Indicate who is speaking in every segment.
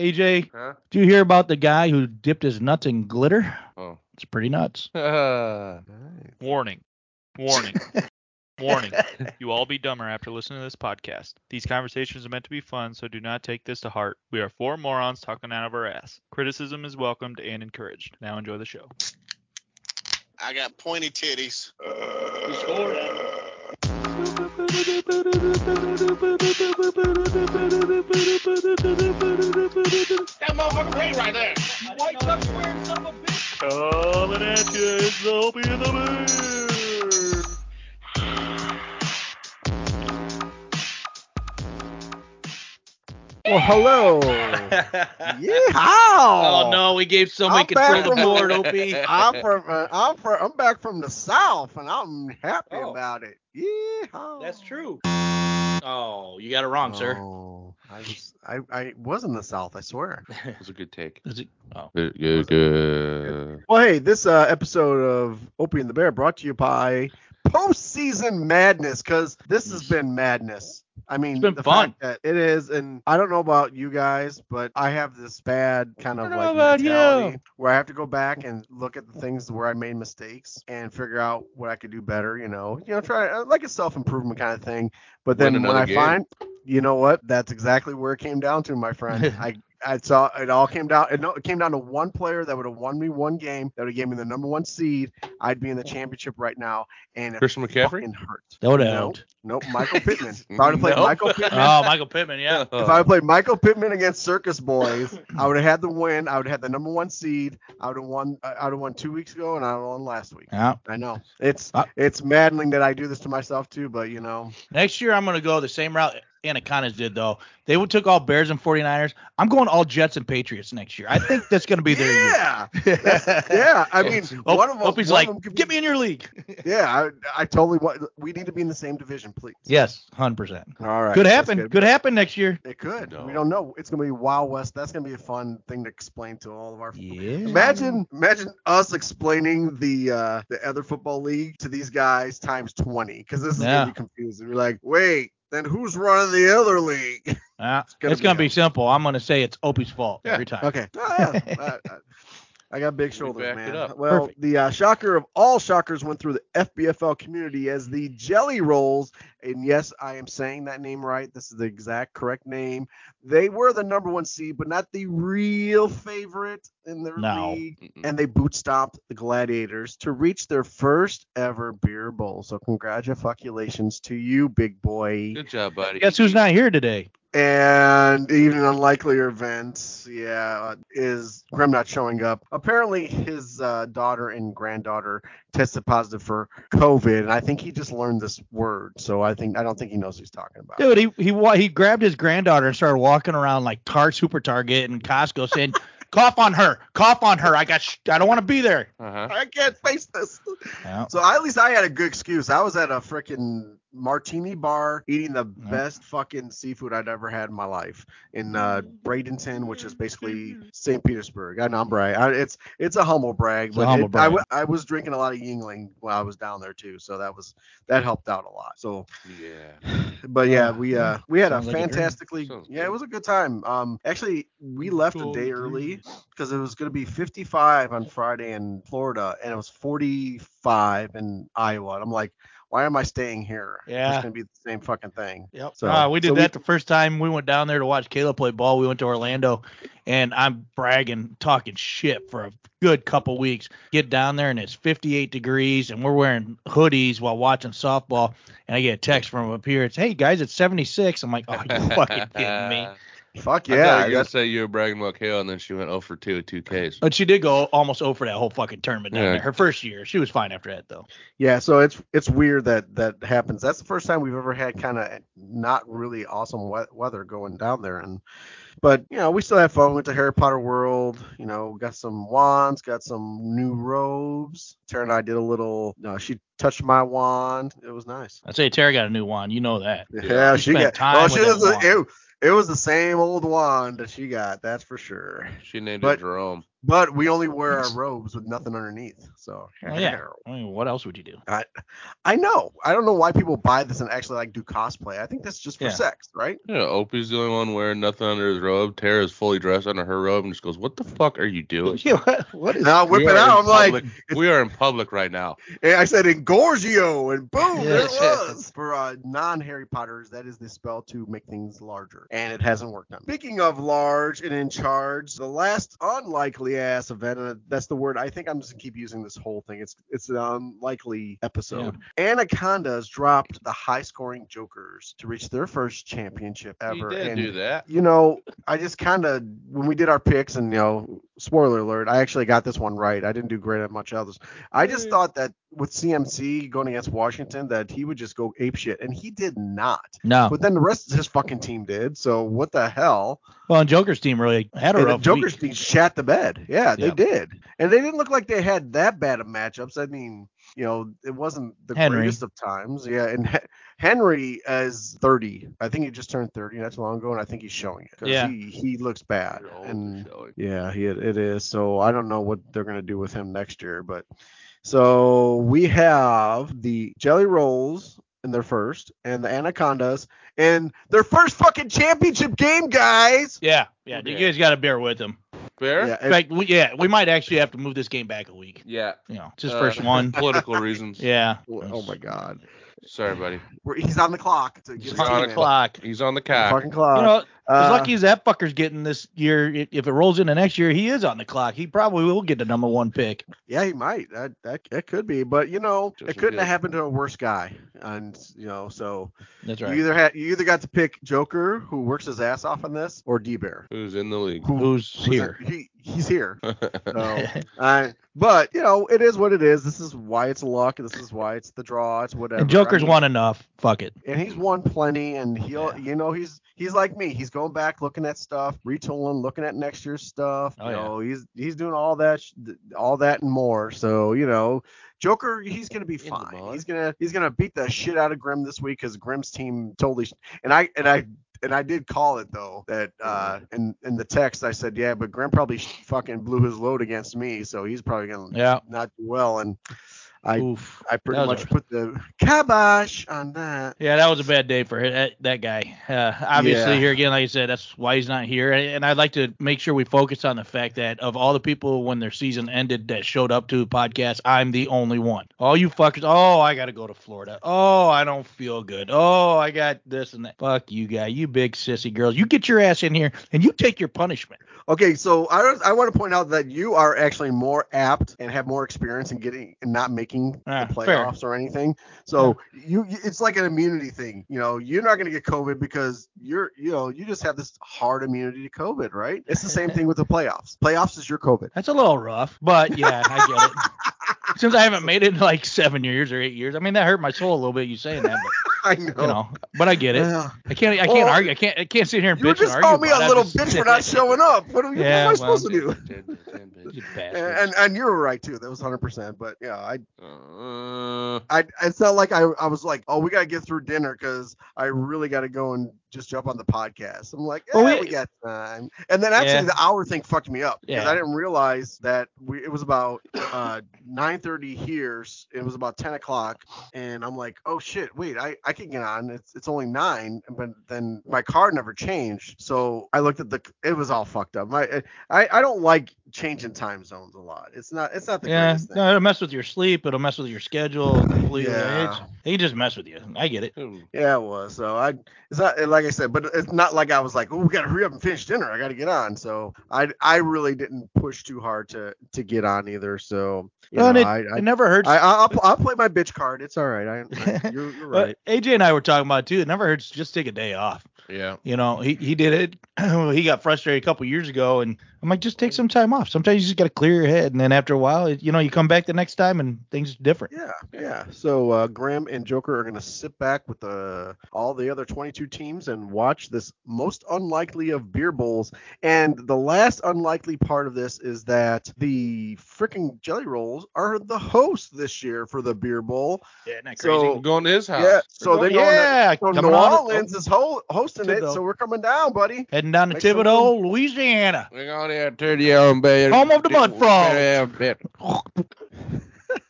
Speaker 1: AJ,
Speaker 2: Huh?
Speaker 1: do you hear about the guy who dipped his nuts in glitter?
Speaker 2: Oh.
Speaker 1: It's pretty nuts.
Speaker 2: Uh,
Speaker 3: Nice.
Speaker 4: Warning. Warning. Warning. You all be dumber after listening to this podcast. These conversations are meant to be fun, so do not take this to heart. We are four morons talking out of our ass. Criticism is welcomed and encouraged. Now enjoy the show.
Speaker 5: I got pointy titties. That motherfucker play right there.
Speaker 6: White duck wearing son of a bitch.
Speaker 4: Coming at you, it's Opie and the
Speaker 3: Well, hello.
Speaker 2: Oh
Speaker 1: Oh,
Speaker 3: Yeehaw.
Speaker 2: no, we gave someone
Speaker 3: I'm back
Speaker 2: control of the
Speaker 3: from-
Speaker 2: board, Opie.
Speaker 3: I'm from uh, I'm from I'm back from the south and I'm happy
Speaker 2: Oh.
Speaker 3: about it. Yeehaw.
Speaker 2: That's true. Oh, you got it wrong, sir.
Speaker 3: Oh, I was I, I was in the south, I swear.
Speaker 2: That was a good take.
Speaker 1: Is it- oh.
Speaker 2: Good, good.
Speaker 3: Well, hey, this uh, episode of Opie and the Bear brought to you by Postseason Madness, because this has been madness. I mean,
Speaker 1: It's been
Speaker 3: the
Speaker 1: fun.
Speaker 3: fact that it is, and I don't know about you guys, but I have this bad kind
Speaker 1: don't
Speaker 3: of
Speaker 1: know
Speaker 3: like
Speaker 1: about you.
Speaker 3: mentality where I have to go back and look at the things where I made mistakes and figure out what I could do better. You know, you know, try uh, like a self improvement kind of thing. But
Speaker 2: Win
Speaker 3: then when
Speaker 2: another
Speaker 3: I
Speaker 2: game.
Speaker 3: find, you know what, that's exactly where it came down to, my friend. I I saw it all came down. It, no, it came down to one player that would have won me one game, that would have gave me the number one seed. I'd be in the championship right now, and it
Speaker 2: Christian McCaffrey?
Speaker 3: fucking hurt.
Speaker 1: That would have
Speaker 3: No.
Speaker 1: helped.
Speaker 3: Nope, Michael Pittman. If I would have played
Speaker 2: Nope.
Speaker 3: Michael Pittman,
Speaker 1: Oh, Michael Pittman, yeah.
Speaker 3: if I would have played Michael Pittman against Circus Boys, I would have had the win. I would have had the number one seed. I would have won. I would have won two weeks ago, and I would have won last week.
Speaker 1: Yeah.
Speaker 3: I know it's
Speaker 1: Uh,
Speaker 3: it's maddening that I do this to myself too, but you know,
Speaker 1: Next year, I'm going to go the same route Anacondas did, though. They took all Bears and 49ers. I'm going all Jets and Patriots next year. I think that's going to be their year.
Speaker 3: yeah, yeah. I mean,
Speaker 1: Hope,
Speaker 3: one of them.
Speaker 1: hope he's
Speaker 3: one
Speaker 1: like,
Speaker 3: of them could be-
Speaker 1: get me in your league.
Speaker 3: Yeah, I, I totally want. We need to be in the same division, please.
Speaker 1: Yes, 100%.
Speaker 3: All right.
Speaker 1: could
Speaker 3: that's
Speaker 1: happen.
Speaker 3: good.
Speaker 1: Could happen next year.
Speaker 3: It could.
Speaker 2: No.
Speaker 3: We don't know. It's gonna be Wild West. That's gonna be a fun thing to explain to all of our.
Speaker 1: Yeah.
Speaker 3: Imagine, imagine us explaining the uh, the other football league to these guys times twenty, because this is
Speaker 1: Yeah.
Speaker 3: gonna be confusing. We're like, wait, then who's running the other league?
Speaker 1: Uh, it's
Speaker 3: gonna
Speaker 1: going
Speaker 3: be
Speaker 1: to be,
Speaker 3: us.
Speaker 1: simple. I'm going to say it's Opie's fault
Speaker 2: Yeah.
Speaker 1: every time.
Speaker 3: okay. Oh, yeah. I- I- I got big
Speaker 2: We
Speaker 3: shoulders,
Speaker 2: backed it
Speaker 3: man.
Speaker 2: up.
Speaker 3: Well,
Speaker 1: Perfect.
Speaker 3: the uh, shocker of all shockers went through the FBFL community as the Jelly Rolls, and yes, I am saying that name right. This is the exact correct name. They were the number one seed, but not the real favorite in the
Speaker 1: No.
Speaker 3: league. And they bootstopped the Gladiators to reach their first ever beer bowl. So congratulations to you, big boy.
Speaker 2: Good job, buddy.
Speaker 1: Guess who's not here today?
Speaker 3: And even unlikelier events, yeah, is Grim not showing up. Apparently, his uh, daughter and granddaughter tested positive for COVID, and I think he just learned this word. So I think I don't think he knows what he's talking about.
Speaker 1: Dude, he he wa- he grabbed his granddaughter and started walking around like Tar Super Target and Costco saying, "Cough on her, cough on her. I got sh- I don't want to be there."
Speaker 2: Uh-huh.
Speaker 3: I can't face this.
Speaker 1: Yeah.
Speaker 3: So at least I had a good excuse. I was at a freaking martini bar eating the
Speaker 1: Yeah.
Speaker 3: best fucking seafood I'd ever had in my life in uh,
Speaker 1: Mm-hmm.
Speaker 3: Bradenton, which is basically St. Petersburg. I know I'm brag. I, it's it's a humble brag,
Speaker 1: It's a
Speaker 3: but
Speaker 1: humble
Speaker 3: it- I,
Speaker 1: brag.
Speaker 3: w- I was drinking a lot of Yingling while I was down there too, so that was that helped out a lot. So,
Speaker 2: Yeah.
Speaker 3: but yeah, we uh we had
Speaker 1: Sounds Mm,
Speaker 3: a
Speaker 1: like a dream.
Speaker 3: fantastically
Speaker 2: Sounds
Speaker 3: yeah,
Speaker 2: good.
Speaker 3: it was a good time. Um, actually we left
Speaker 1: Oh,
Speaker 3: a day
Speaker 1: Mm-hmm.
Speaker 3: early because it was going to be 55 on Friday in Florida, and it was 45 in Iowa. And I'm like, why am I staying here?
Speaker 1: Yeah.
Speaker 3: It's going to be the same fucking thing.
Speaker 1: Yep.
Speaker 3: So-
Speaker 1: uh, we did
Speaker 3: so we-
Speaker 1: that the first time we went down there to watch Caleb play ball. We went to Orlando, and I'm bragging, talking shit for a good couple weeks. Get down there and it's 58 degrees, and we're wearing hoodies while watching softball. And I get a text from up here. It's, "Hey guys, it's 76." I'm like, "Oh, you fucking kidding me?"
Speaker 3: Fuck
Speaker 2: I thought
Speaker 3: yeah.
Speaker 2: you were going
Speaker 3: that's-
Speaker 2: to say you were bragging about Kale, and then she went 0 for 2 at 2Ks.
Speaker 1: But she did go almost over that whole fucking tournament down
Speaker 2: Yeah.
Speaker 1: there. Her first year, she was fine after that though.
Speaker 3: yeah. So it's it's weird that that happens. That's the first time we've ever had kind of not really awesome we- weather going down there, and but you know we still had fun. Went to Harry Potter World. You know, got some wands, got some new robes. Tara and I did a little. No, she touched my wand. It was nice.
Speaker 1: I say Tara got a new wand. You know that.
Speaker 3: Yeah,
Speaker 1: You
Speaker 3: she
Speaker 1: spent
Speaker 3: got.
Speaker 1: time
Speaker 3: well,
Speaker 1: with
Speaker 3: she
Speaker 1: that
Speaker 3: was a,
Speaker 1: wand.
Speaker 3: it, it was the same old wand that she got. That's for sure.
Speaker 2: She named
Speaker 3: But-
Speaker 2: it Jerome.
Speaker 3: But we only wear our robes with nothing underneath. So
Speaker 1: Well, Oh, yeah. I mean, what else would you do?
Speaker 3: I know. I don't know why people buy this and actually like do cosplay. I think that's just for
Speaker 1: Yeah.
Speaker 3: sex, right?
Speaker 2: Yeah, Opie's the only one wearing nothing under his robe. Tara's fully dressed under her robe and just goes, "What the fuck are you doing?"
Speaker 7: Yeah, what, what is?
Speaker 3: And I'll whip
Speaker 2: We
Speaker 3: it
Speaker 2: are
Speaker 3: out.
Speaker 2: in
Speaker 3: I'm like,
Speaker 2: public- we are in public right now.
Speaker 3: And I said engorgio, and boom, there it
Speaker 7: Yes.
Speaker 3: was. For uh, non Harry Potters, that is the spell to make things larger, and it hasn't worked on. me. Speaking of large and in charge, the last unlikely ass event, and that's the word I think I'm just gonna keep using this whole thing. It's it's an unlikely episode. Anacondas dropped the high scoring Jokers to reach their first championship ever.
Speaker 2: you did
Speaker 3: and
Speaker 2: do that.
Speaker 3: you know, I just kind of when we did our picks, and you know, spoiler alert, I actually got this one right. I didn't do great at much others. I just thought that with CMC going against Washington, that he would just go ape shit, and he did not.
Speaker 1: No.
Speaker 3: But then the rest of his fucking team did. So what the hell?
Speaker 1: Well, and Joker's team really had a
Speaker 3: And the
Speaker 1: rough
Speaker 3: Joker's
Speaker 1: week.
Speaker 3: team shat the bed. Yeah, they
Speaker 1: Yeah.
Speaker 3: did, and they didn't look like they had that bad of matchups. I mean, you know, it wasn't the
Speaker 1: Henry.
Speaker 3: greatest of times. Yeah, and He- Henry is 30. I think he just turned 30 not too long ago, and I think he's showing it 'cause
Speaker 1: Yeah.
Speaker 3: he, he looks bad.
Speaker 2: You're old
Speaker 3: Uh, And
Speaker 2: and showing.
Speaker 3: yeah, he, it is. So I don't know what they're gonna do with him next year, but so we have the Jelly Rolls in their first, and the Anacondas in their first fucking championship game, guys.
Speaker 1: Yeah, yeah. You
Speaker 2: Yeah.
Speaker 1: guys got to bear with him.
Speaker 2: Fair.
Speaker 3: Yeah,
Speaker 1: In fact, we, yeah, we might actually have to move this game back a week.
Speaker 2: Yeah.
Speaker 1: You know, it's his
Speaker 2: Uh,
Speaker 1: first one.
Speaker 2: Political reasons.
Speaker 1: Yeah.
Speaker 3: Well, Oh my god.
Speaker 2: Sorry, buddy.
Speaker 3: We're, he's on the clock. To
Speaker 1: It's
Speaker 3: get his
Speaker 2: on the
Speaker 1: on
Speaker 3: team in.
Speaker 1: clock.
Speaker 2: He's on the
Speaker 3: On the
Speaker 2: cock.
Speaker 3: Fucking clock.
Speaker 1: you know, as
Speaker 3: Uh,
Speaker 1: lucky as that fucker's getting this year, i- if it rolls into next year, he is on the clock. He probably will get the number one pick.
Speaker 3: Yeah, he might. That that it could be, but you know,
Speaker 2: Doesn't
Speaker 3: it couldn't
Speaker 2: do it.
Speaker 3: have happened to a worse guy. And you know, so
Speaker 1: That's
Speaker 3: you
Speaker 1: right.
Speaker 3: either had you either got to pick Joker, who works his ass off on this, or D Bear,
Speaker 2: Who's in the league?
Speaker 3: who
Speaker 1: Who's here?
Speaker 3: He, he's here. So,
Speaker 1: yeah,
Speaker 3: uh, but you know, it is what it is. This is why it's luck. This is why it's the draw. It's whatever.
Speaker 1: and Joker's
Speaker 3: I mean,
Speaker 1: won enough. Fuck it.
Speaker 3: and he's won plenty and he'll
Speaker 1: Yeah.
Speaker 3: you know he's he's like me he's going back looking at stuff retooling looking at next year's stuff
Speaker 1: Oh,
Speaker 3: you
Speaker 1: yeah.
Speaker 3: know he's he's doing all that sh- th- all that and more so you know joker he's gonna be
Speaker 2: the
Speaker 3: fine
Speaker 2: mud.
Speaker 3: he's gonna he's gonna beat the shit out of grim this week because grim's team totally sh- and i and i and I did call it though that uh, in in the text I said yeah, but Grim probably sh- fucking blew his load against me, so he's probably gonna
Speaker 1: Yeah.
Speaker 3: not do well. And I
Speaker 1: Oof.
Speaker 3: I pretty
Speaker 1: That was
Speaker 3: much
Speaker 1: a-
Speaker 3: put the kibosh on that.
Speaker 1: Yeah, that was a bad day for that, that guy. Uh, obviously,
Speaker 3: Yeah.
Speaker 1: here again, like I said, that's why he's not here. And, and I'd like to make sure we focus on the fact that of all the people when their season ended that showed up to the podcast, I'm the only one. All you fuckers, oh, I got to go to Florida. Oh, I don't feel good. Oh, I got this and that. Fuck you, guy. You big sissy girls. You get your ass in here and you take your punishment.
Speaker 3: Okay, so I, I want to point out that you are actually more apt and have more experience in getting and not making
Speaker 1: Ah,
Speaker 3: the
Speaker 1: fair.
Speaker 3: playoffs or anything. So you you it's like an immunity thing. You know, you're not going to get COVID because you're you know you just have this hard immunity to COVID, right? It's the same thing with the playoffs. Playoffs is your COVID.
Speaker 1: That's a little rough, but yeah, I get it. Since I haven't made it in like seven years or eight years, I mean, that hurt my soul a little bit, you saying that, but,
Speaker 3: I know.
Speaker 1: you know, but I get it.
Speaker 3: Yeah.
Speaker 1: I can't. I can't
Speaker 3: Well,
Speaker 1: argue. I can't. I can't sit here and
Speaker 3: You
Speaker 1: bitch and
Speaker 3: just
Speaker 1: argue.
Speaker 3: called me
Speaker 1: about
Speaker 3: a
Speaker 1: it.
Speaker 3: little
Speaker 1: I'm just-
Speaker 3: bitch for not showing up. What, are, we-
Speaker 1: Yeah,
Speaker 3: what am I
Speaker 1: well,
Speaker 3: supposed to do?
Speaker 1: You
Speaker 3: And,
Speaker 1: bastard.
Speaker 3: and you were right too. That was 100%. But yeah, I
Speaker 2: Uh,
Speaker 3: I it's not like I, I was like, oh, we gotta get through dinner because I really gotta go and just jump on the podcast. I'm like,
Speaker 1: Well,
Speaker 3: eh,
Speaker 1: we-
Speaker 3: we, got time. And then actually
Speaker 1: Yeah.
Speaker 3: the hour thing fucked me up because
Speaker 1: Yeah.
Speaker 3: I didn't realize that we it was about uh 9:30 here. s- It was about 10 o'clock, and I'm like, oh shit, wait, I I can get on. It's it's only nine, but then my card never changed, so I looked at the. It was all fucked up. My I I don't like changing time zones a lot. It's not it's not the
Speaker 1: Yeah,
Speaker 3: greatest thing.
Speaker 1: no, it'll mess with your sleep. It'll mess with your schedule completely.
Speaker 3: Yeah.
Speaker 1: It's, they can just mess with you. I get it.
Speaker 3: Yeah, it was. So I, it's not like I said, but it's not like I was like, oh, we gotta hurry up and finish dinner. I gotta get on. So I, I really didn't push too hard to to get on either. So you
Speaker 1: Well, and
Speaker 3: know,
Speaker 1: it,
Speaker 3: I, I,
Speaker 1: it never hurts.
Speaker 3: I, I'll, pl- I'll play my bitch card. It's all right. I,
Speaker 1: Uh,
Speaker 3: I you're, you're right.
Speaker 1: But AJ and I were talking about it too. It never hurts to just take a day off.
Speaker 2: yeah.
Speaker 1: You know, he he did it. he got frustrated a couple years ago, and I'm like, just take some time off. Sometimes you just got to clear your head, and then after a while, it, you know, you come back the next time and things are different.
Speaker 3: Yeah, yeah. So uh, Graham and Joker are gonna sit back with the all the other 22 teams and watch this most unlikely of beer bowls. And the last unlikely part of this is that the freaking Jelly Rolls are the host this year for the beer bowl.
Speaker 1: Yeah, not
Speaker 3: So
Speaker 2: Going to his house.
Speaker 3: yeah, so they're going to
Speaker 1: yeah,
Speaker 3: so
Speaker 1: coming
Speaker 3: New
Speaker 1: on-
Speaker 3: Orleans is ho- hosting it,
Speaker 1: Tidbell.
Speaker 3: so we're coming down, buddy.
Speaker 1: Heading down to
Speaker 3: Make some
Speaker 1: Thibodeau, Louisiana.
Speaker 2: We're going to have 30 on bed.
Speaker 1: Home of the Mud Frogs.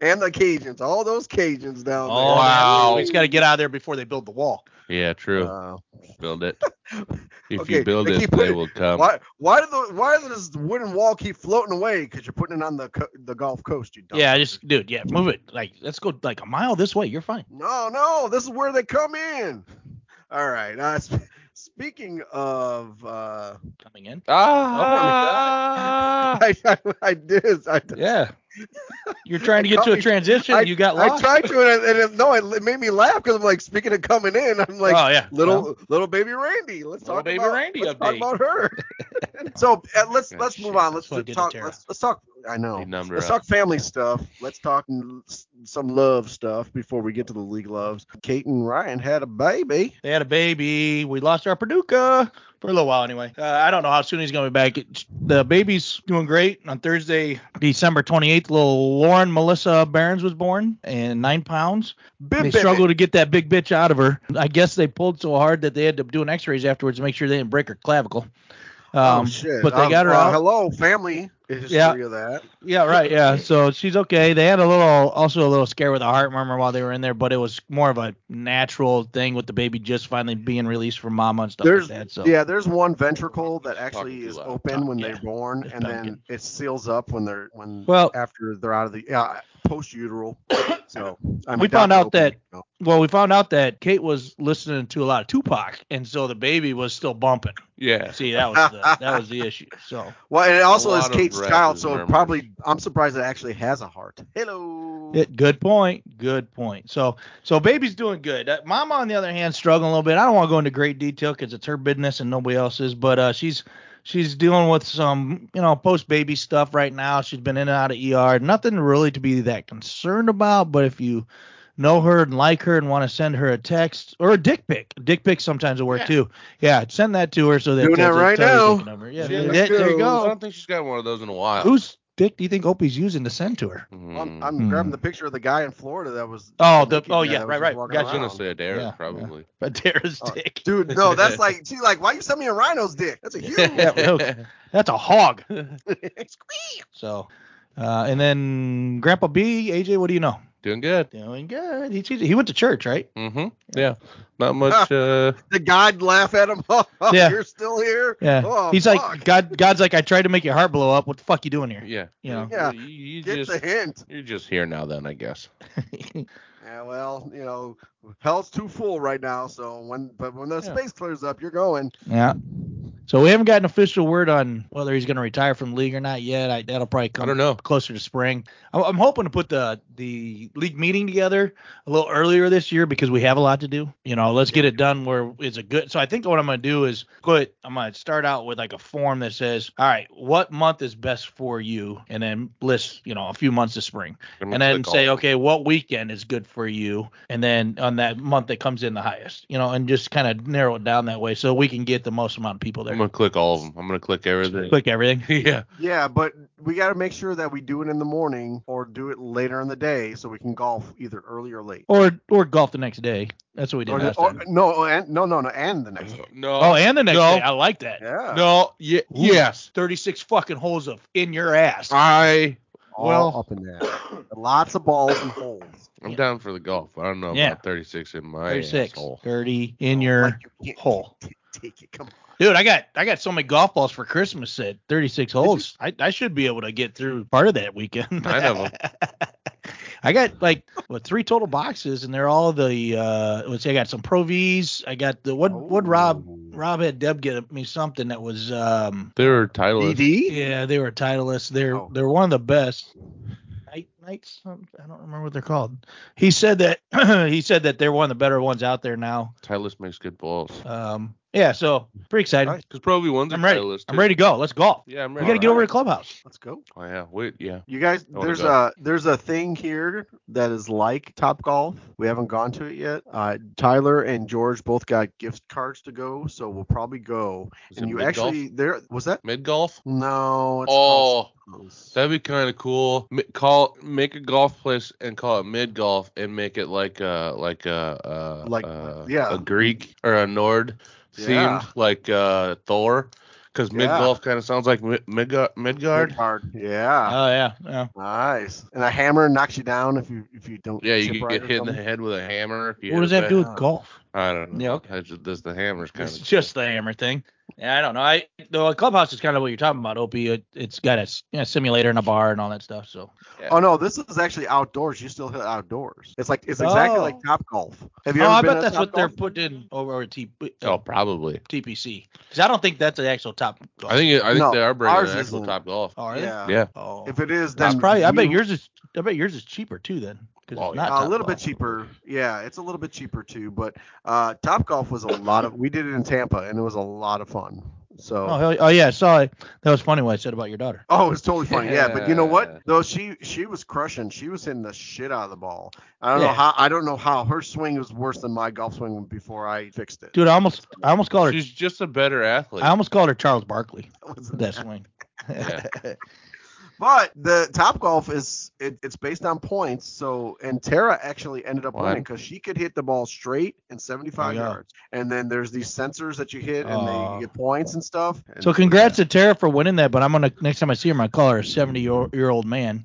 Speaker 3: And the Cajuns, all those Cajuns down there.
Speaker 1: Oh, wow. He's got to get out of there before they build the wall.
Speaker 2: Yeah, true.
Speaker 3: Wow.
Speaker 2: build it. If
Speaker 3: Uh, Okay,
Speaker 2: you build
Speaker 3: they
Speaker 2: it,
Speaker 3: keep
Speaker 2: they
Speaker 3: putting-
Speaker 2: will come.
Speaker 3: why? Why do the Why does the wooden wall keep floating away? Because you're putting it on the co- the Gulf Coast. You dumb
Speaker 1: Yeah,
Speaker 3: fuck.
Speaker 1: just dude, yeah, move it. Like let's go like a mile this way. You're fine.
Speaker 3: No, no, this is where they come in. All right. Uh, sp- speaking of, uh,
Speaker 1: Coming in. Oh.
Speaker 2: Ah,
Speaker 3: I, I, I did. I,
Speaker 2: yeah.
Speaker 1: You're trying to get to a transition.
Speaker 3: I-
Speaker 1: you got
Speaker 3: I
Speaker 1: lost.
Speaker 3: tried to, and, it, and it, no, it, it made me laugh because I'm like, speaking of coming in, I'm like,
Speaker 1: oh yeah.
Speaker 3: little
Speaker 1: Well,
Speaker 3: little baby Randy. Let's
Speaker 2: Little
Speaker 3: talk
Speaker 2: baby
Speaker 3: about
Speaker 2: Randy
Speaker 3: let's talk
Speaker 2: update.
Speaker 3: about her. so uh, let's
Speaker 2: Oh,
Speaker 3: let's
Speaker 2: shit,
Speaker 3: move on. Let's
Speaker 1: that's what I did to
Speaker 3: talk.
Speaker 1: Tara.
Speaker 3: Let's, let's talk. I know.
Speaker 2: He numbed her
Speaker 3: Let's
Speaker 2: up.
Speaker 3: talk family stuff. Let's talk n- s- some love stuff before we get to the league loves. Kate and Ryan had a baby.
Speaker 1: they had a baby. We lost our Paducah for a little while anyway. Uh, I don't know how soon he's gonna be back. It's- the baby's doing great. On Thursday, December 28th, little Lauren Melissa Barons was born, and nine pounds.
Speaker 3: Bib
Speaker 1: they
Speaker 3: Bibbit.
Speaker 1: struggled to get that big bitch out of her. I guess they pulled so hard that they had to do an X-rays afterwards to make sure they didn't break her clavicle. Um,
Speaker 3: oh shit!
Speaker 1: But they
Speaker 3: Um,
Speaker 1: got her
Speaker 3: uh,
Speaker 1: out.
Speaker 3: Hello, family history
Speaker 1: Yeah.
Speaker 3: of that.
Speaker 1: Yeah, right. Yeah. So she's okay. They had a little, also a little scare with a heart murmur while they were in there, but it was more of a natural thing with the baby just finally being released from mama and stuff
Speaker 3: There's
Speaker 1: like that. So
Speaker 3: yeah, there's one ventricle that actually
Speaker 2: Talking too
Speaker 3: is
Speaker 2: loud.
Speaker 3: open when
Speaker 1: Yeah.
Speaker 3: they're born,
Speaker 1: Just
Speaker 3: and then
Speaker 1: talking.
Speaker 3: it seals up when they're when
Speaker 1: Well-
Speaker 3: after they're out of the uh, post uteral. So I mean,
Speaker 1: We
Speaker 3: down
Speaker 1: found
Speaker 3: the
Speaker 1: out
Speaker 3: open,
Speaker 1: that-
Speaker 3: you know.
Speaker 1: well, we found out that Kate was listening to a lot of Tupac, and so the baby was still bumping.
Speaker 2: Yeah.
Speaker 1: See, that was the, that was the issue. So
Speaker 3: Well, and it also is
Speaker 2: lot of
Speaker 3: Kate's
Speaker 2: rap
Speaker 3: child,
Speaker 2: is
Speaker 3: so
Speaker 2: murmurs.
Speaker 3: probably I'm surprised it actually has a heart. Hello.
Speaker 1: It, good point. Good point. So, so baby's doing good. Uh, Mama, on the other hand, struggling a little bit. I don't want to go into great detail because it's her business and nobody else's. But uh, she's she's dealing with some you know post baby stuff right now. She's been in and out of ER. Nothing really to be that concerned about. But if you know her and like her and want to send her a text or a dick pic, dick pic sometimes will work
Speaker 2: Yeah.
Speaker 1: too. Yeah, send that to her so that
Speaker 3: Doing that
Speaker 1: tells her-
Speaker 3: right
Speaker 1: tells her
Speaker 3: now.
Speaker 1: you're thinking of her. Yeah,
Speaker 3: Yeah,
Speaker 1: there-
Speaker 3: let's
Speaker 1: there
Speaker 3: go.
Speaker 1: you
Speaker 2: I
Speaker 1: go.
Speaker 2: don't think she's got one of those in a while.
Speaker 1: Who's dick do you think Opie's using to send to her?
Speaker 2: Hmm.
Speaker 3: I'm, I'm
Speaker 1: Hmm.
Speaker 3: grabbing the picture of the guy in Florida that was.
Speaker 1: Oh,
Speaker 3: the
Speaker 1: the-
Speaker 3: naked
Speaker 1: oh,
Speaker 3: guy
Speaker 1: yeah,
Speaker 3: that
Speaker 1: right,
Speaker 3: was
Speaker 1: right.
Speaker 3: walking
Speaker 2: I
Speaker 1: Gotcha.
Speaker 2: was
Speaker 3: around.
Speaker 2: gonna say Derek
Speaker 1: Yeah,
Speaker 2: probably.
Speaker 1: Pantera's
Speaker 3: Oh,
Speaker 1: dick.
Speaker 3: Dude, no, that's like she's like, why you send me a rhino's dick? That's a huge.
Speaker 1: Yeah, well, that's a hog.
Speaker 3: Squeak.
Speaker 1: So, uh, and then Grandpa B, AJ, what do you know?
Speaker 2: Doing good.
Speaker 1: Doing good. He he went to church, right?
Speaker 2: Mm-hmm. Yeah. Not much. Uh,
Speaker 3: the God laugh at him. Oh,
Speaker 1: Yeah.
Speaker 3: you're still here.
Speaker 1: Yeah.
Speaker 3: Oh,
Speaker 1: He's
Speaker 3: fuck.
Speaker 1: like God. God's like I tried to make your heart blow up. What the fuck you doing here?
Speaker 2: yeah.
Speaker 1: You know.
Speaker 3: Yeah.
Speaker 2: You, you
Speaker 3: get
Speaker 2: just
Speaker 3: the hint.
Speaker 2: you're just here now then I guess.
Speaker 3: Yeah, well, you know, hell's too full right now. So when, but when the
Speaker 2: Yeah.
Speaker 3: space clears up, you're going.
Speaker 1: yeah. So we haven't got an official word on whether he's going to retire from the league or not yet. I, that'll probably come.
Speaker 2: I don't know.
Speaker 1: Closer to spring. I'm, I'm hoping to put the the league meeting together a little earlier this year because we have a lot to do. You know, let's get it done where it's a good. So I think what I'm going to do is put. I'm going to start out with like a form that says, all right, what month is best for you, and then list you know a few months of spring,
Speaker 2: I'm
Speaker 1: and
Speaker 2: gonna
Speaker 1: then
Speaker 2: click
Speaker 1: say,
Speaker 2: all-
Speaker 1: okay, what weekend is good for you, and then on that month that comes in the highest, you know, and just kind of narrow it down that way so we can get the most amount of people
Speaker 2: I'm
Speaker 1: there.
Speaker 2: gonna click all of them. I'm gonna click everything.
Speaker 1: Click everything.
Speaker 2: yeah.
Speaker 3: Yeah, but we got to make sure that we do it in the morning or do it later in the day so we can golf either early or late.
Speaker 1: Or, or golf the next day. That's what we did
Speaker 3: Or,
Speaker 1: last
Speaker 3: or-
Speaker 1: time.
Speaker 3: no, and, no, no, no, and the next. Day.
Speaker 2: No.
Speaker 1: Oh, and the next
Speaker 2: No.
Speaker 1: day. I like that.
Speaker 3: Yeah.
Speaker 2: no. Yeah. Yes.
Speaker 1: 36 fucking holes of in your ass.
Speaker 2: I.
Speaker 3: All
Speaker 2: well-
Speaker 3: up in there. Lots of balls and holes.
Speaker 2: I'm
Speaker 1: Yeah.
Speaker 2: down for the golf. I don't know
Speaker 1: Yeah.
Speaker 2: about 36 in my
Speaker 1: 36.
Speaker 2: asshole.
Speaker 1: 30 in
Speaker 3: Like
Speaker 1: your
Speaker 3: you can't
Speaker 1: hole.
Speaker 3: take it. Come on.
Speaker 1: Dude, I got I got so many golf balls for Christmas at 36 holes. I, I should be able to get through part of that weekend.
Speaker 2: Nine of 'em.
Speaker 1: I got like what three total boxes and they're all the uh let's see I got some Pro V's. I got the what what Rob
Speaker 3: Oh.
Speaker 2: Oh.
Speaker 1: Rob had Deb get me something that was um
Speaker 2: They're titled.
Speaker 3: DD?
Speaker 1: yeah, they were Titleist. They're
Speaker 3: Oh.
Speaker 1: they're one of the best. Night nights, um, I don't remember what they're called. He said that he said that they're one of the better ones out there now.
Speaker 2: Titleist makes good balls.
Speaker 1: Um, Yeah, so pretty excited.
Speaker 3: Nice.
Speaker 2: Because Pro V1's
Speaker 1: I'm ready.
Speaker 2: List
Speaker 1: I'm ready to go. Let's golf.
Speaker 2: Yeah, I'm
Speaker 1: We
Speaker 2: ready.
Speaker 1: gotta get over to clubhouse.
Speaker 3: Let's go.
Speaker 2: Oh yeah, wait, yeah.
Speaker 3: You guys,
Speaker 2: I wanna
Speaker 3: there's
Speaker 2: go.
Speaker 3: a there's a thing here that is like Top Golf. We haven't gone to it yet. Uh, Tyler and George both got gift cards to go, so we'll probably go.
Speaker 2: Is
Speaker 3: and
Speaker 2: it
Speaker 3: you
Speaker 2: mid-golf?
Speaker 3: actually there was that?
Speaker 2: Mid golf.
Speaker 3: No. It's called
Speaker 2: Oh,
Speaker 3: something else.
Speaker 2: that'd be kind of cool. M- call make a golf place and call it mid golf and make it like a like a uh,
Speaker 3: Like,
Speaker 2: uh,
Speaker 3: yeah.
Speaker 2: a Greek or a Nord themed
Speaker 3: Yeah.
Speaker 2: like uh Thor. Because mid golf kind of sounds like mid Midgard.
Speaker 3: Midgard. Yeah.
Speaker 1: Oh yeah. yeah.
Speaker 3: Nice. And a hammer knocks you down if you if you don't.
Speaker 2: Yeah, you
Speaker 3: chip
Speaker 2: could
Speaker 3: right
Speaker 2: get
Speaker 3: or
Speaker 2: hit in the
Speaker 3: something.
Speaker 2: head with a hammer. If you
Speaker 1: What
Speaker 2: hit
Speaker 1: does
Speaker 2: it
Speaker 1: that do
Speaker 2: back.
Speaker 1: with
Speaker 3: uh,
Speaker 1: golf?
Speaker 2: I don't know.
Speaker 1: Yeah,
Speaker 2: Yeah,
Speaker 1: okay.
Speaker 2: just, this the hammer's kind
Speaker 1: It's
Speaker 2: of
Speaker 1: just the hammer thing. Yeah, I don't know. I the clubhouse is kind of what you're talking about, Opie. It, it's got a s- you know, simulator and a bar and all that stuff. So
Speaker 3: Oh no, this is actually outdoors. You still hit outdoors. It's like it's exactly
Speaker 1: Oh.
Speaker 3: like Top Golf. Have you
Speaker 1: oh,
Speaker 3: ever
Speaker 1: I
Speaker 3: been
Speaker 1: bet
Speaker 3: to
Speaker 1: that's what they're
Speaker 3: Topgolf?
Speaker 1: putting over at T,
Speaker 2: oh probably.
Speaker 1: TPC because I don't think that's the actual top. Golf.
Speaker 2: I think it- I think
Speaker 3: No,
Speaker 2: they are bringing
Speaker 3: ours
Speaker 2: an actual
Speaker 3: isn't.
Speaker 2: top golf.
Speaker 1: Oh, are they?
Speaker 3: Yeah.
Speaker 2: Yeah.
Speaker 1: Oh,
Speaker 3: If it is,
Speaker 1: that's
Speaker 3: then
Speaker 1: probably. I bet
Speaker 3: you- Oh,
Speaker 1: yours is. I bet yours is cheaper too then. 'cause
Speaker 2: Well,
Speaker 1: it's
Speaker 2: yeah.
Speaker 1: not
Speaker 3: a
Speaker 1: top
Speaker 3: little bit
Speaker 1: golf.
Speaker 3: cheaper. Yeah, it's a little bit cheaper too. But uh, Top Golf was a lot of. We did it in Tampa, and it was a lot of fun. So.
Speaker 1: Oh,
Speaker 3: Oh,
Speaker 1: hell, oh yeah, I saw it. That was funny what I said about your daughter.
Speaker 3: it was totally funny. Yeah, but you know
Speaker 2: Yeah.
Speaker 3: what? Though she she was crushing. She was hitting the shit out of the ball. I don't
Speaker 1: Yeah.
Speaker 3: know how. I don't know how her swing was worse than my golf swing before I fixed it.
Speaker 1: Dude, I almost I almost called her
Speaker 2: She's just a better athlete.
Speaker 1: I almost called her Charles Barkley.
Speaker 3: That was-
Speaker 1: That swing.
Speaker 2: Yeah.
Speaker 3: But the Top Golf is it, it's based on points. So and Tara actually ended up
Speaker 2: What?
Speaker 3: winning because she could hit the ball straight and 75
Speaker 1: Oh, yeah.
Speaker 3: yards. And then there's these sensors that you hit and
Speaker 1: Oh.
Speaker 3: they you get points and stuff. And-
Speaker 1: So congrats to Tara for winning that, but I'm gonna next time I see her, I'm gonna call her a 70 year, year old man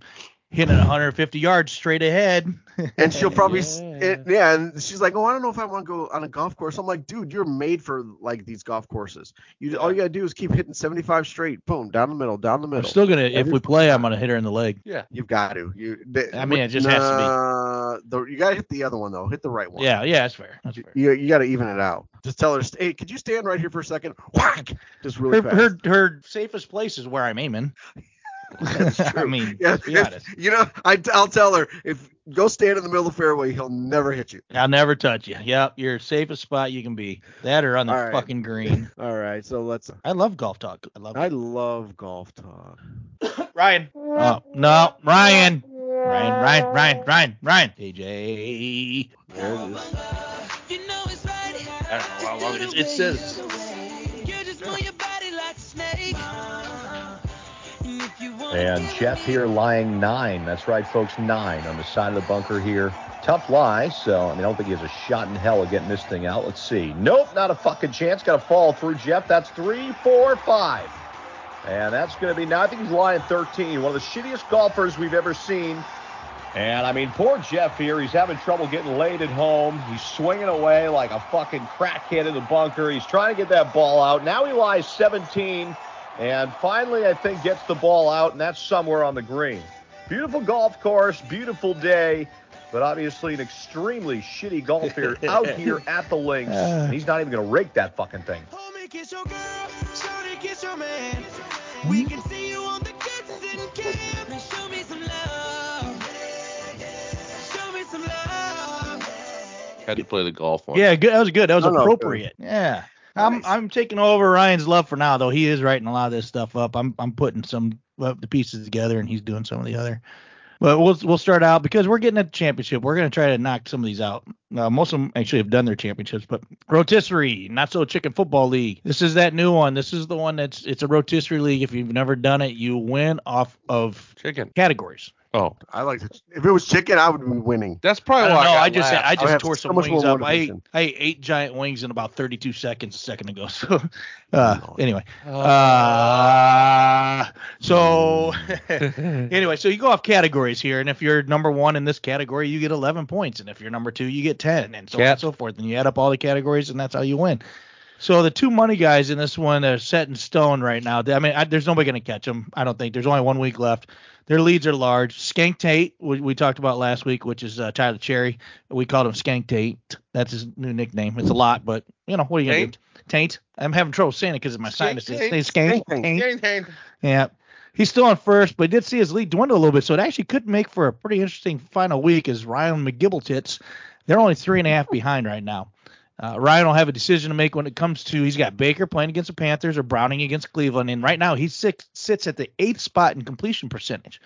Speaker 1: hitting it 150 yards straight ahead.
Speaker 3: And she'll probably s-
Speaker 2: Yeah.
Speaker 3: it- yeah. And she's like, oh, I don't know if I want to go on a golf course. I'm like, dude, you're made for like these golf courses. You all you gotta do is keep hitting 75 straight. Boom, down the middle, down the
Speaker 1: I'm
Speaker 3: middle.
Speaker 1: still gonna if we play, I'm gonna hit her in the leg.
Speaker 3: You've got to. You. They,
Speaker 1: I mean, it just has to be.
Speaker 3: to be. The, you gotta hit the other one though. Hit the right one.
Speaker 1: Yeah, yeah, that's fair. That's fair.
Speaker 3: You, you got to even it out. Just tell her, hey, could you stand right here for a second? Whack! Just really
Speaker 1: Her,
Speaker 3: fast.
Speaker 1: her her safest place is where I'm aiming. I
Speaker 3: true.
Speaker 1: mean,
Speaker 3: yeah,
Speaker 1: to be honest.
Speaker 3: you know, I, will tell her if go stand in the middle of the fairway, he'll never hit you.
Speaker 1: I'll never touch you. Yep, your safest spot you can be. That or on the
Speaker 3: All right.
Speaker 1: fucking green.
Speaker 3: All right, so let's.
Speaker 1: I love golf talk. I love
Speaker 3: I
Speaker 1: it.
Speaker 3: love golf talk.
Speaker 1: Ryan. Oh, no, Ryan. Ryan, Ryan, Ryan, Ryan, Ryan. AJ.
Speaker 3: There it is.
Speaker 7: You know it's right.
Speaker 2: I don't know how long it is. It says
Speaker 7: You just move your body like a snake. And if you wanna
Speaker 8: And
Speaker 7: give
Speaker 8: Jeff
Speaker 7: me
Speaker 8: here lying nine. That's right, folks, nine on the side of the bunker here. Tough lie, so I mean, I don't think he has a shot in hell of getting this thing out. Let's see. Nope, not a fucking chance. Got to fall through Jeff. That's three, four, five. And that's going to be now. I think he's lying 13. One of the shittiest golfers we've ever seen. And I mean, poor Jeff here. He's having trouble getting laid at home. He's swinging away like a fucking crackhead in the bunker. He's trying to get that ball out. Now he lies 17. And finally, I think gets the ball out, and that's somewhere on the green. Beautiful golf course, beautiful day, but obviously an extremely shitty golfer out here at the links. And he's not even going to rake that fucking thing.
Speaker 7: Homie, kiss your girl. Shorty, kiss your man. We can see you on the kids in camp. And show me some love. Show me some love.
Speaker 2: had to play the golf one.
Speaker 1: Yeah, good. That was good. That was
Speaker 3: No, no, good.
Speaker 1: appropriate. Yeah. I'm
Speaker 3: Nice.
Speaker 1: I'm taking over Ryan's love for now, though he is writing a lot of this stuff up. I'm I'm putting some of the pieces together, and he's doing some of the other. But we'll we'll start out because we're getting at the championship. We're gonna try to knock some of these out. Uh, most of them actually have done their championships, but rotisserie, not so chicken football league. This is that new one. This is the one that's it's a rotisserie league. If you've never done it, you win off of
Speaker 2: Chicken.
Speaker 1: categories.
Speaker 2: Oh,
Speaker 3: I like to. If it was chicken, I would be winning.
Speaker 2: that's probably
Speaker 1: I don't
Speaker 2: why
Speaker 1: know.
Speaker 2: I,
Speaker 1: I just
Speaker 2: laughed.
Speaker 1: I
Speaker 3: I
Speaker 1: just
Speaker 3: have
Speaker 1: tore
Speaker 3: so
Speaker 1: some
Speaker 3: much
Speaker 1: wings
Speaker 3: more
Speaker 1: up. I ate,
Speaker 3: motivation.
Speaker 1: I ate eight giant wings in about 32 seconds a second ago. So, uh,
Speaker 3: Lord.
Speaker 1: anyway, uh, so anyway, so you go off categories here, and if you're number one in this category, you get 11 points, and if you're number two, you get 10, and so on
Speaker 2: Cap.
Speaker 1: and so forth. And you add up all the categories, and that's how you win. So the two money guys in this one are set in stone right now. I mean, I, there's nobody going to catch them. I don't think. There's only one week left. Their leads are large. Skank Tate, we, we talked about last week, which is uh, Tyler Cherry. We called him Skank Tate. That's his new nickname. It's a lot, but you know what are you going to
Speaker 2: Taint?
Speaker 1: do? Taint. I'm having trouble saying it because of my
Speaker 2: Skank
Speaker 1: sinuses.
Speaker 2: Tate.
Speaker 1: They Skank
Speaker 3: Skank Tate.
Speaker 1: Taint.
Speaker 2: Hang, hang.
Speaker 1: Yeah. He's still in first, but did see his lead dwindle a little bit, so it actually could make for a pretty interesting final week as Ryan McGibble tits. They're only three and a half behind right now. Uh, Ryan will have a decision to make when it comes to he's got Baker playing against the Panthers or Browning against Cleveland, and right now he six, sits at the eighth spot in completion percentage.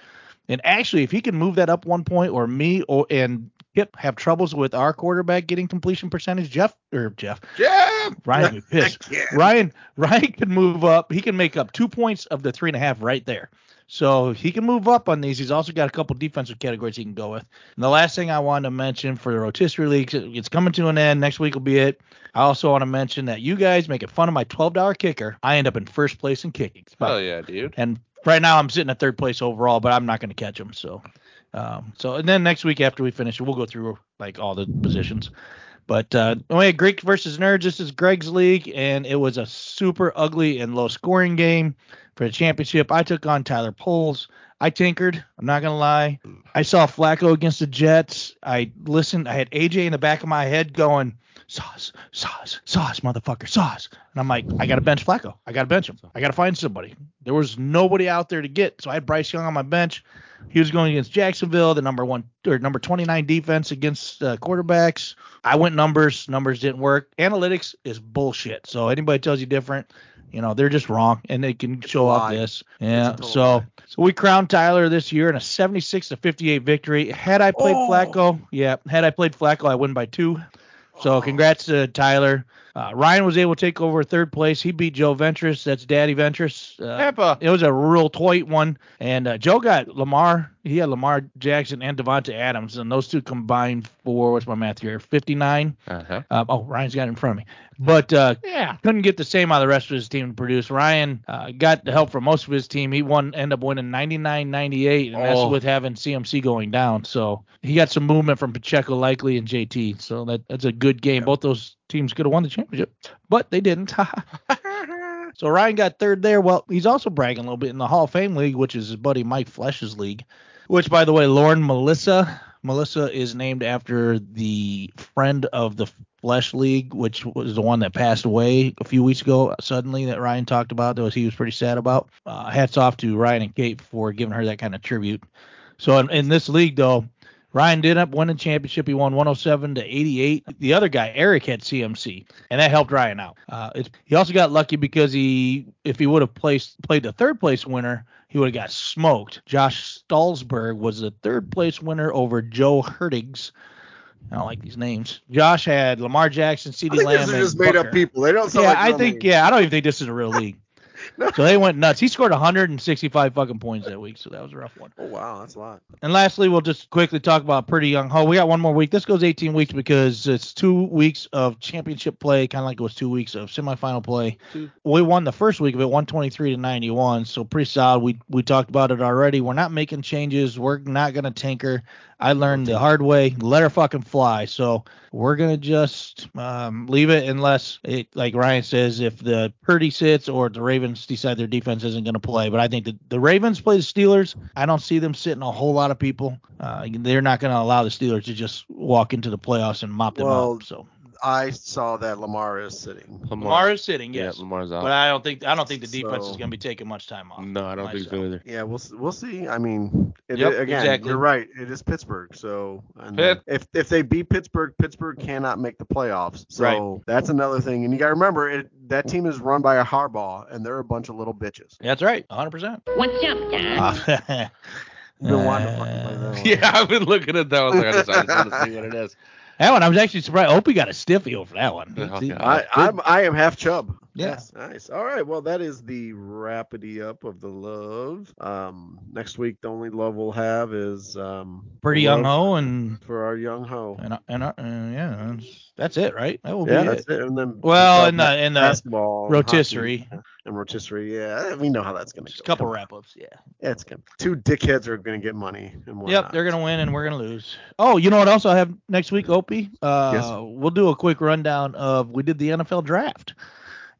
Speaker 1: And actually, if he can move that up one point, or me or and Kip have troubles with our quarterback getting completion percentage, Jeff or Jeff
Speaker 2: Yeah.
Speaker 1: Ryan would be pissed.
Speaker 3: Yeah.
Speaker 1: Ryan Ryan can move up. He can make up two points of the three and a half right there. So he can move up on these. He's also got a couple defensive categories he can go with. And the last thing I wanted to mention for the rotisserie league, it's coming to an end. Next week will be it. I also want to mention that you guys making fun of my twelve dollar kicker. I end up in first place in kicking.
Speaker 2: Hell yeah, dude.
Speaker 1: And right now I'm sitting at third place overall, but I'm not going to catch him. So, um, so and then next week after we finish, we'll go through like all the positions. But uh, we had Greek versus Nerds. This is Greg's league, and it was a super ugly and low scoring game for the championship. I took on Tyler Poles. I tinkered. I'm not gonna lie. I saw Flacco against the Jets. I listened. I had AJ in the back of my head going, sauce, sauce, sauce, motherfucker, sauce. And I'm like, I gotta bench Flacco. I gotta bench him. I gotta find somebody. There was nobody out there to get. So I had Bryce Young on my bench. He was going against Jacksonville, the number one or number 29 defense against uh, quarterbacks. I went numbers. Numbers didn't work. Analytics is bullshit. So anybody tells you different, you know, they're just wrong, and they can show off
Speaker 3: lie.
Speaker 1: this. Yeah.
Speaker 3: total
Speaker 1: So
Speaker 3: lie.
Speaker 1: so we crowned Tyler this year in a 76 to 58 victory. Had I played
Speaker 3: Oh.
Speaker 1: Flacco, yeah, had I played Flacco, I win by two.
Speaker 3: Oh.
Speaker 1: So congrats to Tyler. Uh, Ryan was able to take over third place. He beat Joe Ventress. That's Daddy Ventress. Uh,
Speaker 2: Peppa.
Speaker 1: it was a real tight one. And uh, Joe got Lamar. He had Lamar Jackson and Devonta Adams, and those two combined for what's my math here, 59.
Speaker 2: Uh-huh.
Speaker 1: Um, oh, Ryan's got it in front of me. But uh, yeah, couldn't get the same out of the rest of his team to produce. Ryan uh, got the help from most of his team. He won, end up winning 99 98, and
Speaker 2: Oh.
Speaker 1: that's with having CMC going down. So he got some movement from Pacheco, likely, and JT. So that, that's a good game. Both those teams could have won the championship, but they didn't. so Ryan got third there. Well, he's also bragging a little bit in the Hall of Fame League, which is his buddy Mike Flesh's league, which, by the way, Lauren Melissa. Melissa is named after the friend of the Flesh League, which was the one that passed away a few weeks ago suddenly that Ryan talked about, that was, he was pretty sad about. Uh, hats off to Ryan and Kate for giving her that kind of tribute. So in, in this league, though, Ryan did up win the championship. He won 107 to 88. The other guy, Eric, had CMC, and that helped Ryan out. Uh, it's, he also got lucky because he, if he would have placed played the third place winner, he would have got smoked. Josh Stallsberg was the third place winner over Joe Hertigs. I don't like these names. Josh had Lamar Jackson,
Speaker 3: I
Speaker 1: CeeDee
Speaker 3: think
Speaker 1: Lamb.
Speaker 3: these are
Speaker 1: and
Speaker 3: just made up
Speaker 1: Booker.
Speaker 3: people. They don't
Speaker 1: Yeah,
Speaker 3: sound like
Speaker 1: I
Speaker 3: real
Speaker 1: think
Speaker 3: names.
Speaker 1: yeah, I don't even think this is a real league.
Speaker 3: No.
Speaker 1: So they went nuts. He scored 165 fucking points that week, so that was a rough one.
Speaker 3: Oh wow, that's a lot.
Speaker 1: And lastly, we'll just quickly talk about Pretty Young Ho. We got one more week. This goes 18 weeks because it's two weeks of championship play, kind of like it was two weeks of semifinal play. We won the first week of it, 123 to 91, so pretty solid. We we talked about it already. We're not making changes. We're not gonna tinker. I learned the hard way. Let her fucking fly. So we're gonna just um, leave it unless it, like Ryan says, if the Purdy sits or the Ravens decide their defense isn't gonna play. But I think that the Ravens play the Steelers. I don't see them sitting a whole lot of people. Uh, they're not gonna allow the Steelers to just walk into the playoffs and mop them
Speaker 3: Well,
Speaker 1: up. So
Speaker 3: I saw that Lamar is sitting.
Speaker 1: Lamar is sitting,
Speaker 2: Yeah,
Speaker 1: yes,
Speaker 2: Lamar's out.
Speaker 1: but I don't think I don't think the defense
Speaker 3: So-
Speaker 1: is gonna be taking much time off.
Speaker 2: Uh, no, I don't think so either.
Speaker 3: Yeah, we'll s- we'll see. I mean, it,
Speaker 2: Yep,
Speaker 3: again,
Speaker 2: exactly.
Speaker 3: you're right. It is Pittsburgh, so and
Speaker 2: Pitt.
Speaker 3: if if they beat Pittsburgh, Pittsburgh cannot make the playoffs. So that's another thing. And you got to remember, it, that team is run by a Harbaugh, and they're a bunch of little bitches.
Speaker 1: That's right, 100. percent Uh,
Speaker 7: What's up,
Speaker 3: You've been wanting to fucking play that one.
Speaker 2: Yeah, I've been looking at that one. Like, I just, I just want to see what it is.
Speaker 1: That one, I was actually surprised. Opie got a stiffy over that one.
Speaker 2: Oh,
Speaker 1: He-
Speaker 2: God.
Speaker 3: I, I'm I am half chub.
Speaker 1: Yeah.
Speaker 3: Yes, nice. All right. Well, that is the rapidy up of the love. Um, next week the only love we'll have is um
Speaker 1: Pretty
Speaker 3: love
Speaker 1: young ho and
Speaker 3: for our young ho.
Speaker 1: and and uh, yeah, that's- that's it, right? That will
Speaker 3: Yeah,
Speaker 1: be
Speaker 3: that's
Speaker 1: it.
Speaker 3: it. And then
Speaker 1: Well,
Speaker 3: uh,
Speaker 1: in the in the
Speaker 3: basketball, and hockey
Speaker 1: rotisserie,
Speaker 3: and rotisserie. Yeah, we know how that's gonna
Speaker 1: just a
Speaker 3: go.
Speaker 1: couple
Speaker 3: Come on.
Speaker 1: wrap ups. Yeah.
Speaker 3: Yeah, it's gonna. Two dickheads are gonna get money. And we're
Speaker 1: Yep,
Speaker 3: not.
Speaker 1: they're gonna win and we're gonna lose. Oh, you know what else I have next week, Opie? Uh,
Speaker 3: Yes.
Speaker 1: We'll do a quick rundown of we did the NFL draft,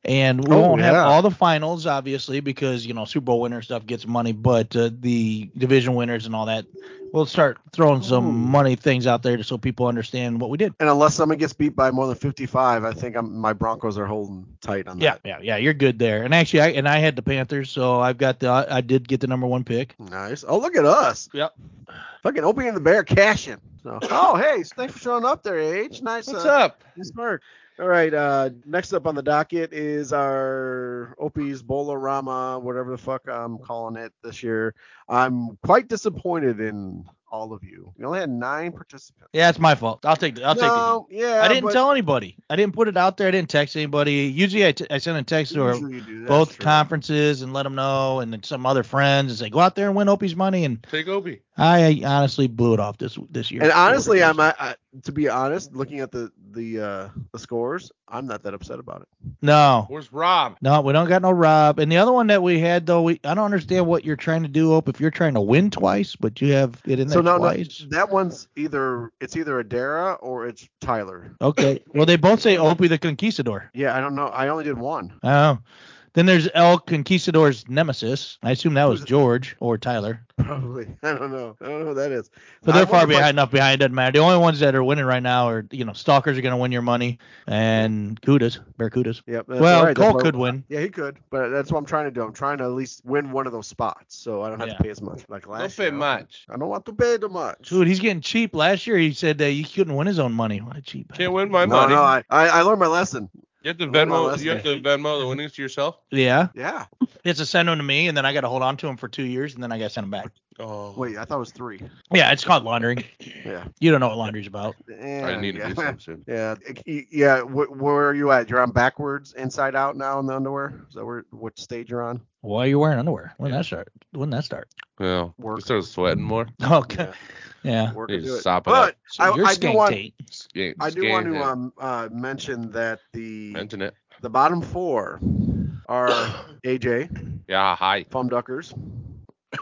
Speaker 1: and we
Speaker 3: Oh,
Speaker 1: won't have
Speaker 3: yeah.
Speaker 1: all the finals obviously because you know Super Bowl winner stuff gets money, but uh, the division winners and all that. We'll start throwing some
Speaker 3: Ooh.
Speaker 1: money things out there so people understand what we did.
Speaker 3: And unless someone gets beat by more than 55, I think I'm, my Broncos are holding tight on
Speaker 1: Yeah,
Speaker 3: that.
Speaker 1: yeah, yeah. You're good there. And actually, I and I had the Panthers, so I've got the I, I did get the number one pick.
Speaker 3: Nice. Oh, look at us.
Speaker 1: Yep.
Speaker 3: Fucking opening the bear cashing. So, oh, hey, thanks for showing up there, H. Nice.
Speaker 2: What's
Speaker 3: uh,
Speaker 2: up?
Speaker 3: Nice work. All right. Uh, next up on the docket is our Opie's Bolorama, whatever the fuck I'm calling it this year. I'm quite disappointed in all of you. We only had nine participants.
Speaker 1: Yeah, it's my fault. I'll take the. I'll take the. heat.
Speaker 3: no, yeah.
Speaker 1: I didn't
Speaker 3: but
Speaker 1: tell anybody. I didn't put it out there. I didn't text anybody. Usually, I, t- I send a text to our,
Speaker 3: usually you do that,
Speaker 1: both
Speaker 3: sure.
Speaker 1: conferences and let them know, and then some other friends and say, go out there and win Opie's money. And
Speaker 2: Take Obi.
Speaker 1: I honestly blew it off this this year.
Speaker 3: And honestly, I'm I, I, to be honest, looking at the the uh, the scores, I'm not that upset about it.
Speaker 1: no,
Speaker 2: Where's Rob?
Speaker 1: no, we don't got no Rob. And the other one that we had though, we I don't understand what you're trying to do, Ope. If you're trying to win twice, but you have it in there
Speaker 3: so now no,
Speaker 1: twice.
Speaker 3: that one's either it's either Adara or it's Tyler.
Speaker 1: Okay. Well, they both say Opie the Conquistador.
Speaker 3: Yeah, I don't know. I only did one.
Speaker 1: Oh. Then there's El Conquistador's nemesis. I assume that was
Speaker 3: Who's-
Speaker 1: George or Tyler.
Speaker 3: Probably. I don't know. I don't know who that is.
Speaker 1: But they're
Speaker 3: I
Speaker 1: far
Speaker 3: wonder if I-
Speaker 1: behind enough behind. Doesn't matter. The only ones that are winning right now are you know stalkers are gonna win your money and Kudas, Barracudas.
Speaker 3: Yep. that's
Speaker 1: Well,
Speaker 3: all right, that's
Speaker 1: Cole
Speaker 3: what-
Speaker 1: could win.
Speaker 3: Yeah, he could, but that's what I'm trying to do. I'm trying to at least win one of those spots, so I don't have
Speaker 1: Yeah.
Speaker 3: to pay as much like
Speaker 2: Don't
Speaker 3: last
Speaker 2: pay
Speaker 3: year.
Speaker 2: much.
Speaker 3: I don't want to pay too much.
Speaker 1: Dude, he's getting cheap. Last year he said that he couldn't win his own money. What a cheap.
Speaker 2: Can't win my
Speaker 3: no,
Speaker 2: money.
Speaker 3: no, I, I, I learned my lesson.
Speaker 2: you have to
Speaker 3: No, no,
Speaker 2: Venmo.
Speaker 3: that's
Speaker 2: You have to Venmo the winnings to yourself.
Speaker 1: Yeah.
Speaker 3: Yeah.
Speaker 1: He has to send them to me, and then I got to hold on to them for two years, and then I got to send them back.
Speaker 2: Oh,
Speaker 3: Wait, I thought it was three.
Speaker 1: Yeah, it's called laundering.
Speaker 3: Yeah.
Speaker 1: You don't know what laundry's about.
Speaker 2: I
Speaker 3: And-
Speaker 2: need to do
Speaker 3: yeah.
Speaker 2: something soon.
Speaker 3: Yeah, y- yeah. Wh- where are you at? You're on backwards, inside out now in the underwear. Is that where what stage you're on?
Speaker 1: Why are you wearing underwear? When would that start? When would that start?
Speaker 2: Well,
Speaker 3: Work.
Speaker 2: I started sweating more.
Speaker 1: Okay. Yeah.
Speaker 3: Work
Speaker 2: You
Speaker 3: to do it.
Speaker 2: sop it
Speaker 3: But
Speaker 2: up.
Speaker 1: So
Speaker 3: I,
Speaker 1: you're
Speaker 3: I do
Speaker 1: skank
Speaker 3: want
Speaker 1: date.
Speaker 2: Scan-
Speaker 3: I do
Speaker 2: scan
Speaker 3: want to
Speaker 2: it.
Speaker 3: um uh, mention that the
Speaker 2: Internet.
Speaker 3: the bottom four are AJ.
Speaker 2: Yeah, hi.
Speaker 3: Duckers,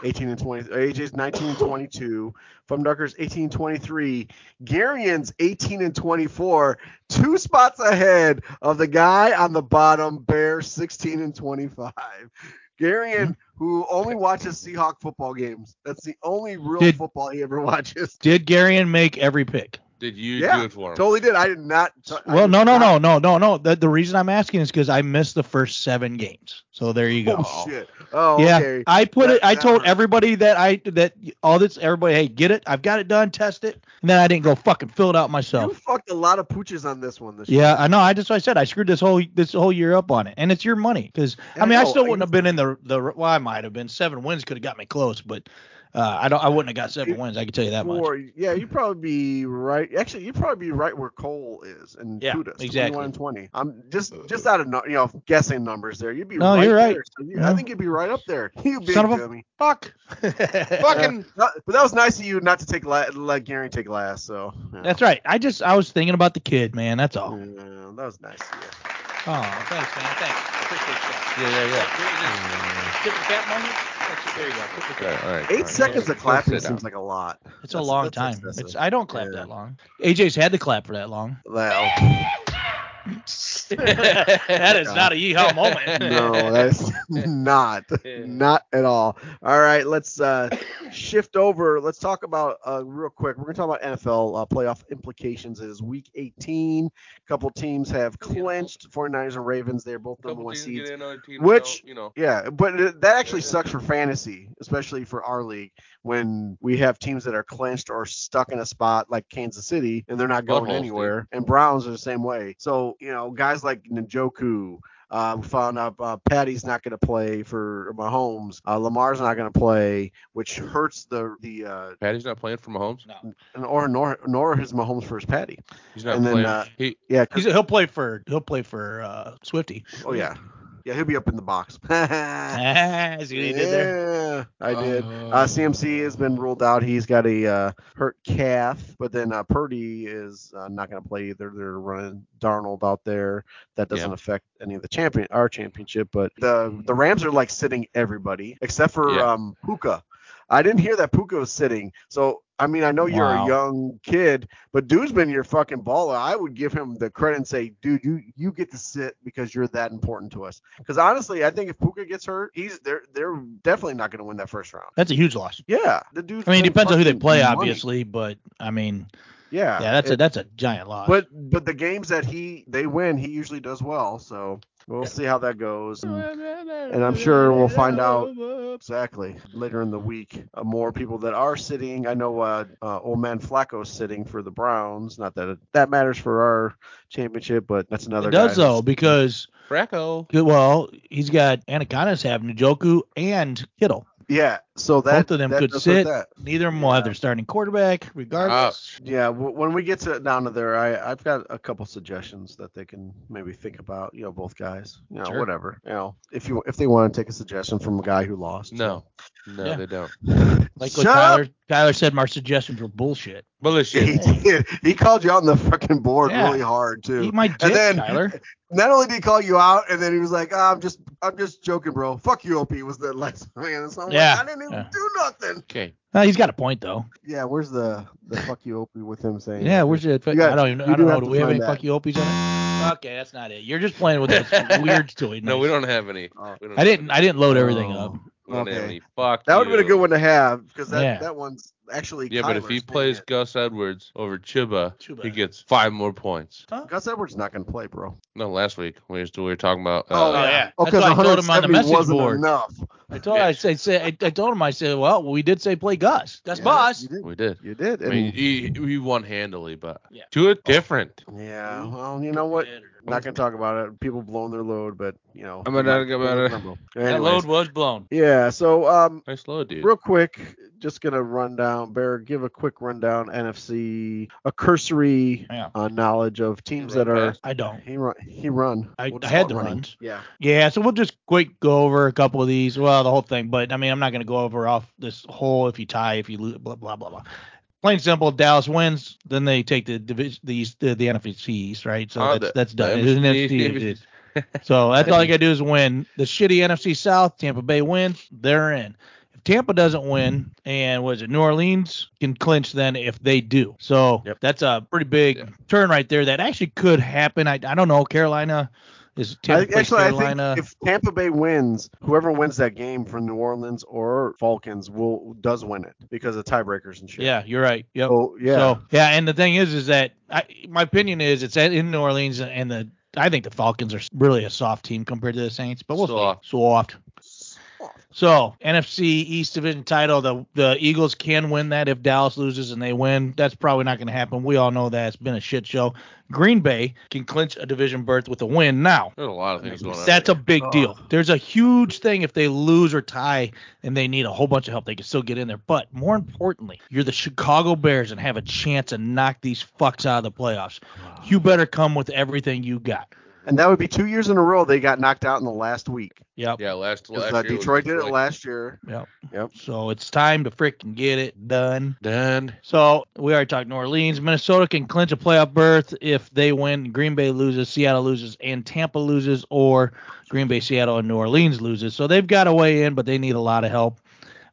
Speaker 3: 18 and 20. AJ's 19 and 22. Duckers 18 and 23. Garion's 18 and 24. Two spots ahead of the guy on the bottom, Bear 16 and 25. Garion, who only watches Seahawk football games. That's the only real
Speaker 1: Did-
Speaker 3: football he ever watches.
Speaker 1: Did Garion make every pick?
Speaker 2: Did you
Speaker 3: Yeah,
Speaker 2: do it for him?
Speaker 3: Totally did. I did not. t- I
Speaker 1: Well,
Speaker 3: did
Speaker 1: no, no,
Speaker 3: not-
Speaker 1: no, no, no, no. The, the reason I'm asking is because I missed the first seven games. So there you go.
Speaker 3: Oh, shit. Oh,
Speaker 1: yeah,
Speaker 3: okay.
Speaker 1: I put
Speaker 3: That-
Speaker 1: it. I
Speaker 3: that
Speaker 1: told
Speaker 3: hurts.
Speaker 1: everybody that I that all this. Everybody, hey, get it. I've got it done. Test it. And then I didn't go fucking fill it out myself.
Speaker 3: You fucked a lot of pooches on this one this year.
Speaker 1: Yeah, I know. I just I said I screwed this whole this whole year up on it, and it's your money because
Speaker 3: Yeah,
Speaker 1: I mean I,
Speaker 3: know.
Speaker 1: still wouldn't
Speaker 3: You-
Speaker 1: have been in the the well I might have been seven wins could have got me close, but uh, I don't I wouldn't have got seven
Speaker 3: It-
Speaker 1: wins. I can tell you that much.
Speaker 3: Or yeah, you'd probably be right. Actually, you'd probably be right where Cole is and
Speaker 1: Yeah,
Speaker 3: Kudas,
Speaker 1: exactly.
Speaker 3: 21 and 20. I'm just
Speaker 2: Uh,
Speaker 3: just out of nu- you know guessing numbers there. You'd be
Speaker 1: No,
Speaker 3: right
Speaker 1: you're right.
Speaker 3: there. So you-
Speaker 1: Yeah.
Speaker 3: I think you'd be right up there. You big
Speaker 1: Son of a-
Speaker 3: dummy.
Speaker 1: Fuck.
Speaker 2: Fucking.
Speaker 3: That- but that was nice of you not to take la- let Gary take last. So yeah.
Speaker 1: That's right. I just I was thinking about the kid, man. That's all.
Speaker 3: Yeah, that was nice. Of you.
Speaker 1: Oh, thanks, man. Thanks. Appreciate that.
Speaker 2: Yeah, yeah, yeah.
Speaker 1: Tip the cap moment. That's- There you go. Tip the
Speaker 2: All
Speaker 1: cap.
Speaker 2: right, all right,
Speaker 3: Eight
Speaker 2: all right.
Speaker 3: seconds of
Speaker 2: Go
Speaker 3: clapping
Speaker 2: sit down.
Speaker 3: seems like a lot.
Speaker 1: It's a
Speaker 3: That's-
Speaker 1: long
Speaker 3: that's
Speaker 1: time.
Speaker 3: excessive.
Speaker 1: It's I don't clap
Speaker 3: Yeah.
Speaker 1: that long. AJ's had to clap for that long.
Speaker 3: Well,
Speaker 1: that is not a yeehaw moment.
Speaker 3: no, that's not not at all. All right, let's uh, shift over. Let's talk about uh, real quick. We're gonna talk about NFL uh, playoff implications. It is Week 18. A couple teams have clinched. 49ers and Ravens. They're both number
Speaker 2: Couple
Speaker 3: one
Speaker 2: teams get
Speaker 3: seeds.
Speaker 2: in, other teams
Speaker 3: Which-
Speaker 2: don't, you know.
Speaker 3: Yeah, but it- that actually sucks for fantasy, especially for our league when we have teams that are clinched or stuck in a spot like Kansas City and they're not going
Speaker 2: Buttholes, dude.
Speaker 3: anywhere. And Browns are the same way. So you know, guys like Njoku. Uh, we found out uh, Patty's not going to play for Mahomes. Uh, Lamar's not going to play, which hurts the the uh,
Speaker 2: Patty's not playing for Mahomes.
Speaker 3: and or nor nor his Mahomes for his Patty.
Speaker 2: He's not
Speaker 3: And then,
Speaker 2: playing.
Speaker 3: uh,
Speaker 2: he
Speaker 3: Yeah, 'cause-
Speaker 1: He's, he'll play for he'll play for uh, Swifty.
Speaker 3: oh yeah, yeah he'll be up in the box.
Speaker 1: Ah, see what he did there?
Speaker 3: Yeah, I did.
Speaker 2: Oh.
Speaker 3: Uh, CMC has been ruled out. He's got a uh, hurt calf, but then uh, Purdy is uh, not going to play either. They're running Darnold out there. That doesn't
Speaker 2: Yeah. Mm-hmm.
Speaker 3: affect any of the champion our championship. But the the Rams are like sitting everybody except for
Speaker 2: Yeah.
Speaker 3: um, Puka. I didn't hear that Puka was sitting. So I mean, I know you're
Speaker 1: Wow.
Speaker 3: a young kid, but dude's been your fucking baller. I would give him the credit and say, dude, you you get to sit because you're that important to us. Because honestly, I think if Puka gets hurt, he's they're they're definitely not going to win that first round.
Speaker 1: That's a huge loss.
Speaker 3: Yeah, the dude.
Speaker 1: I mean, it depends on who they play, obviously, but I mean,
Speaker 3: Yeah,
Speaker 1: yeah, that's a
Speaker 3: it.
Speaker 1: that's a giant loss.
Speaker 3: But but the games that he they win, he usually does well. So we'll see how that goes. And, and I'm sure we'll find out exactly. Later in the week, uh, more people that are sitting. I know uh, uh, old man Flacco's sitting for the Browns. Not that it, that matters for our championship, but that's another.
Speaker 1: It does
Speaker 3: guy.
Speaker 1: though because
Speaker 2: Fracco.
Speaker 1: well he's got Anaconda's having Njoku and Kittle.
Speaker 3: Yeah. So that
Speaker 1: Both of them
Speaker 3: that
Speaker 1: could
Speaker 3: does
Speaker 1: sit.
Speaker 3: That.
Speaker 1: Neither of them will have their starting quarterback regardless.
Speaker 3: Yeah, w- when we get to down to there, I I've got a couple suggestions that they can maybe think about. You know, both guys. You know,
Speaker 1: Sure.
Speaker 3: whatever. You know, if you if they want to take a suggestion from a guy who lost.
Speaker 2: No, no,
Speaker 1: Yeah.
Speaker 2: they don't.
Speaker 1: like
Speaker 3: Shut
Speaker 1: what Tyler Tyler said, my suggestions were bullshit.
Speaker 3: He
Speaker 2: Bullshit.
Speaker 3: did. He called you out on the fucking board
Speaker 1: Yeah.
Speaker 3: really hard too.
Speaker 1: Eat my dick,
Speaker 3: and then
Speaker 1: Tyler.
Speaker 3: not only did he call you out, and then he was like, "Ah, "I'm just, I'm just joking, bro. Fuck you, OP." Was the last man. So I'm
Speaker 1: Yeah.
Speaker 3: like, I didn't even
Speaker 1: Yeah.
Speaker 3: do nothing.
Speaker 2: Okay.
Speaker 1: Uh, he's got a point though.
Speaker 3: Yeah, where's the the fuck you, OP with him saying?
Speaker 1: Yeah, where's it? I
Speaker 3: You got-
Speaker 1: don't even.
Speaker 3: you
Speaker 1: I
Speaker 3: do
Speaker 1: don't know.
Speaker 3: have
Speaker 1: Do
Speaker 3: to
Speaker 1: we have any
Speaker 3: find
Speaker 1: fuck
Speaker 3: that.
Speaker 1: you opies on it? Okay, that's not it. You're just playing with those weird toy.
Speaker 2: No, we don't have any.
Speaker 3: Oh.
Speaker 2: We don't
Speaker 1: I didn't. I didn't load everything
Speaker 3: Oh.
Speaker 1: up.
Speaker 2: We don't have
Speaker 3: Okay.
Speaker 2: any. Fuck.
Speaker 3: That would have been a
Speaker 2: you.
Speaker 3: good one to have because that
Speaker 1: Yeah.
Speaker 3: that one's actually.
Speaker 2: Yeah, but if
Speaker 3: Kyler's,
Speaker 2: he
Speaker 3: isn't
Speaker 2: plays
Speaker 3: it?
Speaker 2: Gus Edwards over Chuba,
Speaker 1: Chuba.
Speaker 2: he gets five more points.
Speaker 3: Gus Edwards, not gonna play, bro.
Speaker 2: No, last week we, was, we were talking about.
Speaker 3: Oh,
Speaker 2: uh,
Speaker 1: yeah.
Speaker 3: Oh,
Speaker 1: That's
Speaker 3: because
Speaker 1: why I
Speaker 3: 170
Speaker 1: told him on the message
Speaker 3: wasn't
Speaker 1: board.
Speaker 3: enough.
Speaker 1: I told. I said. said- I, I told him. I said. Well, we did say play Gus. That's
Speaker 3: Yeah,
Speaker 1: boss.
Speaker 3: You did.
Speaker 2: we did.
Speaker 3: You did.
Speaker 2: I mean, he, he won handily, but
Speaker 1: Yeah.
Speaker 2: do it different.
Speaker 3: and- yeah. Well, you know what? Not gonna talk about it. People blowing their load, but you know.
Speaker 2: I'm not gonna talk about it.
Speaker 1: That
Speaker 3: Anyways,
Speaker 1: load was blown.
Speaker 3: Yeah. So um,
Speaker 2: Nice load, dude.
Speaker 3: Real quick, just gonna run down. Bear, give a quick rundown. NFC, a cursory
Speaker 1: Yeah.
Speaker 3: uh, knowledge of teams
Speaker 2: run
Speaker 3: that are.
Speaker 1: I don't.
Speaker 3: He run. He run.
Speaker 1: I-
Speaker 3: just
Speaker 1: I had
Speaker 3: call it
Speaker 1: the
Speaker 3: running.
Speaker 1: runs.
Speaker 3: Yeah.
Speaker 1: Yeah, so we'll just quick go over a couple of these. Well, the whole thing, but I mean, I'm not going to go over off this whole if you tie, if you lose, blah blah blah blah. Plain simple, Dallas wins, then they take the division, these the, the NFC East, right? So
Speaker 2: Oh,
Speaker 1: that's
Speaker 2: the-
Speaker 1: that's done.
Speaker 2: the
Speaker 1: It's an
Speaker 2: NFC.
Speaker 1: NFC East. So that's all you got to do is win. The shitty NFC South, Tampa Bay wins, they're in. If Tampa doesn't win, and was it New Orleans can clinch then if they do. So
Speaker 2: Yep.
Speaker 1: that's a pretty big
Speaker 2: Yeah.
Speaker 1: turn right there. That actually could happen. I, I don't know. Carolina is
Speaker 3: I,
Speaker 1: Tampa
Speaker 3: think-
Speaker 1: plays
Speaker 3: actually,
Speaker 1: Carolina.
Speaker 3: I think if Tampa Bay wins, whoever wins that game from New Orleans or Falcons will does win it because of tiebreakers and shit.
Speaker 1: Yeah, you're right. Yep.
Speaker 3: So yeah.
Speaker 1: So yeah, and the thing is, is that I, my opinion is it's at, in New Orleans, and the I think the Falcons are really a soft team compared to the Saints, but we'll
Speaker 2: Soft.
Speaker 1: see. Soft. So NFC East Division title, the the Eagles can win that if Dallas loses and they win. That's probably not going to happen. We all know that it's been a shit show. Green Bay can clinch a division berth with a win now.
Speaker 2: There's a lot of things going on.
Speaker 1: That's a big
Speaker 3: Oh.
Speaker 1: deal. There's a huge thing if they lose or tie and they need a whole bunch of help, they can still get in there. But more importantly, you're the Chicago Bears and have a chance to knock these fucks out of the playoffs. You better come with everything you got.
Speaker 3: And that would be two years in a row they got knocked out in the last week.
Speaker 1: Yep.
Speaker 2: Yeah, last,
Speaker 3: 'Cause,
Speaker 2: last
Speaker 3: uh,
Speaker 2: year was
Speaker 3: Detroit did it
Speaker 2: like,
Speaker 3: last year.
Speaker 1: So it's time to freaking get it done.
Speaker 2: Done.
Speaker 1: So we already talked New Orleans. Minnesota can clinch a playoff berth if they win. Green Bay loses, Seattle loses, and Tampa loses, or Green Bay, Seattle, and New Orleans loses. So they've got a way in, but they need a lot of help.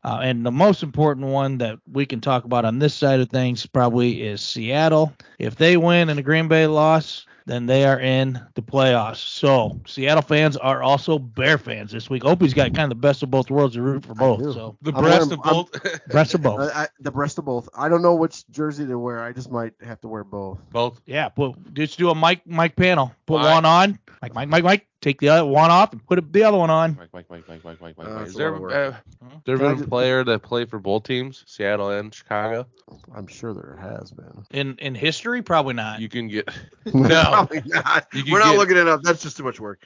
Speaker 1: Uh, and the most important one that we can talk about on this side of things probably is Seattle. If they win and the Green Bay loss, then they are in the playoffs. So Seattle fans are also Bear fans this week. Opie's got kind of the best of both worlds to root for
Speaker 3: do.
Speaker 1: both. So
Speaker 2: The
Speaker 3: I'm
Speaker 2: breast
Speaker 3: wearing-
Speaker 2: of
Speaker 3: I'm-
Speaker 2: both.
Speaker 1: best of both.
Speaker 3: I, I, the breast of both. I don't know which jersey to wear. I just might have to wear both.
Speaker 2: both.
Speaker 1: Yeah, put just do a mic mic panel. Put
Speaker 2: Why?
Speaker 1: one on, Mike Mike Mike Mike. Take the other one off and put it- the other one on.
Speaker 2: Mike, Mike, Mike, Mike, Mike, Mike,
Speaker 3: Uh,
Speaker 2: Mike.
Speaker 3: that's
Speaker 2: Is
Speaker 3: a
Speaker 2: there,
Speaker 3: lot of
Speaker 2: uh,
Speaker 1: Huh?
Speaker 2: there
Speaker 3: Can I
Speaker 2: been a
Speaker 3: just-
Speaker 2: player that played for both teams, Seattle and Chicago?
Speaker 3: I'm sure there has been.
Speaker 1: In in history, probably not.
Speaker 2: You can get
Speaker 3: No, probably not.
Speaker 2: You could
Speaker 3: We're not
Speaker 2: get-
Speaker 3: looking it up. That's just too much work.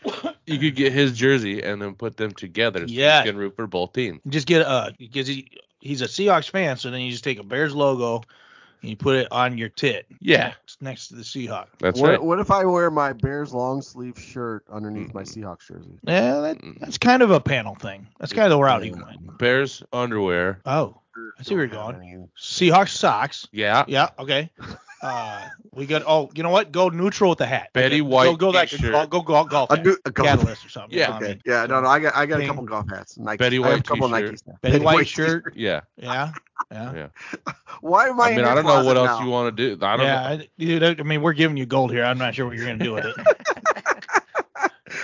Speaker 2: you could get his jersey and then put them together. So
Speaker 1: Yeah.
Speaker 2: You can root for both teams.
Speaker 1: You just get uh because he he's a Seahawks fan, so then you just take a Bears logo and you put it on your tit.
Speaker 2: Yeah.
Speaker 1: Next, next to the Seahawk.
Speaker 2: That's
Speaker 3: what,
Speaker 2: right.
Speaker 3: what if I wear my Bears long sleeve shirt underneath my
Speaker 2: Mm.
Speaker 3: Seahawks jersey?
Speaker 1: Yeah, that, that's kind of a panel thing. That's kind of the route he went.
Speaker 2: Bears underwear.
Speaker 1: Oh, I see where you're
Speaker 3: Don't have
Speaker 1: going.
Speaker 3: any.
Speaker 1: Seahawks socks.
Speaker 2: Yeah.
Speaker 1: Yeah, okay. Uh, we got. Oh, you know what? Go neutral with the hat.
Speaker 2: Betty
Speaker 1: Go-
Speaker 2: White
Speaker 1: Go, that.
Speaker 2: t-shirt.
Speaker 1: Go, go, go golf.
Speaker 3: A
Speaker 1: hat.
Speaker 3: new- a golf-
Speaker 1: Catalyst or something.
Speaker 2: Yeah,
Speaker 1: you know what I
Speaker 3: Okay.
Speaker 1: mean?
Speaker 3: Yeah, no, no, I got I got a
Speaker 1: Thing.
Speaker 3: couple golf hats. Nike.
Speaker 2: Betty
Speaker 3: I have a
Speaker 2: White
Speaker 3: couple
Speaker 2: t-shirt.
Speaker 3: Nikes. now.
Speaker 1: Betty White
Speaker 3: t-shirt.
Speaker 1: shirt.
Speaker 2: Yeah.
Speaker 1: Yeah. Yeah.
Speaker 2: Yeah.
Speaker 3: Why am I?
Speaker 2: I
Speaker 3: in
Speaker 2: mean,
Speaker 3: your
Speaker 2: I don't know what
Speaker 3: closet
Speaker 2: else
Speaker 3: now?
Speaker 2: you want to do. I don't
Speaker 1: yeah,
Speaker 2: know.
Speaker 1: I, you know, I mean, we're giving you gold here. I'm not sure what you're gonna do with it.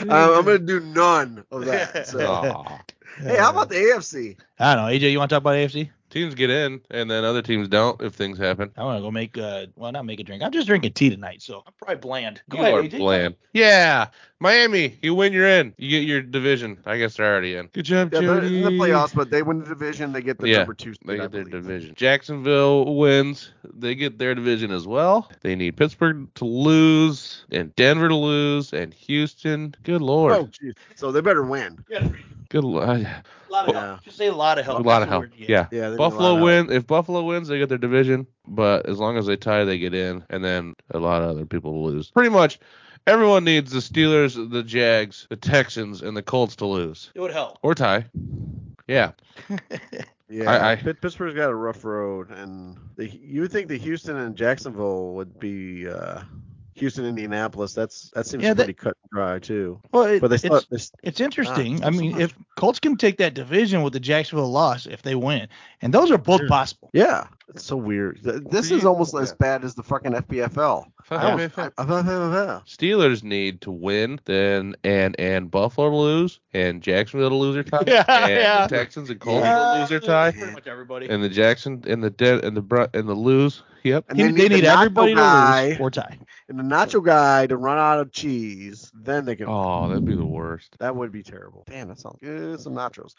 Speaker 3: Um, I'm gonna do none of that. So.
Speaker 2: Aw.
Speaker 3: hey, how about the AFC?
Speaker 1: I don't know, AJ. You want to talk about AFC?
Speaker 2: Teams get in, and then other teams don't if things happen.
Speaker 1: I'm gonna go make uh well not make a drink. I'm just drinking tea tonight, so I'm probably bland. Go
Speaker 2: you
Speaker 1: ahead,
Speaker 2: are
Speaker 1: AJ.
Speaker 2: bland. Yeah, Miami, you win, you're in. You get your division. I guess they're already in. Good job,
Speaker 3: Yeah, they're in the
Speaker 2: Jody.
Speaker 3: playoffs, but they win the division. They get the
Speaker 2: Yeah,
Speaker 3: number two. seed,
Speaker 2: They
Speaker 3: I
Speaker 2: get their
Speaker 3: believe.
Speaker 2: division. Jacksonville wins. They get their division as well. They need Pittsburgh to lose and Denver to lose and Houston. Good lord.
Speaker 3: Oh, geez. So they better win.
Speaker 1: Yeah,
Speaker 2: Good lord.
Speaker 1: a lot of
Speaker 3: Yeah.
Speaker 1: help. Just say a lot of help.
Speaker 2: a lot
Speaker 1: That's
Speaker 2: of
Speaker 1: the
Speaker 2: help.
Speaker 1: word,
Speaker 2: Yeah.
Speaker 3: Oh, Yeah. they need a lot
Speaker 2: Buffalo
Speaker 3: of-
Speaker 2: win. If Buffalo wins, they get their division. But as long as they tie, they get in, and then a lot of other people lose. Pretty much, everyone needs the Steelers, the Jags, the Texans, and the Colts to lose
Speaker 1: It would help.
Speaker 2: or tie. Yeah.
Speaker 3: Yeah.
Speaker 2: I- I-
Speaker 3: Pitt- Pittsburgh's got a rough road, and the, you would think the Houston and Jacksonville would be uh, Houston, Indianapolis. That's that seems
Speaker 1: Yeah, that-
Speaker 3: pretty cut and dry too.
Speaker 1: Well, it,
Speaker 3: But they still,
Speaker 1: it's,
Speaker 3: they still
Speaker 1: it's interesting.
Speaker 2: Ah,
Speaker 3: not
Speaker 1: I
Speaker 3: so
Speaker 1: mean,
Speaker 3: much.
Speaker 1: if Colts can take that division with the Jacksonville loss, if they win, and those are both possible.
Speaker 3: yeah. It's so weird. Th- This is almost as bad as the fucking FBFL. I was- I- I- I- I-
Speaker 2: Steelers need to win, then and and Buffalo to lose, and Jacksonville to lose their tie,
Speaker 1: Yeah,
Speaker 2: and
Speaker 1: yeah.
Speaker 2: the Texans and Colts
Speaker 1: Uh,
Speaker 2: to lose their tie,
Speaker 1: Pretty much everybody.
Speaker 2: and the Jackson and the dead and the Bru- and the lose. Yep.
Speaker 3: And
Speaker 1: They- they
Speaker 3: the
Speaker 1: need
Speaker 3: nacho
Speaker 1: everybody to
Speaker 3: guy,
Speaker 1: lose or tie.
Speaker 3: and the nacho guy to run out of cheese. Then they can.
Speaker 2: Oh, that'd be the worst.
Speaker 3: That would be terrible. Damn, that sounds good. Some nachos.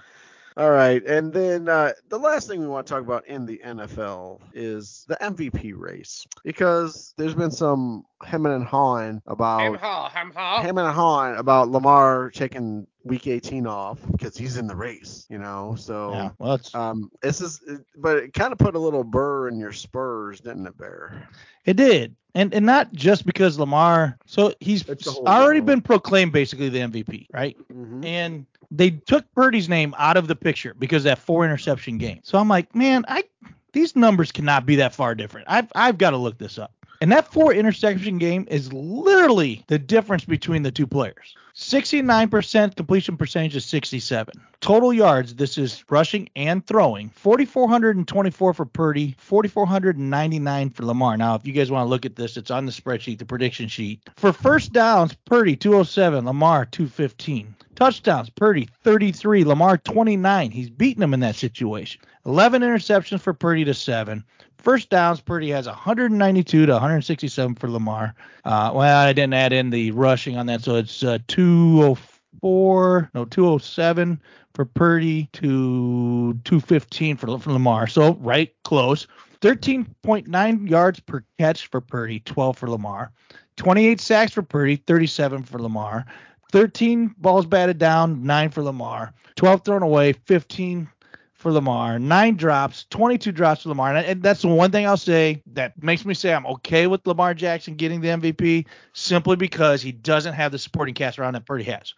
Speaker 3: All right, and then uh, the last thing we want to talk about in the NFL is the MVP race because there's been some hemming and hawing
Speaker 5: Ham
Speaker 3: about
Speaker 5: haw, ham haw.
Speaker 3: hemming and hawing about Lamar taking Week 18 off because he's in the race, you know.
Speaker 2: Oh.
Speaker 3: So
Speaker 1: Yeah, well, it's,
Speaker 3: um, this is, but it kind of put a little burr in your Spurs, didn't it, Bear?
Speaker 1: it did, and and not just because Lamar. So he's
Speaker 3: It's a whole
Speaker 1: already
Speaker 3: lot.
Speaker 1: been proclaimed basically the MVP, right?
Speaker 3: Mm-hmm.
Speaker 1: And they took Purdy's name out of the picture because of that four interception game. So I'm like, man, I these numbers cannot be that far different. I've I've got to look this up. And that four interception game is literally the difference between the two players. 69% completion percentage is 67. Total yards, this is rushing and throwing. 4,424 for Purdy, 4,499 for Lamar. Now, if you guys want to look at this, it's on the spreadsheet, the prediction sheet. For first downs, Purdy 207, Lamar 215. Touchdowns, Purdy 33, Lamar 29. He's beating him in that situation. 11 interceptions for Purdy to 7. First downs, Purdy has 192 to 167 for Lamar. Uh, well, I didn't add in the rushing on that, so it's uh, 204, no, 207 for Purdy to 215 for, for Lamar. So right close. 13.9 yards per catch for Purdy, 12 for Lamar. 28 sacks for Purdy, 37 for Lamar. 13 balls batted down, 9 for Lamar. 12 thrown away, 15 for Lamar. 9 drops, 22 drops for Lamar. And, and that's the one thing I'll say that makes me say I'm okay with Lamar Jackson getting the MVP simply because he doesn't have the supporting cast around that Purdy has.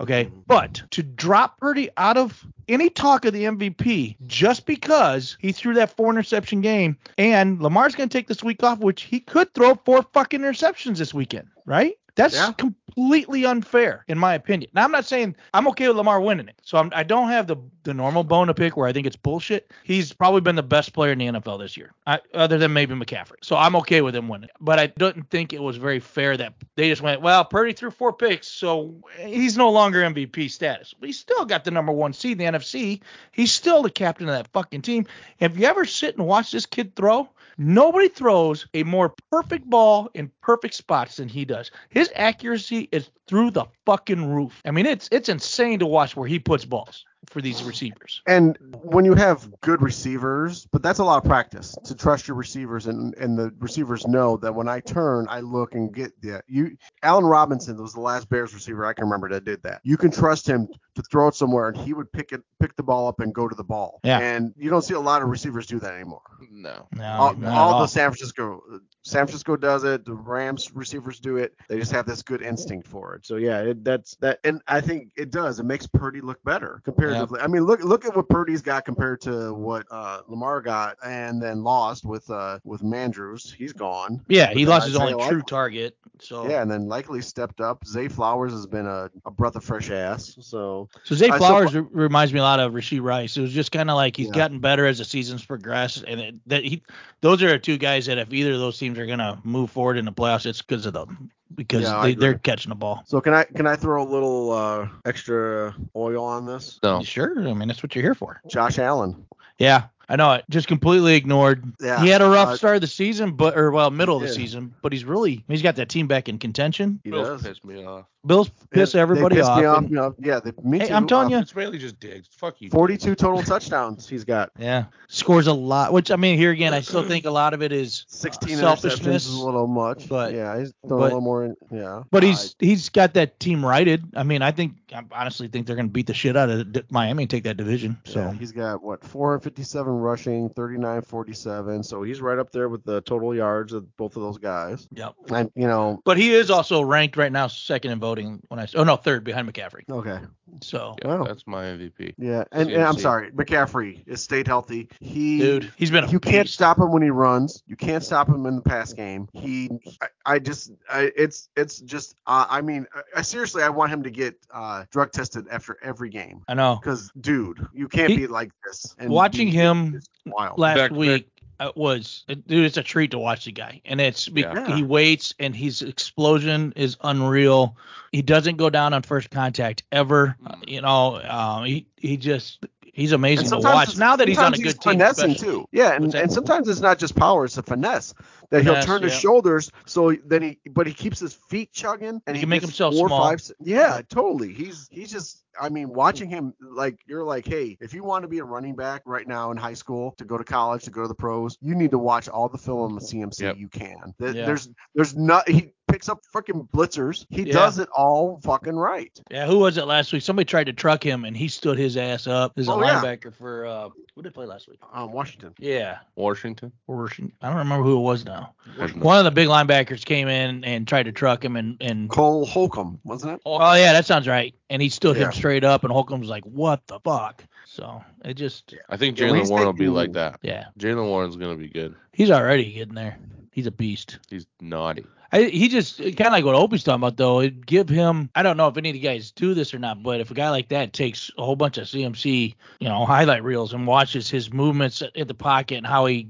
Speaker 1: Okay. But to drop Purdy out of any talk of the MVP just because he threw that four interception game and Lamar's going to take this week off, which he could throw four fucking interceptions this weekend, right? That's
Speaker 3: Yeah.
Speaker 1: completely unfair, in my opinion. Now, I'm not saying I'm okay with Lamar winning it. So I'm, I don't have the, the normal bone to pick where I think it's bullshit. He's probably been the best player in the NFL this year, I, other than maybe McCaffrey. So I'm okay with him winning. it. But I don't think it was very fair that they just went, well, Purdy threw four picks, so he's no longer MVP status. But he's still got the number one seed in the NFC. He's still the captain of that fucking team. If you ever sit and watch this kid throw, nobody throws a more perfect ball in perfect spots than he does. His accuracy is through the fucking roof. I mean, it's it's insane to watch where he puts balls for these receivers.
Speaker 3: And when you have good receivers, but that's a lot of practice to trust your receivers, and and the receivers know that when I turn, I look and get the you. Allen Robinson was the last Bears receiver I can remember that did that. You can trust him to throw it somewhere, and he would pick it, pick the ball up, and go to the ball.
Speaker 1: Yeah.
Speaker 3: And you don't see a lot of receivers do that anymore.
Speaker 2: No.
Speaker 1: No,
Speaker 3: all,
Speaker 1: not at
Speaker 3: all
Speaker 1: all.
Speaker 3: the San Francisco, San Francisco does it. The Rams receivers do it. They just have this good instinct for it. So yeah, it, that's that, and I think it does. It makes Purdy look better comparatively. I mean, look look at what Purdy's got compared to what uh, Lamar got, and then lost with uh, with Mandrews. He's gone.
Speaker 1: Yeah, he
Speaker 3: But
Speaker 1: lost
Speaker 3: I'd
Speaker 1: his
Speaker 3: say
Speaker 1: only
Speaker 3: I like
Speaker 1: true
Speaker 3: him.
Speaker 1: target. So
Speaker 3: Yeah, and then likely stepped up. Zay Flowers has been a, a breath of fresh ass. So
Speaker 1: So Zay
Speaker 3: I still-
Speaker 1: Flowers re- reminds me a lot of Rasheed Rice. It was just kind of like he's
Speaker 3: Yeah.
Speaker 1: gotten better as the seasons progress, and it, that he, those are two guys that if either of those teams are gonna move forward in the playoffs, it's because of them because
Speaker 3: Yeah, I
Speaker 1: they,
Speaker 3: agree.
Speaker 1: they're catching the ball.
Speaker 3: so can I can I throw a little uh, extra oil on this?
Speaker 2: No.
Speaker 3: Oh.
Speaker 1: Sure, I mean that's what you're here for.
Speaker 3: Josh Allen.
Speaker 1: Yeah, I know it. Just completely ignored.
Speaker 3: Yeah,
Speaker 1: he had a rough
Speaker 3: uh,
Speaker 1: start of the season, but or well, middle of the
Speaker 3: Yeah.
Speaker 1: season. But he's really he's got that team back in contention.
Speaker 3: He
Speaker 2: Bills
Speaker 3: does.
Speaker 2: pissed me off.
Speaker 1: Bills piss
Speaker 3: They
Speaker 1: everybody
Speaker 3: pissed
Speaker 1: off.
Speaker 3: Me off
Speaker 1: and-
Speaker 3: you know, yeah, they, me
Speaker 1: Hey,
Speaker 3: too.
Speaker 1: I'm telling
Speaker 3: Uh,
Speaker 1: Yeah.
Speaker 2: It's mainly just digs. Fuck you.
Speaker 3: 42 total touchdowns he's got.
Speaker 1: yeah, scores a lot. Which I mean, here again, I still think a lot of it is
Speaker 3: 16 interceptions
Speaker 1: selfishness.
Speaker 3: is a little much.
Speaker 1: but-
Speaker 3: yeah, he's done
Speaker 1: but-
Speaker 3: a little more. In, yeah.
Speaker 1: But he's he's got that team righted. I mean, I think I honestly think they're going to beat the shit out of D- Miami and take that division. So
Speaker 3: Yeah, he's got what 457 rushing, 39 47. So he's right up there with the total yards of both of those guys.
Speaker 1: Yep.
Speaker 3: And you know,
Speaker 1: But he is also ranked right now second in voting when I oh no third behind McCaffrey.
Speaker 3: okay.
Speaker 1: So
Speaker 2: Yeah,
Speaker 3: Wow.
Speaker 2: That's my MVP.
Speaker 3: Yeah, and, and
Speaker 2: good to
Speaker 3: I'm
Speaker 2: see.
Speaker 3: sorry, McCaffrey has stayed healthy. He
Speaker 1: dude, he's been a
Speaker 3: you can't
Speaker 1: beast.
Speaker 3: stop him when he runs. You can't stop him in the pass game. He, I, I just, I, it's, it's just, uh, I mean, I, I seriously, I want him to get uh, drug tested after every game.
Speaker 1: I know.
Speaker 3: Because, dude, you can't
Speaker 1: He-
Speaker 3: be like this. And
Speaker 1: Watching
Speaker 3: be
Speaker 1: him
Speaker 3: this wild.
Speaker 1: last
Speaker 2: Back- back-
Speaker 1: week uh was dude, it's a treat to watch the guy, and it's be-
Speaker 2: Yeah.
Speaker 1: he waits and his explosion is unreal. He doesn't go down on first contact ever. Uh,
Speaker 2: Mm.
Speaker 1: You know, um, he he just he's amazing
Speaker 3: And
Speaker 1: to
Speaker 3: sometimes
Speaker 1: watch.
Speaker 3: it's-
Speaker 1: Now that he's on a
Speaker 3: sometimes
Speaker 1: good team,
Speaker 3: finessing
Speaker 1: especially.
Speaker 3: too. Yeah, and,
Speaker 1: What's that?
Speaker 3: and sometimes it's not just power; it's a finesse that
Speaker 1: Finesse,
Speaker 3: he'll turn
Speaker 1: yeah.
Speaker 3: his shoulders. So then he, but he keeps his feet chugging, and
Speaker 1: He
Speaker 3: he,
Speaker 1: can make
Speaker 3: gets
Speaker 1: himself
Speaker 3: four,
Speaker 1: small.
Speaker 3: Five, s- yeah, totally. He's he's just. I mean, watching him like you're like, hey, if you want to be a running back right now in high school to go to college to go to the pros, you need to watch all the film of CMC
Speaker 2: Yep.
Speaker 3: you can. Th-
Speaker 1: Yeah.
Speaker 3: There's there's not he picks up freaking blitzers. He
Speaker 1: Yeah.
Speaker 3: does it all fucking right.
Speaker 1: Yeah, who was it last week? Somebody tried to truck him, and he stood his ass up as a
Speaker 3: Oh, yeah.
Speaker 1: linebacker for uh, who did he play last week?
Speaker 3: Um, Washington.
Speaker 1: Yeah,
Speaker 2: Washington.
Speaker 1: or she- I don't remember who it was now.
Speaker 2: Washington.
Speaker 1: One of the big linebackers came in and tried to truck him, and and
Speaker 3: Cole Holcomb, wasn't it?
Speaker 1: oh yeah, that sounds right. And he stood
Speaker 3: Yeah.
Speaker 1: him straight up, and Holcomb's like, "What the fuck?" So it just
Speaker 2: I think
Speaker 3: Yeah, when
Speaker 2: Jalen
Speaker 3: he's
Speaker 2: Warren will be
Speaker 3: taking-
Speaker 2: like that.
Speaker 1: yeah,
Speaker 2: Jalen Warren's gonna be good.
Speaker 1: he's already getting there. He's a beast.
Speaker 2: He's naughty.
Speaker 1: I, he just kind of like what Opie's talking about though. It give him. I don't know if any of the guys do this or not, but if a guy like that takes a whole bunch of CMC, you know, highlight reels and watches his movements at at the pocket and how he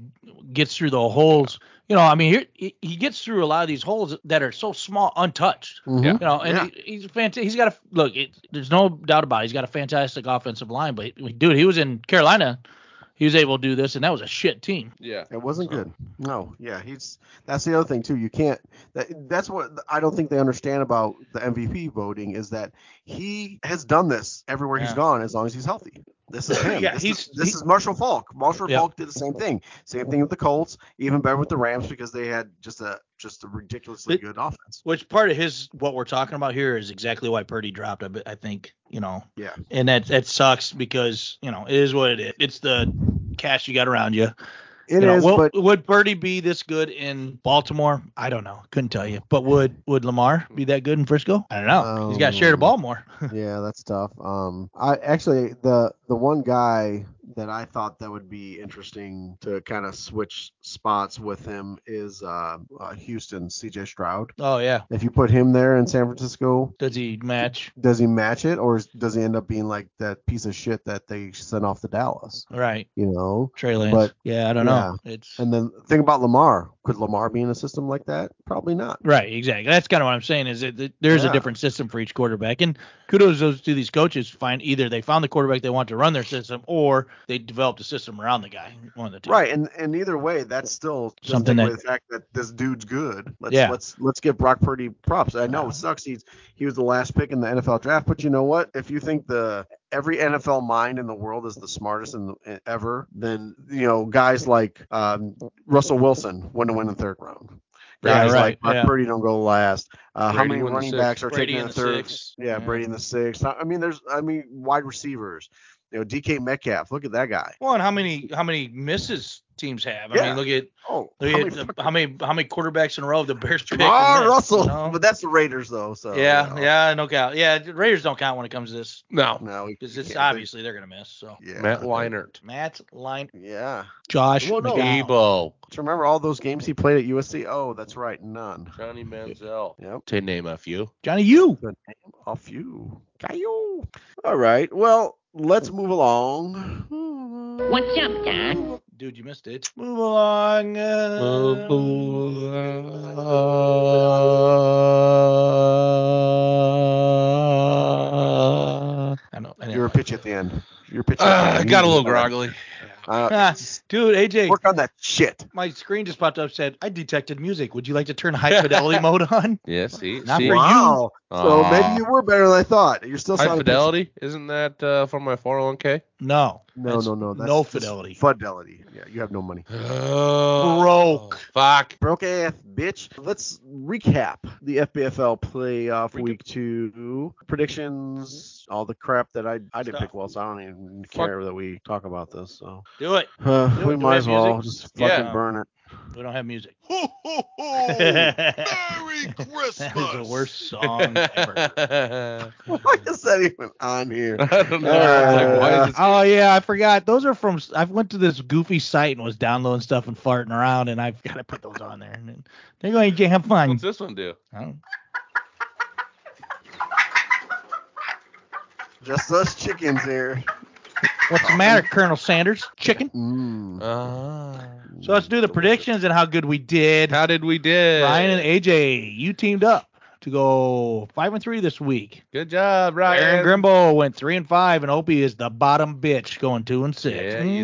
Speaker 1: gets through the holes. You know, I mean, here, he, he gets through a lot of these holes that are so small, untouched.
Speaker 3: Mhm.
Speaker 1: You know, and
Speaker 3: Yeah.
Speaker 1: he, he's fantastic. He's got a look. It, there's no doubt about. it. He's got a fantastic offensive line, but dude, he was in Carolina. He was able to do this, and that was a shit team.
Speaker 2: Yeah.
Speaker 3: It wasn't
Speaker 2: So-
Speaker 3: good. No, yeah, he's that's the other thing too. You can't. That, that's what I don't think they understand about the MVP voting is that he has done this everywhere he's
Speaker 1: Yeah.
Speaker 3: gone as long as he's healthy. This is him.
Speaker 1: Yeah,
Speaker 3: this
Speaker 1: he's-
Speaker 3: is, this
Speaker 1: he-
Speaker 3: is Marshall Falk. Marshall
Speaker 1: Yeah.
Speaker 3: Falk did the same thing. Same thing with the Colts. Even better with the Rams because they had just a just a ridiculously
Speaker 1: But-
Speaker 3: good offense.
Speaker 1: Which part of his what we're talking about here is exactly why Purdy dropped. I, bet- I think you know.
Speaker 3: Yeah.
Speaker 1: And that that sucks because you know it is what it is. It's the cash you got around you.
Speaker 3: It is,
Speaker 1: You know, will-
Speaker 3: but
Speaker 1: would Purdy be this good in Baltimore? I don't know. Couldn't tell you. But would would Lamar be that good in Frisco? I don't know. He's got to share the
Speaker 3: Um,
Speaker 1: ball more.
Speaker 3: yeah, that's tough. Um, I actually the the one guy that I thought that would be interesting to kind of switch spots with him is uh, uh Houston C.J. Stroud.
Speaker 1: oh yeah.
Speaker 3: If you put him there in San Francisco,
Speaker 1: Does he match?
Speaker 3: does he match it, or is- does he end up being like that piece of shit that they sent off to Dallas?
Speaker 1: Right.
Speaker 3: You know.
Speaker 1: Trey Lance.
Speaker 3: But-
Speaker 1: yeah, I don't know. It's
Speaker 3: And then think about Lamar. Could Lamar be in a system like that? Probably not.
Speaker 1: Right, exactly. That's kind of what I'm saying is that th- there's a
Speaker 3: Yeah.
Speaker 1: different system for each quarterback, and kudos those to these coaches. Find either they found the quarterback they want to run their system, or they developed a system around the guy. One of the two.
Speaker 3: Right, and and either way, that's still doesn't
Speaker 1: Something
Speaker 3: take
Speaker 1: that-
Speaker 3: away the fact that this dude's good. Let's
Speaker 1: Yeah.
Speaker 3: let's let's give Brock Purdy props. I know
Speaker 1: Yeah.
Speaker 3: it sucks he's he was the last pick in the NFL draft, but you know what? If you think the every NFL mind in the world is the smartest in the, ever, then you know guys like um, Russell Wilson wouldn't win in the third round.
Speaker 1: Yeah,
Speaker 3: Guys
Speaker 1: right,
Speaker 3: like Brock
Speaker 1: yeah.
Speaker 3: Purdy don't go last. Uh, how
Speaker 2: Brady
Speaker 3: many
Speaker 2: won the
Speaker 3: running
Speaker 2: sixth.
Speaker 3: backs are
Speaker 2: Brady
Speaker 3: taken
Speaker 2: in
Speaker 3: the
Speaker 2: the
Speaker 3: third?
Speaker 2: sixth.
Speaker 3: Yeah,
Speaker 2: Yeah.
Speaker 3: Brady in the sixth. I mean, there's I mean wide receivers. You know, DK Metcalf. Look at that guy.
Speaker 1: Well, and how many how many misses teams have? I
Speaker 3: Yeah.
Speaker 1: mean, look at
Speaker 3: Oh,
Speaker 1: look
Speaker 3: how
Speaker 1: how
Speaker 3: many
Speaker 1: at many how many how many quarterbacks in a row the Bears picked.
Speaker 3: Jamar
Speaker 1: and missed,
Speaker 3: Russell,
Speaker 1: you know?
Speaker 3: but oh, that's the Raiders though. So
Speaker 1: yeah,
Speaker 3: you know.
Speaker 1: yeah, no count. Yeah, the Raiders don't count when it comes to this
Speaker 2: No.
Speaker 3: No, we-
Speaker 1: because
Speaker 3: we
Speaker 1: it's
Speaker 3: can't think-
Speaker 1: obviously they're gonna miss. So
Speaker 3: Yeah.
Speaker 2: Matt Leinart.
Speaker 1: Matt Line,
Speaker 3: Yeah.
Speaker 1: Josh
Speaker 2: Well, no.
Speaker 1: McDowell.
Speaker 2: Debo.
Speaker 3: To remember all those games he played at USC. Oh, that's right, none.
Speaker 2: Johnny Manziel.
Speaker 3: Yep.
Speaker 2: To name a few.
Speaker 1: Johnny, you.
Speaker 3: Good name. Off you. Caillou. All right. Well, let's move along.
Speaker 7: What's up, Doc?
Speaker 1: Dude, you missed it. Move along. uh, I know. I know.
Speaker 3: You're a pitch at the end. You're pitch.
Speaker 2: Uh,
Speaker 3: at the
Speaker 2: I
Speaker 3: end.
Speaker 2: Ah, got a little groggly.
Speaker 3: Uh,
Speaker 1: Ah, dude, AJ,
Speaker 3: work on that shit.
Speaker 1: my screen just popped up said, I detected music. Would you like to turn high fidelity mode on?
Speaker 2: Yeah, see,
Speaker 1: Not
Speaker 2: see?
Speaker 1: for you.
Speaker 3: Wow. So
Speaker 2: Aw.
Speaker 3: maybe you were better than I thought. You're still
Speaker 2: Ah. High
Speaker 3: sounding-
Speaker 2: fidelity, isn't that uh, from my 401k?
Speaker 1: No.
Speaker 3: No,
Speaker 1: That's
Speaker 3: no, no. That's
Speaker 1: no
Speaker 3: just
Speaker 1: fidelity.
Speaker 3: Fidelity. Yeah, you have no money.
Speaker 1: Broke.
Speaker 2: Oh, Fuck.
Speaker 3: Broke AF, bitch. Let's recap the FBFL playoff week two predictions, all the crap that I I didn't
Speaker 1: Stuff.
Speaker 3: pick well, so I don't even
Speaker 2: Fuck.
Speaker 3: care that we talk about this. So
Speaker 1: Do it.
Speaker 3: Uh,
Speaker 1: Do it.
Speaker 3: we
Speaker 1: Do
Speaker 3: might
Speaker 1: we
Speaker 3: as
Speaker 1: have
Speaker 3: well
Speaker 1: music?
Speaker 3: just fucking
Speaker 1: Yeah.
Speaker 3: burn it.
Speaker 1: We don't have music.
Speaker 5: Ho, ho, ho. Merry Christmas.
Speaker 1: that is the worst song ever.
Speaker 3: Why is that even on here?
Speaker 2: I don't know.
Speaker 5: Uh,
Speaker 2: Like, why is this-
Speaker 1: Oh yeah, I forgot. Those are from. I went to this goofy site and was downloading stuff and farting around, and I've got to put those on there. And then they're going to have fun.
Speaker 2: What's this one do?
Speaker 1: I don't-
Speaker 3: Just us chickens here.
Speaker 1: What's the matter, Colonel Sanders? Chicken.
Speaker 3: Mm.
Speaker 2: Uh-huh.
Speaker 1: So let's do the predictions and how good we did.
Speaker 2: How did we did?
Speaker 1: Ryan and AJ, you teamed up to go five and three this week.
Speaker 2: Good job, Ryan.
Speaker 1: Aaron Grimbo went three and five, and Opie is the bottom bitch going two and six.
Speaker 2: Yeah, you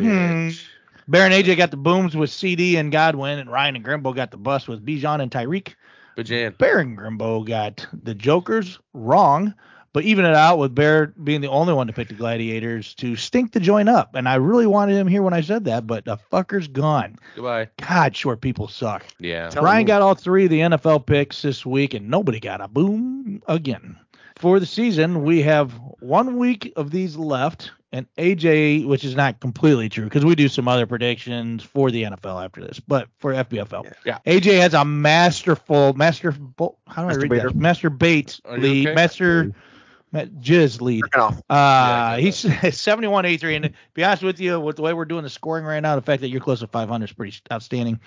Speaker 1: Mhm.
Speaker 2: bitch.
Speaker 1: Baron AJ got the booms with CD and Godwin, and Ryan and Grimbo got the bus with Bijan and Tyreek.
Speaker 2: Bajan.
Speaker 1: Baron Grimbo got the Jokers wrong, but even it out with Bear being the only one to pick the Gladiators to stink the joint up. And I really wanted him here when I said that, but the fucker's gone.
Speaker 2: Goodbye.
Speaker 1: God, short people suck.
Speaker 2: Yeah.
Speaker 3: Tell
Speaker 1: Ryan
Speaker 3: me.
Speaker 1: got all three of the NFL picks this week, and nobody got a boom again. For the season, we have one week of these left, and AJ, which is not completely true because we do some other predictions for the NFL after this, but for FBFL.
Speaker 2: Yeah.
Speaker 1: AJ has a masterful, masterful, how do I read
Speaker 3: Masturbator.
Speaker 1: that? Master bait
Speaker 2: Are you
Speaker 1: lead,
Speaker 2: okay?
Speaker 1: master, ma- jizz lead.
Speaker 3: Jerk it off.
Speaker 1: Uh,
Speaker 2: Yeah, I get
Speaker 1: he's 71 83. And to be honest with you, with the way we're doing the scoring right now, the fact that you're close to 500 is pretty outstanding.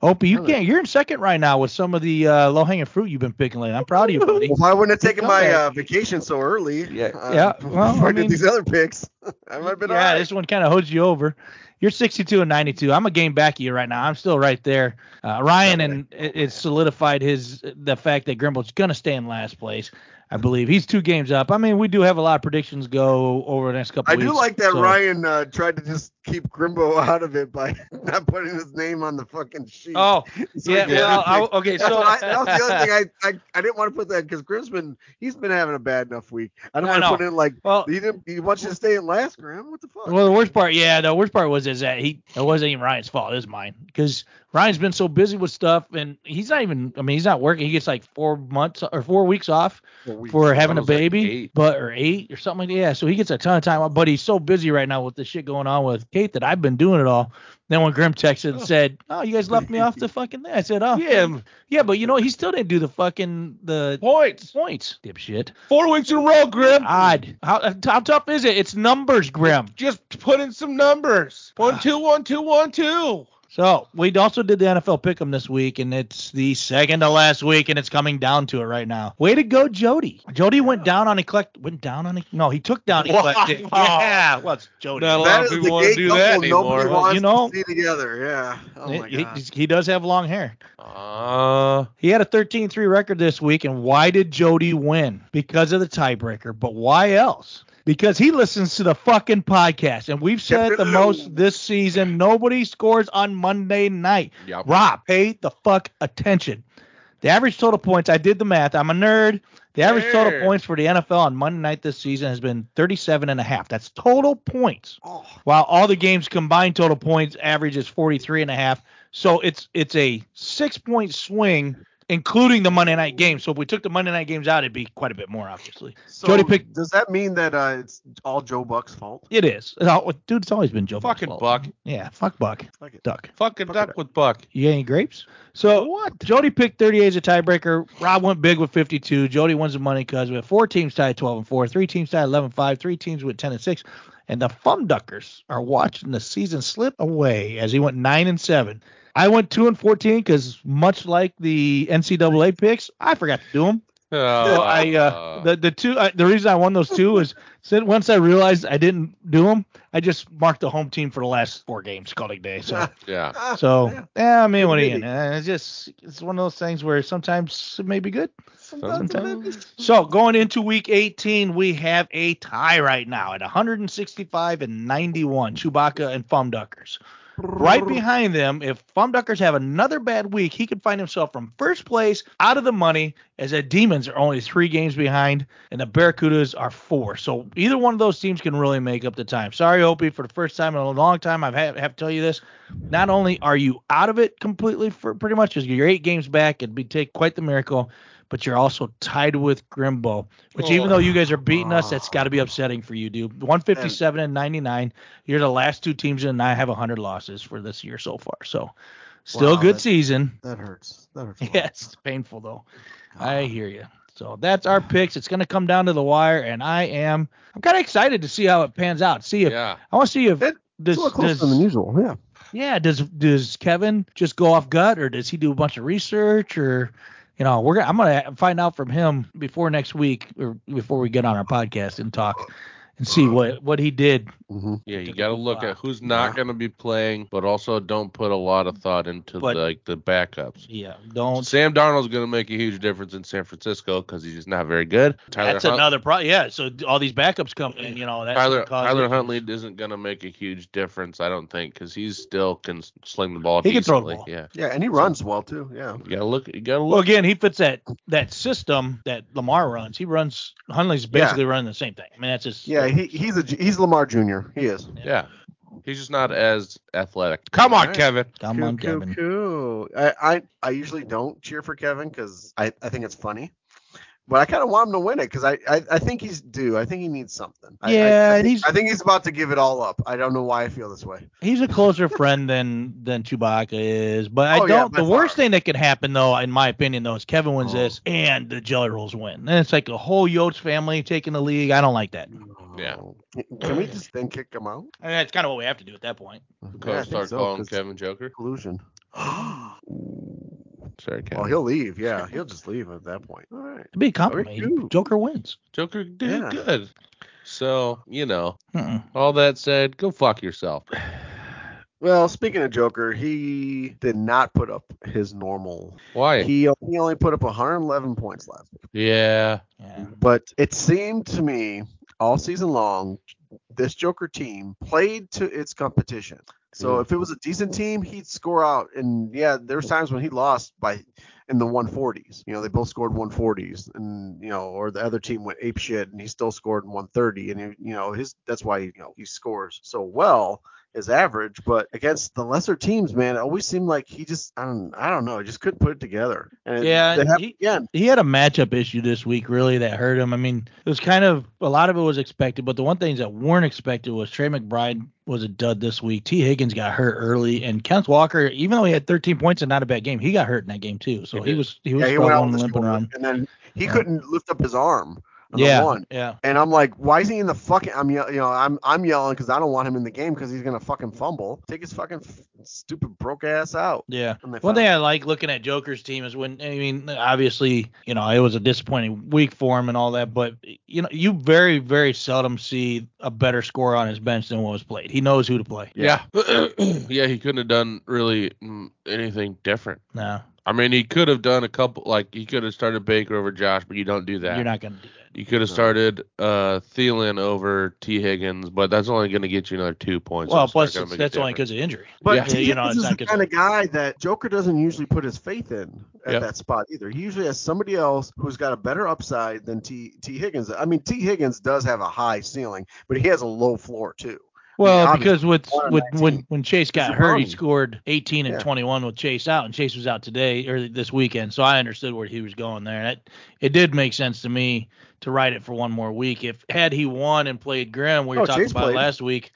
Speaker 1: Opie, you
Speaker 3: Really?
Speaker 1: can't. You're in second right now with some of the uh, low hanging fruit you've been picking lately. I'm proud of you, buddy.
Speaker 3: Well, why wouldn't I taken
Speaker 1: Go
Speaker 3: my
Speaker 1: ahead.
Speaker 3: uh, vacation so early?
Speaker 2: Yeah.
Speaker 3: uh,
Speaker 1: Yeah, well,
Speaker 3: before
Speaker 1: I
Speaker 3: I did
Speaker 1: mean-
Speaker 3: these other picks, I might have been all
Speaker 1: Yeah,
Speaker 3: right.
Speaker 1: this one kind of holds you over. You're 62 and 92. I'm a game back of you right now. I'm still right there. Uh, Ryan and it, it solidified his the fact that Grimble's gonna stay in last place. I believe he's two games up. I mean, we do have a lot of predictions go over the next couple.
Speaker 3: I
Speaker 1: weeks,
Speaker 3: do like that
Speaker 1: so-
Speaker 3: Ryan uh, tried to just keep Grimbo out of it by not putting his name on the fucking sheet.
Speaker 1: Oh,
Speaker 3: So
Speaker 1: yeah.
Speaker 3: he got
Speaker 1: Well,
Speaker 3: picked.
Speaker 1: I, okay.
Speaker 3: That's
Speaker 1: So
Speaker 3: what I, that was the other thing I, I, I didn't want to put that because Grim's been he's been having a bad enough week. I don't
Speaker 1: I
Speaker 3: want to
Speaker 1: know.
Speaker 3: put in like
Speaker 1: well,
Speaker 3: he didn't he wants you to stay in last, Grim. What the fuck?
Speaker 1: Well, the worst part, yeah, the worst part was is that he it wasn't even Ryan's fault. It was mine because Ryan's been so busy with stuff, and he's not even. I mean, he's not working. He gets like four months or four weeks off for having
Speaker 2: It
Speaker 1: a
Speaker 2: was like
Speaker 1: baby,
Speaker 2: eight.
Speaker 1: but or eight or something like that. Yeah, so he gets a ton of time, off, but he's so busy right now with the shit going on with Kate that I've been doing it all. Then when Grim texted and said, "Oh, you guys left me off the fucking thing," I said, "Oh,
Speaker 2: Yeah,
Speaker 1: yeah, but you know, he still didn't do the fucking the
Speaker 2: points.
Speaker 1: points, dipshit.
Speaker 2: Four weeks in a row, Grim.
Speaker 1: Odd. How, how tough is it? It's numbers, Grim."
Speaker 2: Just put in some numbers. One, two, one, two, one, two.
Speaker 1: So we also did the NFL pick'em this week, and it's the second to last week, and it's coming down to it right now. Way to go, Jody! Jody went down on eclect, went down on e- no, he took down eclectic. Yeah, well, it's Jody.
Speaker 2: Not a lot
Speaker 3: that
Speaker 2: of
Speaker 3: is
Speaker 2: people
Speaker 3: the
Speaker 2: want
Speaker 3: gay
Speaker 2: to do that
Speaker 3: couple nobody
Speaker 2: anymore.
Speaker 1: Well,
Speaker 3: wants
Speaker 1: you know-
Speaker 3: to see together. Yeah. Oh my
Speaker 1: He- he,
Speaker 3: god.
Speaker 1: he does have long hair.
Speaker 2: Uh,
Speaker 1: He had a 13-3 record this week, and why did Jody win? Because of the tiebreaker, but why else? Because he listens to the fucking podcast, and we've said the most this season. Nobody scores on Monday night.
Speaker 2: Yep.
Speaker 1: Rob, pay the fuck attention. The average total points, I did the math. I'm a nerd. The average total
Speaker 2: Nerd.
Speaker 1: points for the NFL on Monday night this season has been 37 and a half. That's total points.
Speaker 3: Oh,
Speaker 1: While all the games combined total points average is 43 and a half. So it's it's a 6-point swing including the Monday night games. So if we took the Monday night games out, it'd be quite a bit more obviously.
Speaker 3: So
Speaker 1: Jody picked-
Speaker 3: Does that mean that uh, it's all Joe Buck's fault?
Speaker 1: It is. It's all- dude, it's always been Joe Buck's
Speaker 2: Fucking
Speaker 1: fault.
Speaker 2: Buck.
Speaker 1: Yeah, fuck Buck.
Speaker 3: Fuck it.
Speaker 1: Duck.
Speaker 2: Fucking
Speaker 3: Fuck
Speaker 2: duck
Speaker 3: it.
Speaker 2: with Buck.
Speaker 1: You got any grapes? So what? Jody picked 38 as a tiebreaker. Rob went big with 52. Jody wins the money because we have four teams tied 12 and 4, three teams tied 11 and 5, three teams with 10 and 6, and the Fumduckers are watching the season slip away as he went 9 and 7. I went 2 and 14 because much like the NCAA picks, I forgot to do them.
Speaker 2: Oh,
Speaker 1: So I uh, the the two I, the reason I won those two is said once I realized I didn't do them, I just marked the home team for the last four games calling day. So
Speaker 2: yeah.
Speaker 1: so yeah, I mean what are you?
Speaker 3: Maybe.
Speaker 1: Uh, It's just it's one of those things where sometimes it may be good.
Speaker 3: Sometimes it may be-
Speaker 1: So going into week 18, we have a tie right now at 165 and 91. Chewbacca and Fumduckers. Right behind them, if Fumduckers have another bad week, he could find himself from first place out of the money, as the Demons are only three games behind, and the Barracudas are four. So either one of those teams can really make up the time. Sorry, Opie, for the first time in a long time, I've had have to tell you this. Not only are you out of it completely for pretty much, 'cause you're eight games back, it'd be take quite the miracle but you're also tied with Grimbo, which even though you guys are beating us, that's got to be upsetting for you, dude. 157 and 99. You're the last two teams, and I have 100 losses for this year so far. So, still
Speaker 3: Wow,
Speaker 1: good
Speaker 3: that-
Speaker 1: season.
Speaker 3: That hurts. That hurts. a lot. Ah.
Speaker 1: Yeah, it's painful though. I hear you. So that's our picks. It's going to come down to the wire, and I am I'm kind of excited to see how it pans out. See if
Speaker 2: yeah.
Speaker 1: I want to see if
Speaker 3: It-
Speaker 1: this
Speaker 3: it's a little closer
Speaker 1: does-
Speaker 3: than usual. Yeah.
Speaker 1: yeah, does does Kevin just go off gut, or does he do a bunch of research, or you know, we're gonna, I'm gonna find out from him before next week, or before we get on our podcast and talk, and see what what he did.
Speaker 3: Mm-hmm.
Speaker 2: Yeah, you
Speaker 1: Took a
Speaker 2: got to
Speaker 1: good
Speaker 2: look
Speaker 1: thought.
Speaker 2: at who's not
Speaker 3: Yeah.
Speaker 2: going to be playing, but also don't put a lot of thought into
Speaker 1: But-
Speaker 2: like the backups.
Speaker 1: Yeah, don't.
Speaker 2: Sam Darnold's going to make a huge difference in San Francisco because he's just not very good. Tyler
Speaker 1: that's
Speaker 2: Hunt-
Speaker 1: another problem. Yeah, so all these backups come in, you know. That's
Speaker 2: Tyler
Speaker 1: what caused
Speaker 2: Tyler
Speaker 1: it.
Speaker 2: Huntley isn't going to make a huge difference, I don't think, because he still can s- sling the ball.
Speaker 1: He can throw the
Speaker 2: decently.
Speaker 1: ball.
Speaker 2: Yeah,
Speaker 3: Yeah, and he runs well too. Yeah.
Speaker 2: you gotta look. You gotta
Speaker 1: Well,
Speaker 2: look.
Speaker 1: again, he fits that that system that Lamar runs. He runs. Huntley's basically running the same thing. I mean, that's just
Speaker 3: Yeah, he, he's a he's Lamar Jr. He is.
Speaker 2: yeah, he's just not as athletic. Come on,
Speaker 3: Alright.
Speaker 2: Kevin.
Speaker 1: Come
Speaker 3: cool,
Speaker 1: on,
Speaker 3: cool,
Speaker 1: Kevin.
Speaker 3: cool. I, I I usually don't cheer for Kevin because I, I think it's funny, but I kind of want him to win it because I, I I think he's due. I think he needs something. I- I-
Speaker 1: Yeah,
Speaker 3: I,
Speaker 1: and
Speaker 3: think,
Speaker 1: he's-
Speaker 3: I think he's about to give it all up. I don't know why I feel this way.
Speaker 1: He's a closer friend than than Chewbacca is, but I
Speaker 3: Oh,
Speaker 1: don't.
Speaker 3: yeah, by
Speaker 1: the worst
Speaker 3: far.
Speaker 1: thing that could happen, though, in my opinion, though, is Kevin wins
Speaker 3: Oh.
Speaker 1: this and the Jelly Rolls win. Then it's like the whole Yotes family taking the league. I don't like that.
Speaker 2: Yeah.
Speaker 3: Oh. Can we just then kick him out?
Speaker 1: And that's kind of what we have to do at that point.
Speaker 2: Go
Speaker 3: Yeah, I think
Speaker 2: start
Speaker 3: so,
Speaker 2: calling
Speaker 3: 'cause
Speaker 2: Kevin Joker.
Speaker 3: collusion.
Speaker 2: Sorry, Kevin.
Speaker 3: Well, he'll leave. Yeah, he'll just leave at that point. All right.
Speaker 1: It'd be a
Speaker 3: Very
Speaker 1: compliment.
Speaker 3: good.
Speaker 1: Joker wins.
Speaker 2: Joker did
Speaker 3: Yeah.
Speaker 2: good. So you know,
Speaker 1: Mm-mm.
Speaker 2: all that said, go fuck yourself.
Speaker 3: Well, speaking of Joker, he did not put up his normal.
Speaker 2: Why?
Speaker 3: He he only put up 111 points last week.
Speaker 2: yeah.
Speaker 1: Yeah.
Speaker 3: But it seemed to me all season long, this Joker team played to its competition. So
Speaker 2: Mm.
Speaker 3: if it was a decent team, he'd score out. And yeah, there was times when he lost by in the 140s. You know, they both scored 140s, and you know, or the other team went ape shit, and he still scored in 130. And he, you know, his that's why you know he scores so well. His average, but against the lesser teams, man, it always seemed like he just I don't I don't know, he just couldn't put it together. And it-
Speaker 1: Yeah,
Speaker 3: that
Speaker 1: and
Speaker 3: happened
Speaker 1: he-
Speaker 3: again.
Speaker 1: He had a matchup issue this week, really, that hurt him. I mean, it was kind of a lot of it was expected, but the one things that weren't expected was Trey McBride was a dud this week. T. Higgins got hurt early, and Kenneth Walker, even though he had 13 points and not a bad game, he got hurt in that game too. So
Speaker 2: He
Speaker 1: he
Speaker 2: did.
Speaker 1: was he was
Speaker 3: yeah, he went out
Speaker 1: struggling,
Speaker 3: with his
Speaker 1: limping
Speaker 3: shoulder,
Speaker 1: around.
Speaker 3: and then he
Speaker 1: Yeah.
Speaker 3: couldn't lift up his arm. On
Speaker 1: Yeah,
Speaker 3: the one.
Speaker 1: yeah.
Speaker 3: and I'm like, why is he in the fucking? I'm ye- you know, I'm I'm yelling because I don't want him in the game because he's gonna fucking fumble. Take his fucking f- stupid broke ass out.
Speaker 1: Yeah.
Speaker 3: And they
Speaker 1: One
Speaker 3: found-
Speaker 1: thing I like looking at Joker's team is when I mean, obviously, you know, it was a disappointing week for him and all that, but you know, you very, very seldom see a better score on his bench than what was played. He knows who to play.
Speaker 2: Yeah. yeah, he couldn't have done really mm, anything different.
Speaker 1: No,
Speaker 2: I mean, he could have done a couple, like, he could have started Baker over Josh, but you don't do that.
Speaker 1: you're not gonna do that.
Speaker 2: you could have started uh, Thielen over T. Higgins, but that's only going to get you another two points.
Speaker 1: Well,
Speaker 2: It's not
Speaker 1: plus
Speaker 2: gonna
Speaker 1: it's,
Speaker 2: make a
Speaker 1: that's only because
Speaker 2: difference.
Speaker 1: of injury.
Speaker 3: But
Speaker 2: Yeah.
Speaker 3: T.
Speaker 1: You know,
Speaker 3: Higgins
Speaker 1: it's not
Speaker 3: is the
Speaker 1: good.
Speaker 3: kind of guy that Joker doesn't usually put his faith in at
Speaker 2: Yep.
Speaker 3: that spot either. He usually has somebody else who's got a better upside than T. T. Higgins. I mean, T. Higgins does have a high ceiling, but he has a low floor too.
Speaker 1: Well,
Speaker 3: Yeah,
Speaker 1: because with
Speaker 3: One and
Speaker 1: with when
Speaker 3: 19.
Speaker 1: when Chase got
Speaker 3: a
Speaker 1: hurt, he
Speaker 3: problem.
Speaker 1: scored 18 and
Speaker 3: Yeah.
Speaker 1: 21 with Chase out, and Chase was out today or this weekend, so I understood where he was going there. And it, it did make sense to me to ride it for one more week. If had he won and played Graham, we were
Speaker 3: Oh,
Speaker 1: talking
Speaker 3: Chase
Speaker 1: about
Speaker 3: played.
Speaker 1: last week.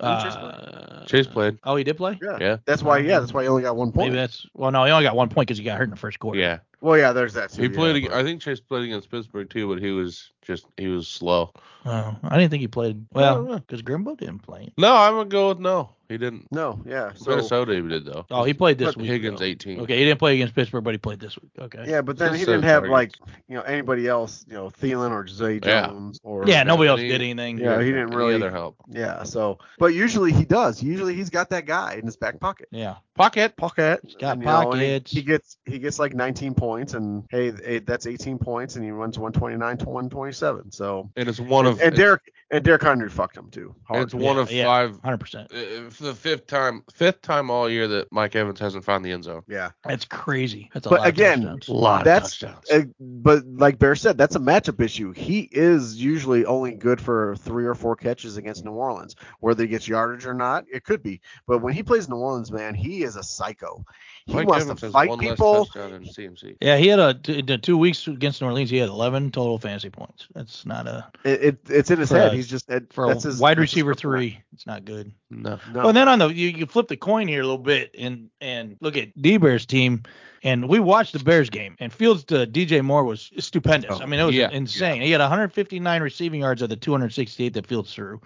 Speaker 3: Didn't Chase
Speaker 1: uh,
Speaker 2: Chase played.
Speaker 1: Oh, he did play.
Speaker 3: Yeah.
Speaker 2: Yeah.
Speaker 3: That's why. Yeah. That's why he only got one
Speaker 1: Mm-hmm. Maybe
Speaker 3: point.
Speaker 1: that's well. No, he only got one point because he got hurt in the first quarter.
Speaker 2: Yeah.
Speaker 3: Well, yeah. There's that. Too,
Speaker 2: He
Speaker 3: yeah,
Speaker 2: played,
Speaker 3: but-
Speaker 2: ag- I think Chase played against Pittsburgh, too, but he was Just he was slow.
Speaker 1: Oh, I didn't think he played
Speaker 3: Oh,
Speaker 1: well because Grimbo didn't play.
Speaker 2: No, I'm gonna go with no. He didn't.
Speaker 3: No, yeah. So
Speaker 2: Minnesota he did though.
Speaker 1: Oh, he played this
Speaker 2: But
Speaker 1: week.
Speaker 2: Higgins
Speaker 1: though.
Speaker 2: 18.
Speaker 1: Okay, he didn't play against Pittsburgh, but he played this week. Okay.
Speaker 3: yeah, but then
Speaker 2: Just
Speaker 3: he
Speaker 2: so
Speaker 3: didn't have like
Speaker 2: targets.
Speaker 3: you know anybody else, you know Thielen or Zay
Speaker 2: Yeah.
Speaker 3: Jones or
Speaker 1: Yeah, nobody else
Speaker 2: He-
Speaker 1: did anything.
Speaker 3: Yeah, he didn't
Speaker 2: Any
Speaker 3: really-
Speaker 2: other help.
Speaker 3: yeah. So, but usually he does. Usually he's got that guy in his back pocket.
Speaker 1: Yeah.
Speaker 2: Pocket.
Speaker 3: Pocket.
Speaker 1: got
Speaker 3: you know, and he-
Speaker 1: pockets.
Speaker 3: he, gets he gets like 19 points, and hey, hey, that's 18 points, and he runs 129 to 127. So
Speaker 2: And it's one of
Speaker 3: and, and Derek and Derek Henry fucked him too.
Speaker 2: Oh, it's,
Speaker 3: Hard.
Speaker 2: it's one
Speaker 1: Yeah,
Speaker 2: of
Speaker 1: yeah.
Speaker 2: five
Speaker 1: Hundred percent.
Speaker 2: uh, for the fifth time fifth time all year that Mike Evans hasn't found the end zone.
Speaker 3: Yeah.
Speaker 1: That's crazy. That's a
Speaker 3: But
Speaker 1: lot
Speaker 3: again,
Speaker 1: of touchdowns.
Speaker 2: lot
Speaker 3: That's-
Speaker 2: of touchdowns.
Speaker 3: Uh, but like Bear said, that's a matchup issue. He is usually only good for three or four catches against New Orleans, whether he gets yardage or not. It could be, but when he plays New Orleans, man, he is a psycho. He
Speaker 2: Mike
Speaker 3: wants
Speaker 2: Evans
Speaker 3: to
Speaker 2: has
Speaker 3: fight
Speaker 2: one less
Speaker 3: people.
Speaker 2: touchdown than CMC.
Speaker 1: Yeah, he had a t- the two weeks against New Orleans. He had 11 total fantasy points. That's not a
Speaker 3: It, it, it's in his
Speaker 1: For
Speaker 3: head.
Speaker 1: a-
Speaker 3: He's just it,
Speaker 1: for
Speaker 3: that's
Speaker 1: a
Speaker 3: his,
Speaker 1: wide
Speaker 3: that's his
Speaker 1: receiver Oh,
Speaker 3: kryptonite.
Speaker 1: three. It's not good.
Speaker 2: No.
Speaker 3: No.
Speaker 1: Well, and then on the you, you flip the coin here a little bit and and look at D Bears team, and we watched the Bears game and Fields to DJ Moore was stupendous.
Speaker 2: Oh,
Speaker 1: I mean it was
Speaker 2: yeah,
Speaker 1: insane. He had 159 receiving yards of the 268 that Fields threw.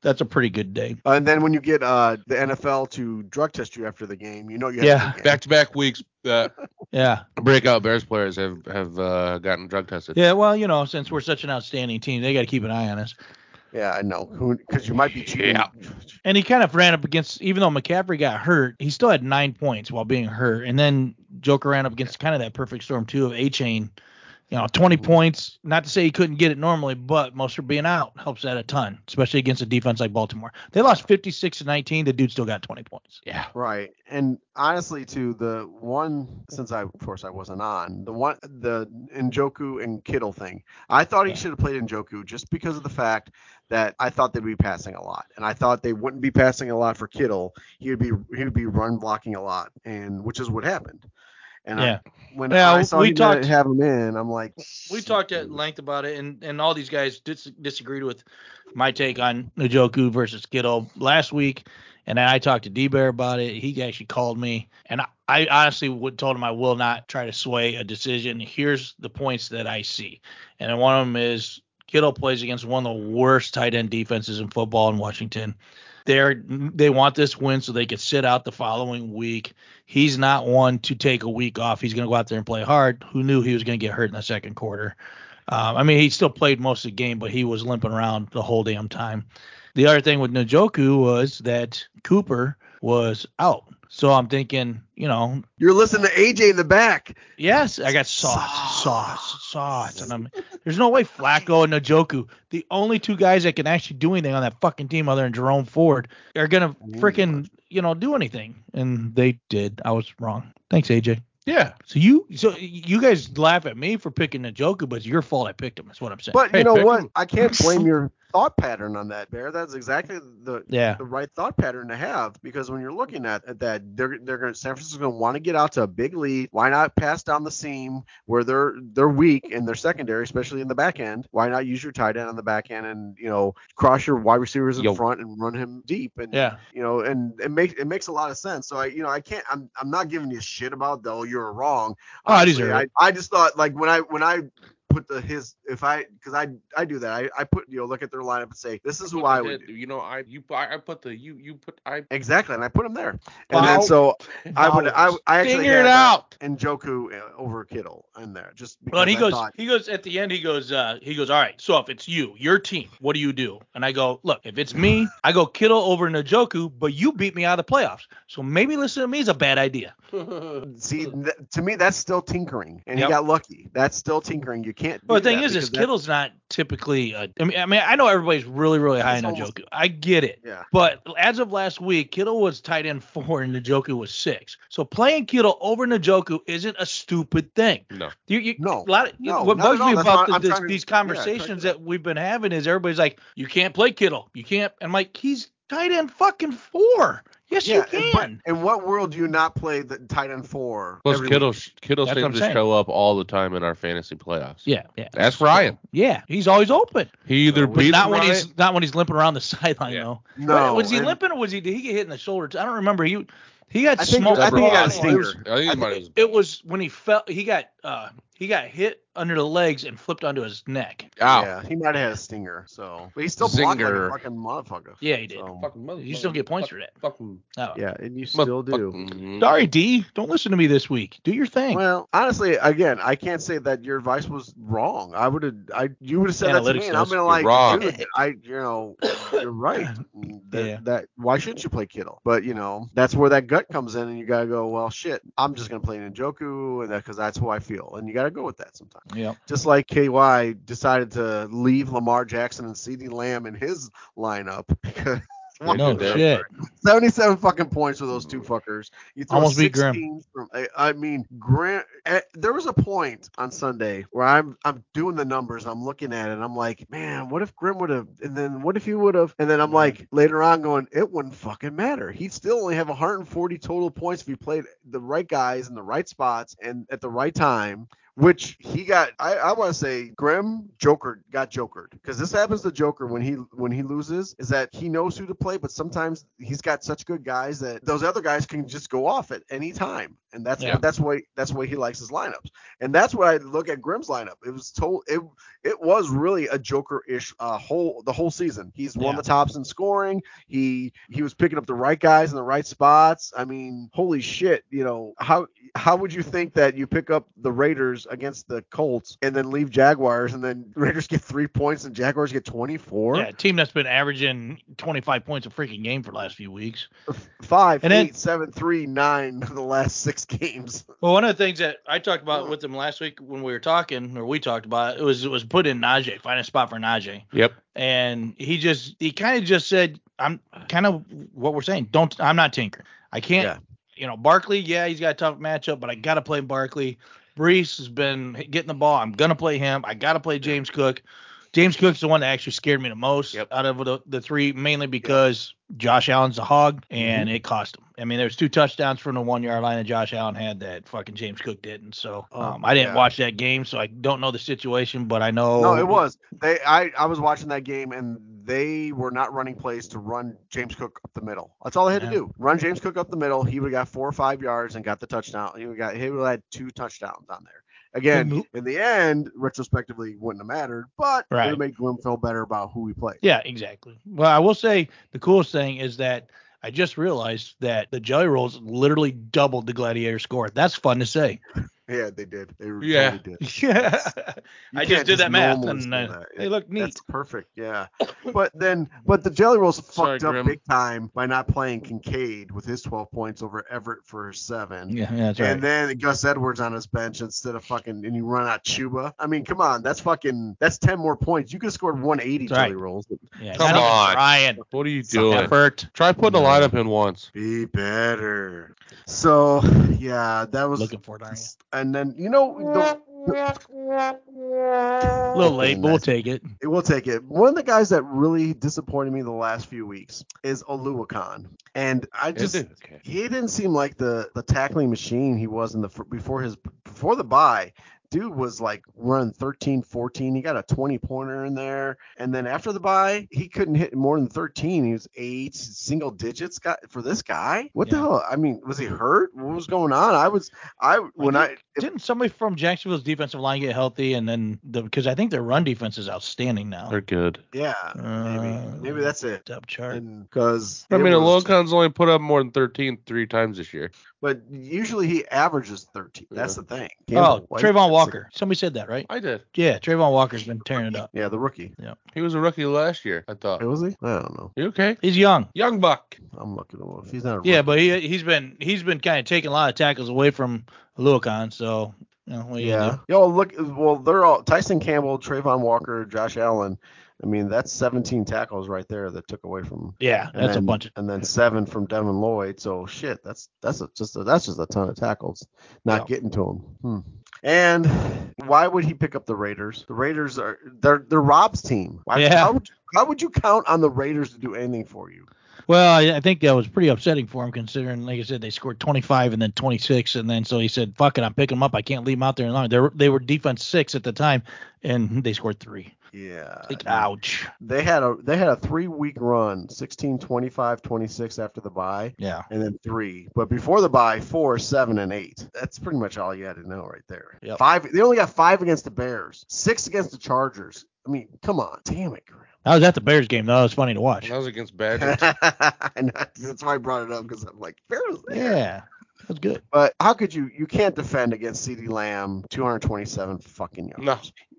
Speaker 1: That's a pretty good day.
Speaker 3: Uh, and then when you get uh, the NFL to drug test you after the game, you know you have
Speaker 1: Yeah.
Speaker 3: a good game.
Speaker 2: Back to back weeks that
Speaker 1: Yeah,
Speaker 2: breakout Bears players have have uh, gotten drug tested.
Speaker 1: yeah. Well, you know, since we're such an outstanding team, they got to keep an eye on us.
Speaker 3: Yeah, I know. Because you might be cheating.
Speaker 2: Yeah.
Speaker 1: And he kind of ran up against, even though McCaffrey got hurt, he still had nine points while being hurt. And then Joker ran up against kind of that perfect storm too of A Chain, you know, 20 points. Not to say he couldn't get it normally, but Mostert being out helps that a ton, especially against a defense like Baltimore. They lost 56 to 19. The dude still got 20 points.
Speaker 2: Yeah.
Speaker 3: Right. And honestly too, the one since I of course I wasn't on, the one the Njoku and Kittle thing. I thought he
Speaker 1: Yeah.
Speaker 3: should have played Njoku just because of the fact that I thought they'd be passing a lot. And I thought they wouldn't be passing a lot for Kittle. He would be he would be run blocking a lot and which is what happened. And
Speaker 1: Yeah.
Speaker 3: I, when
Speaker 1: Yeah,
Speaker 3: I saw
Speaker 1: we
Speaker 3: we talked,
Speaker 1: talked-
Speaker 3: have him in, I'm like
Speaker 1: We talked at length about it, and, and all these guys dis- disagreed with my take on Njoku versus Kittle last week. And I talked to D Bear about it. He actually called me, and I, I honestly would told him I will not try to sway a decision. Here's the points that I see, and one of them is Kittle plays against one of the worst tight end defenses in football in Washington. They're they want this win so they could sit out the following week. He's not one to take a week off. He's going to go out there and play hard. Who knew he was going to get hurt in the second quarter? Um, I mean, he still played most of the game, but he was limping around the whole damn time. The other thing with Njoku was that Cooper was out. So I'm thinking, you know,
Speaker 3: You're listening to AJ in the back.
Speaker 1: yes, I got sauce, sauce, sauce. And I'm, there's no way Flacco and Njoku, the only two guys that can actually do anything on that fucking team other than Jerome Ford, are going to freaking, you know, do anything. And they did. I was wrong. Thanks, AJ.
Speaker 2: Yeah.
Speaker 1: So you, so you guys laugh at me for picking Njoku, but it's your fault I picked him. Is what I'm saying.
Speaker 3: But
Speaker 2: Hey,
Speaker 3: you know
Speaker 2: pick
Speaker 3: what?
Speaker 2: him.
Speaker 3: I can't blame your thought pattern on that, Bear. That's exactly the
Speaker 1: yeah.
Speaker 3: the right thought pattern to have because when you're looking at, at that, they're they're going to San Francisco's going to want to get out to a big lead. Why not pass down the seam where they're they're weak in their secondary, especially in the back end? Why not use your tight end on the back end and you know cross your wide receivers in
Speaker 2: Yo.
Speaker 3: front and run him deep and
Speaker 1: Yeah.
Speaker 3: you know and it makes it makes a lot of sense. So I you know I can't I'm I'm not giving you shit about though you're wrong.
Speaker 1: Oh, I
Speaker 3: Honestly,
Speaker 1: deserve
Speaker 3: I, I just thought like when I when I put the his if I because I I do that I, I put you know look at their lineup and say this is who I would do.
Speaker 2: You know, I you I I put the you you put I
Speaker 3: Exactly, and I put him there.
Speaker 2: Wow.
Speaker 3: And then so I would I, I actually
Speaker 2: figure it
Speaker 3: had, uh,
Speaker 2: out.
Speaker 3: Njoku uh, over Kittle in there just because
Speaker 1: Well, and he
Speaker 3: I
Speaker 1: goes,
Speaker 3: thought,
Speaker 1: he goes at the end. He goes, uh, he goes. All right, so if it's you, your team, what do you do? And I go, look, if it's me, I go Kittle over Najoku, but you beat me out of the playoffs. So maybe listen to me is a bad idea.
Speaker 3: see th- to me that's still tinkering, and
Speaker 1: uh, Yep.
Speaker 3: he got lucky. That's still tinkering. You can't.
Speaker 1: Well,
Speaker 3: do
Speaker 1: the thing
Speaker 3: that
Speaker 1: is, is
Speaker 3: because that-
Speaker 1: Kittle's not typically. A, I mean, I mean, I know everybody's really, really high on
Speaker 3: It's almost-
Speaker 1: Najoku. I get it.
Speaker 3: Yeah.
Speaker 1: But as of last week, Kittle was tight end four and Najoku was six. So playing Kittle over Najoku isn't a stupid thing.
Speaker 2: No.
Speaker 1: You, you,
Speaker 3: No.
Speaker 1: A lot of,
Speaker 3: No,
Speaker 1: what
Speaker 3: not at
Speaker 1: bugs me
Speaker 3: all. That's
Speaker 1: about
Speaker 3: why I'm
Speaker 1: the, this,
Speaker 3: trying to-
Speaker 1: these
Speaker 3: yeah, trying to-
Speaker 1: conversations that we've been having is everybody's like, you can't play Kittle. You can't. I'm like, he's tight end fucking four. Yes, you
Speaker 3: and-
Speaker 1: can.
Speaker 3: In, what world do you not play the tight end four?
Speaker 2: Plus
Speaker 3: every
Speaker 2: Kittle
Speaker 3: week?
Speaker 2: Kittle
Speaker 1: That's what I'm
Speaker 2: seems to
Speaker 1: saying.
Speaker 2: show up all the time in our fantasy playoffs.
Speaker 1: Yeah, yeah.
Speaker 2: That's Ryan.
Speaker 1: Yeah, he's always open.
Speaker 2: He either
Speaker 3: But
Speaker 1: But
Speaker 2: beats
Speaker 1: not when
Speaker 2: Ryan-
Speaker 1: he's not when he's limping around the sideline
Speaker 2: Yeah.
Speaker 1: though.
Speaker 3: No,
Speaker 1: was he
Speaker 3: and
Speaker 1: limping or was he? Did he get hit in the shoulder? I don't remember. He he got
Speaker 3: I think-
Speaker 1: smoked.
Speaker 3: I think he got a
Speaker 1: It was-
Speaker 3: stinger.
Speaker 2: I think he might have
Speaker 1: it was when he fell. He got uh he got hit under the legs and flipped onto his neck.
Speaker 2: Ow.
Speaker 3: Yeah, he might have had a stinger. So, but he still blocked like
Speaker 2: Zinger.
Speaker 3: a fucking motherfucker.
Speaker 1: Yeah, he did.
Speaker 3: So,
Speaker 2: Fucking mother-
Speaker 1: You still get points for that.
Speaker 2: Fucking.
Speaker 1: Oh.
Speaker 3: yeah, and you still do.
Speaker 2: fucking-
Speaker 1: Sorry, D. Don't listen to me this week. Do your thing.
Speaker 3: Well, honestly, again, I can't say that your advice was wrong. I would have, I you would have said that to
Speaker 1: Analytics
Speaker 3: me, and I'm
Speaker 1: knows
Speaker 3: been
Speaker 1: you're
Speaker 3: like,
Speaker 2: wrong.
Speaker 3: dude, I, you know, you're right. That,
Speaker 1: Yeah.
Speaker 3: that why shouldn't you play Kittle? But you know, that's where that gut comes in, and you gotta go, well, shit, I'm just gonna play Njoku, and that because that's who I feel, and you gotta go with that sometimes.
Speaker 1: Yeah.
Speaker 3: Just like KY decided to leave Lamar Jackson and CeeDee Lamb in his lineup because.
Speaker 1: No
Speaker 2: did.
Speaker 1: shit.
Speaker 3: 77 fucking points for those two fuckers. You throw
Speaker 1: Almost beat
Speaker 3: 16
Speaker 1: Graham.
Speaker 3: From, I, I mean, Graham. eh, there was a point on Sunday where I'm I'm doing the numbers. I'm looking at it. and I'm like, man, what if Grim would have? And then what if he would have? And then I'm like, later on, going, it wouldn't fucking matter. He'd still only have 140 total points if he played the right guys in the right spots and at the right time which he got i, I want to say grim joker got jokered because this happens to joker when he when he loses is that he knows who to play but sometimes he's got such good guys that those other guys can just go off at any time and that's
Speaker 1: Yeah.
Speaker 3: that's why that's why he likes his lineups and that's why i look at grim's lineup it was told it it was really a joker-ish uh whole the whole season he's one of the tops in scoring he he was picking up the right guys in the right spots i mean holy shit you know how how would you think that you pick up the Raiders against the Colts and then leave Jaguars and then Raiders get three points and Jaguars get 24?
Speaker 1: Yeah, a team that's been averaging 25 points a freaking game for the last few weeks.
Speaker 3: Five,
Speaker 1: And then-
Speaker 3: eight, seven, three, nine of the last six games.
Speaker 1: Well, one of the things that I talked about with them last week when we were talking, or we talked about, it was it was put in Najee, find a spot for Najee,
Speaker 2: Yep.
Speaker 1: and he just he kind of just said, I'm kind of what we're saying. Don't I'm not tinkering. I can't.
Speaker 3: Yeah.
Speaker 1: You know, Barkley, yeah, he's got a tough matchup, but I gotta play Barkley. Brees has been getting the ball. I'm gonna play him. I gotta play James Cook. James Cook's the one that actually scared me the most
Speaker 2: Yep.
Speaker 1: out of the, the three, mainly because Josh Allen's a hog and
Speaker 3: Mm-hmm.
Speaker 1: it cost him. I mean, there's two touchdowns from the one yard line that Josh Allen had that fucking James Cook didn't. So
Speaker 3: Oh,
Speaker 1: um, I didn't
Speaker 3: yeah.
Speaker 1: watch that game, so I don't know the situation, but I know.
Speaker 3: No, it was. They I, I was watching that game and they were not running plays to run James Cook up the middle. That's all they had
Speaker 1: Yeah.
Speaker 3: to do. Run James Cook up the middle. He would have got four or five yards and got the touchdown. He would got he would have had two touchdowns on there. Again,
Speaker 1: Mhm.
Speaker 3: in the end, retrospectively wouldn't have mattered, but it would
Speaker 1: Right.
Speaker 3: have made Grim feel better about who he played.
Speaker 1: Yeah, exactly. Well, I will say the coolest thing is that I just realized that the Jelly Rolls literally doubled the Gladiator score. That's fun to say.
Speaker 3: Yeah, they did. They really
Speaker 2: Yeah.
Speaker 3: did. You
Speaker 1: Yeah. I
Speaker 3: can't
Speaker 1: just did that math
Speaker 3: normally
Speaker 1: and
Speaker 3: say
Speaker 1: uh,
Speaker 3: that.
Speaker 1: they look neat.
Speaker 3: That's perfect. Yeah. But then, but the Jelly Rolls
Speaker 2: Sorry,
Speaker 3: fucked up
Speaker 2: Grim.
Speaker 3: big time by not playing Kincaid with his 12 points over Everett for seven.
Speaker 1: yeah, yeah, that's
Speaker 3: And
Speaker 1: right.
Speaker 3: then Gus Edwards on his bench instead of fucking, and you run out Chuba. I mean, come on, that's fucking, that's ten more points. You could have scored 180
Speaker 1: That's
Speaker 3: jelly
Speaker 1: right.
Speaker 3: rolls.
Speaker 1: Yeah,
Speaker 2: Come
Speaker 1: not even
Speaker 2: on.
Speaker 1: Ryan.
Speaker 2: What are you
Speaker 1: Some
Speaker 2: doing?
Speaker 1: effort.
Speaker 2: Try putting a lineup in once.
Speaker 3: Be better. So yeah, that was.
Speaker 1: Looking for it, aren't you?
Speaker 3: and then you know, the,
Speaker 1: A little late, but we'll
Speaker 3: Nice.
Speaker 1: take it.
Speaker 3: It will take it. One of the guys that really disappointed me the last few weeks is Oluwakan, and I just
Speaker 2: Is it? Okay.
Speaker 3: he didn't seem like the the tackling machine he was in the fir- before his before the buy. Dude was like running 13, 14. He got a 20 pointer in there. And then after the buy, he couldn't hit more than 13. He was eight single digits got for this guy. What the
Speaker 1: Yeah.
Speaker 3: hell? I mean, was he hurt? What was going on? I was, I, when I, if-
Speaker 1: Didn't somebody from Jacksonville's defensive line get healthy, and then the because I think their run defense is outstanding now.
Speaker 2: They're good.
Speaker 3: yeah,
Speaker 1: Uh,
Speaker 3: maybe, maybe that's it.
Speaker 1: depth chart.
Speaker 3: Because
Speaker 2: I mean, Alokon's only put up more than 13 three times this year.
Speaker 3: But usually he averages 13. That's the thing.
Speaker 1: Oh,
Speaker 3: Campbell White-
Speaker 1: Trayvon Walker. Somebody said that, right?
Speaker 2: I did.
Speaker 1: Yeah, Trayvon Walker's been tearing it up.
Speaker 3: Yeah, the rookie.
Speaker 2: He was a rookie last year, I thought.
Speaker 3: Wait, Oh, Was he? I don't know.
Speaker 2: You okay?
Speaker 1: He's young.
Speaker 2: Young Buck.
Speaker 3: I'm looking him up. He's not. A rookie.
Speaker 1: Yeah, but he he's been he's been kind of taking a lot of tackles away from Lucan, so you know, uh, what are you gonna
Speaker 3: Yeah. Yo, look. Well, they're all Tyson Campbell, Trayvon Walker, Josh Allen. I mean, that's 17 tackles right there that took away from.
Speaker 1: do? yeah,
Speaker 3: and
Speaker 1: that's
Speaker 3: then-
Speaker 1: a bunch of
Speaker 3: And then seven from Devin Lloyd. So shit, that's that's a, just a, that's just a ton of tackles. Not
Speaker 1: Yeah.
Speaker 3: getting to him. Hmm. And why would he pick up the Raiders? The Raiders are they're they're Rob's team. Why,
Speaker 1: Yeah.
Speaker 3: How would, how would you count on the Raiders to do anything for you?
Speaker 1: Well, I, I think that was pretty upsetting for him, considering, like I said, they scored 25 and then 26, and then so he said, "Fuck it, I'm picking them up. I can't leave them out there long." They were, they were defense six at the time, and they scored three.
Speaker 3: Uh, Yeah.
Speaker 1: Like, ouch.
Speaker 3: They had a they had a three week run, 16, 25, 26 after the bye,
Speaker 1: Yeah.
Speaker 3: and then three. But before the bye, four, seven, and eight. That's pretty much all you had to know right there.
Speaker 1: Yep.
Speaker 3: Five. They only got five against the Bears, six against the Chargers. I mean, come on, damn it, Graham.
Speaker 1: I was at the Bears game though. It was funny to watch.
Speaker 2: That was against Badgers.
Speaker 3: I know, that's why I brought it up because I'm like, Bears. there.
Speaker 1: Yeah, that was good.
Speaker 3: But how could you? You can't defend against Ceedee Lamb, 227 fucking yards.
Speaker 2: no,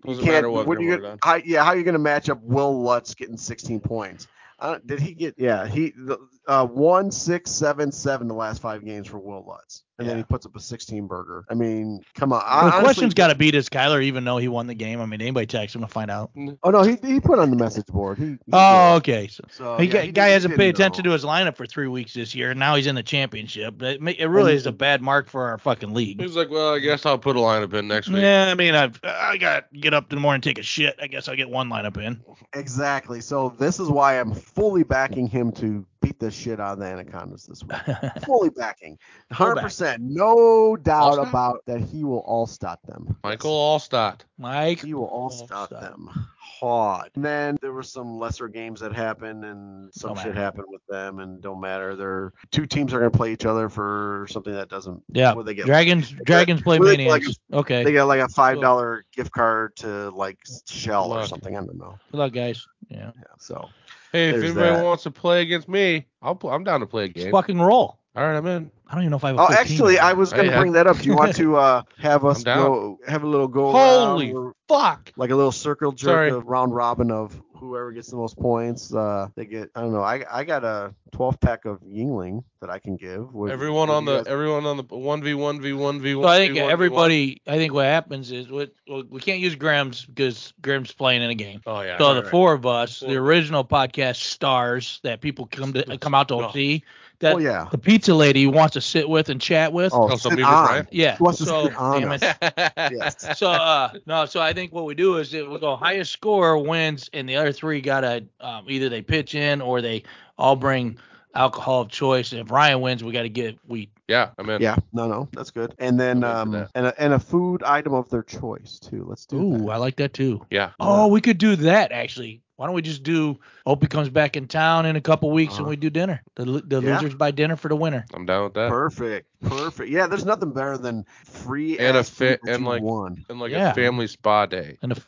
Speaker 3: You
Speaker 2: doesn't
Speaker 3: can't.
Speaker 2: matter what.
Speaker 3: what are
Speaker 2: Grim
Speaker 3: you
Speaker 2: would
Speaker 3: gonna,
Speaker 2: have done.
Speaker 3: how, yeah, how are you going to match up Will Lutz getting 16 points? Uh, did he get? Yeah, he the, uh, one six seven seven the last five games for Will Lutz, and then
Speaker 1: Yeah.
Speaker 3: he puts up a 16 burger. I mean, come on.
Speaker 1: The
Speaker 3: I, honestly-
Speaker 1: question's got to be does Kyler even know he won the game? I mean, anybody text him to find out?
Speaker 3: Oh no, he, he put on the message board. He, he
Speaker 1: Oh,
Speaker 3: did.
Speaker 1: okay. So
Speaker 3: so
Speaker 1: he,
Speaker 3: yeah,
Speaker 1: got-
Speaker 3: did-
Speaker 1: guy
Speaker 3: he
Speaker 1: hasn't
Speaker 3: did
Speaker 1: paid attention
Speaker 3: know.
Speaker 1: to his lineup for three weeks this year, and now he's in the championship. But It, ma- it really is a bad mark for our fucking league.
Speaker 2: He was like, well, I guess I'll put a lineup in next week.
Speaker 1: Yeah, I mean, I've I got to get up in the morning, take a shit. I guess I'll get one lineup in.
Speaker 3: Exactly. So this is why I'm fully backing him to beat the shit out of the Anacondas this week. fully backing, 100, percent no doubt
Speaker 2: Allstott?
Speaker 3: about that. He will all stop them.
Speaker 2: Michael Allstott.
Speaker 1: Mike,
Speaker 3: He will all
Speaker 1: All
Speaker 3: stop
Speaker 1: stop.
Speaker 3: them hard. And then there were some lesser games that happened, and some
Speaker 1: Don't
Speaker 3: shit
Speaker 1: matter.
Speaker 3: happened with them, and don't matter. They're two teams are gonna play each other for something that doesn't.
Speaker 1: yeah,
Speaker 3: what they get.
Speaker 1: dragons, dragons play
Speaker 3: Well, they- like-
Speaker 1: maniacs.
Speaker 3: They
Speaker 1: Okay,
Speaker 3: got like a five dollar gift card to like Shell or
Speaker 2: Look.
Speaker 3: something. I don't know.
Speaker 1: good luck, guys. Yeah,
Speaker 3: Yeah, so
Speaker 2: Hey, if
Speaker 3: There's
Speaker 2: anybody
Speaker 3: that.
Speaker 2: wants to play against me, I'll pl- I'm down to play a
Speaker 1: Let's
Speaker 2: game. All
Speaker 1: fucking roll.
Speaker 2: right, I'm in.
Speaker 1: I don't even know if I have. A
Speaker 3: oh,
Speaker 1: full team
Speaker 3: actually,
Speaker 1: yet.
Speaker 3: I was gonna
Speaker 2: Hey, I-
Speaker 3: bring that up. Do you want to uh, have us
Speaker 2: I'm down.
Speaker 3: go have a little go? around
Speaker 2: Holy
Speaker 3: or-
Speaker 2: fuck!
Speaker 3: like a little circle jerk
Speaker 2: Sorry.
Speaker 3: of round robin of whoever gets the most points. Uh, they get I don't know. I I got a 12 pack of Yingling that I can give. Would-
Speaker 2: Everyone
Speaker 3: would
Speaker 2: on
Speaker 3: you
Speaker 2: the
Speaker 3: guys-
Speaker 2: everyone on the one v one v one v one.
Speaker 1: So I think everybody. I think what happens is what well, we can't use Graham's because Graham's playing in a game.
Speaker 2: Oh yeah.
Speaker 1: So
Speaker 2: all
Speaker 1: the
Speaker 2: right.
Speaker 1: four of us, the
Speaker 2: Four.
Speaker 1: original podcast stars that people come to come out to
Speaker 2: Oh.
Speaker 1: see, that
Speaker 3: oh yeah.
Speaker 1: the pizza lady wants to sit with and chat with.
Speaker 3: Oh,
Speaker 2: Oh, so
Speaker 3: sit
Speaker 2: Beaver
Speaker 3: on.
Speaker 2: Bryant?
Speaker 1: Yeah.
Speaker 3: She wants to
Speaker 1: so
Speaker 3: sit on
Speaker 1: damn
Speaker 3: us.
Speaker 1: it.
Speaker 3: Yes.
Speaker 1: So uh no, so I think what we do is it will go highest score wins, and the other three gotta um, either they pitch in or they all bring alcohol of choice. If Ryan wins, we gotta get we
Speaker 2: yeah, I'm in.
Speaker 3: Yeah. No, no, that's good. And then
Speaker 2: I'm into
Speaker 3: um
Speaker 2: that.
Speaker 3: and a, and a food item of their choice too. Let's do
Speaker 1: Ooh,
Speaker 3: that.
Speaker 1: I like that too.
Speaker 2: Yeah.
Speaker 1: Oh, we could do that actually. Why don't we just do Opie comes back in town in a couple weeks and
Speaker 3: Uh-huh.
Speaker 1: we do dinner. The, lo- the
Speaker 3: Yeah.
Speaker 1: losers buy dinner for the winner.
Speaker 2: I'm down with that.
Speaker 3: Perfect. Perfect. Yeah, there's nothing better than free
Speaker 2: And a
Speaker 3: ass
Speaker 2: fit-
Speaker 3: food that
Speaker 2: and,
Speaker 3: you
Speaker 2: like-
Speaker 3: won.
Speaker 2: And like
Speaker 1: Yeah.
Speaker 2: a family spa day.
Speaker 1: And, if,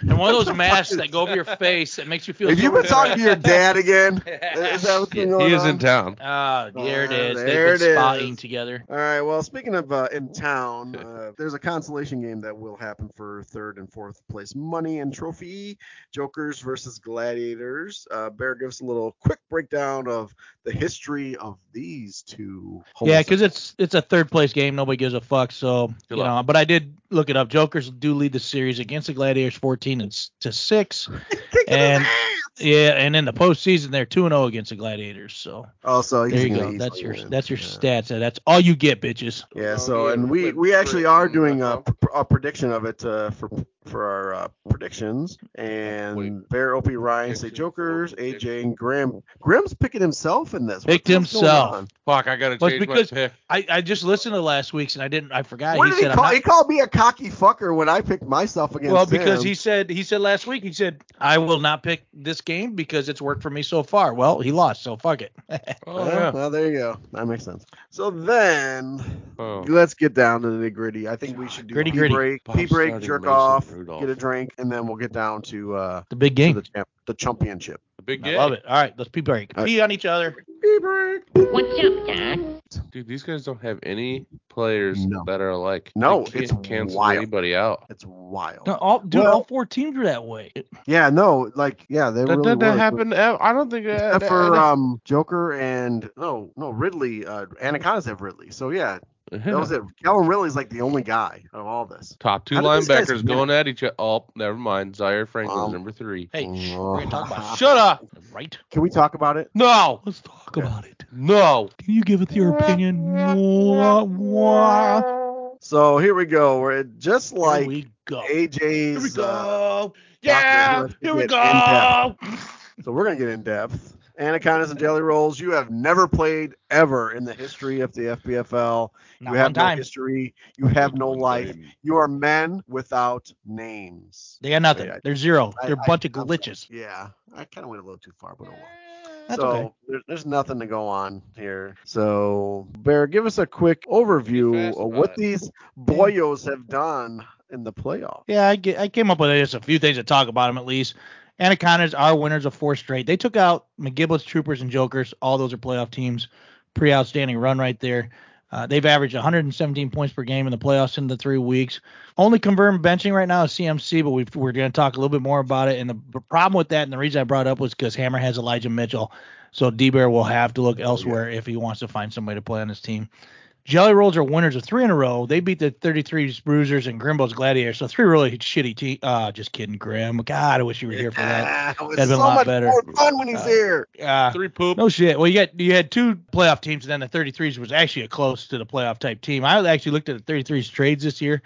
Speaker 1: and one of those masks that go over your face that makes you feel.
Speaker 3: Have
Speaker 1: so
Speaker 3: you been
Speaker 1: good.
Speaker 3: talking to your dad again? Is that what's been going
Speaker 2: He is
Speaker 3: on?
Speaker 2: in town.
Speaker 1: Ah, there it
Speaker 3: Ah,
Speaker 1: is.
Speaker 3: there
Speaker 1: They've
Speaker 3: it
Speaker 1: been spotting
Speaker 3: is.
Speaker 1: together.
Speaker 3: All right. Well, speaking of uh, in town, uh, there's a consolation game that will happen for third and fourth place money and trophy. Jokers versus Gladiators. Uh, Bear gives a little quick breakdown of the history of these two.
Speaker 1: Yeah, because it's it's a third place game. Nobody gives a fuck. So you know, but I did look it up. Jokers do lead the series against the Gladiators, fourteen and s- to six. and yeah, and in the postseason they're two and zero against the Gladiators. So
Speaker 3: also Oh, he's
Speaker 1: there you
Speaker 3: gonna
Speaker 1: go.
Speaker 3: easily
Speaker 1: That's your
Speaker 3: win.
Speaker 1: that's your
Speaker 3: yeah.
Speaker 1: stats. That's all you get, bitches.
Speaker 3: Yeah.
Speaker 2: Oh,
Speaker 3: So
Speaker 2: yeah,
Speaker 3: and
Speaker 2: we
Speaker 3: we
Speaker 2: played
Speaker 3: we actually
Speaker 2: Brit
Speaker 3: are
Speaker 2: and
Speaker 3: doing a,
Speaker 2: Buffalo.
Speaker 3: pr- a prediction of it uh, for for our uh, predictions. And
Speaker 2: Wait.
Speaker 3: Bear, Opie, Ryan say
Speaker 2: Predictions for
Speaker 3: Jokers, AJ, and
Speaker 2: predictions.
Speaker 3: Graham. Graham's picking himself in this.
Speaker 1: Picked
Speaker 3: What's- what's going
Speaker 1: himself.
Speaker 3: on?
Speaker 2: Fuck, I gotta
Speaker 1: Well,
Speaker 2: change
Speaker 1: because-
Speaker 2: my pick.
Speaker 1: I, I just listened to last week's and I didn't I forgot.
Speaker 3: What
Speaker 1: he
Speaker 3: did he
Speaker 1: said I'm
Speaker 3: call?
Speaker 1: not-
Speaker 3: He called me a cocky fucker when I picked myself against
Speaker 1: well because
Speaker 3: him.
Speaker 1: he said he said last week he said I will not pick this game because it's worked for me so far. Well, he lost, so fuck it.
Speaker 2: Oh
Speaker 3: Well,
Speaker 2: yeah.
Speaker 3: well, there you go. That makes sense. So then,
Speaker 2: Oh.
Speaker 3: let's get down to the nitty gritty. I think we should do
Speaker 1: Gritty,
Speaker 3: pee
Speaker 1: gritty.
Speaker 3: break,
Speaker 2: Bob
Speaker 3: pee break,
Speaker 2: started
Speaker 3: jerk
Speaker 2: Mason
Speaker 3: off,
Speaker 2: Rudolph.
Speaker 3: get a drink, and then we'll get down to uh
Speaker 1: The big
Speaker 3: to
Speaker 1: game.
Speaker 3: the champ, the championship.
Speaker 2: The big
Speaker 1: I
Speaker 2: game.
Speaker 1: love it. All right, let's pee break.
Speaker 3: All right.
Speaker 1: Pee on each other.
Speaker 3: Pee break.
Speaker 2: Dude, these guys don't have any players
Speaker 3: No.
Speaker 2: that are alike.
Speaker 3: No,
Speaker 2: They can't
Speaker 3: it's
Speaker 2: cancel
Speaker 3: wild.
Speaker 2: anybody out.
Speaker 3: It's wild.
Speaker 1: No, all, dude,
Speaker 3: Well-
Speaker 1: all four teams are that way.
Speaker 3: Yeah, no, like yeah, they
Speaker 2: That
Speaker 3: really
Speaker 2: doesn't
Speaker 3: were.
Speaker 2: happen. ev- I don't think that.
Speaker 3: Except
Speaker 2: that-
Speaker 3: for
Speaker 2: that-
Speaker 3: um Joker and no no Ridley uh Anacondas have Ridley so yeah
Speaker 2: Yeah.
Speaker 3: uh, that was it Calvin Ridley's like the only guy out of all this
Speaker 2: Top two
Speaker 3: How did these guys
Speaker 2: linebackers
Speaker 3: win?
Speaker 2: going at each other. Oh, never mind. Zaire Franklin's
Speaker 3: Um,
Speaker 2: number three.
Speaker 1: Hey, shh, we're gonna talk about
Speaker 2: Shut up.
Speaker 1: right?
Speaker 3: Can we talk about it?
Speaker 2: No.
Speaker 1: Let's talk
Speaker 3: Yeah.
Speaker 1: about it.
Speaker 2: No.
Speaker 1: Can you give it your opinion? Wah, wah.
Speaker 3: So here we go. We're at- just
Speaker 1: Here
Speaker 3: like
Speaker 1: we go.
Speaker 3: AJ's.
Speaker 1: Here we
Speaker 3: uh,
Speaker 1: go.
Speaker 3: Yeah,
Speaker 1: Yeah,
Speaker 3: let's
Speaker 1: here we
Speaker 3: get in
Speaker 1: go.
Speaker 3: so we're gonna get in depth. anacondas and jelly rolls. You have never played ever in the history of the FBFL.
Speaker 1: Not
Speaker 3: you have
Speaker 1: one time.
Speaker 3: no history. You have no life. You are men without names.
Speaker 1: They got nothing.
Speaker 3: I-
Speaker 1: They're zero.
Speaker 3: I-
Speaker 1: They're a
Speaker 3: I-
Speaker 1: bunch of
Speaker 3: I'm-
Speaker 1: glitches.
Speaker 3: Yeah, I kind of went a little too far, but oh well.
Speaker 1: That's
Speaker 3: so
Speaker 1: okay.
Speaker 3: there- there's nothing to go on here. So Bear, give us a quick overview
Speaker 2: Fast
Speaker 3: of what
Speaker 2: five.
Speaker 3: these boyos have done in the playoff.
Speaker 1: Yeah, I, ge- I came up with just a few things to talk about them at least. Anacondas are winners of four straight. They took out McGibbons, Troopers, and Jokers. All those are playoff teams. Pretty outstanding run right there. Uh, they've averaged 117 points per game in the playoffs in the three weeks. Only confirmed benching right now is CMC, but we've, we're going to talk a little bit more about it. And the b- problem with that, and the reason I brought it up was because Hammer has Elijah Mitchell, so D Bear will have to look elsewhere if he wants to find somebody to play on his team. Jelly Rolls are winners of three in a row. They beat the 33s Bruisers and Grimbo's Gladiators. So three really shitty teams. Uh, just kidding, Grim. God, I wish you were here for that.
Speaker 3: Ah, it was
Speaker 1: That'd been a
Speaker 3: so
Speaker 1: lot
Speaker 3: much
Speaker 1: better.
Speaker 3: more fun when he's
Speaker 1: Uh,
Speaker 3: here.
Speaker 1: Uh,
Speaker 2: Three poop.
Speaker 1: no shit. Well, you got you had two playoff teams, and then the 33s was actually a close to the playoff type team. I actually looked at the 33s trades this year.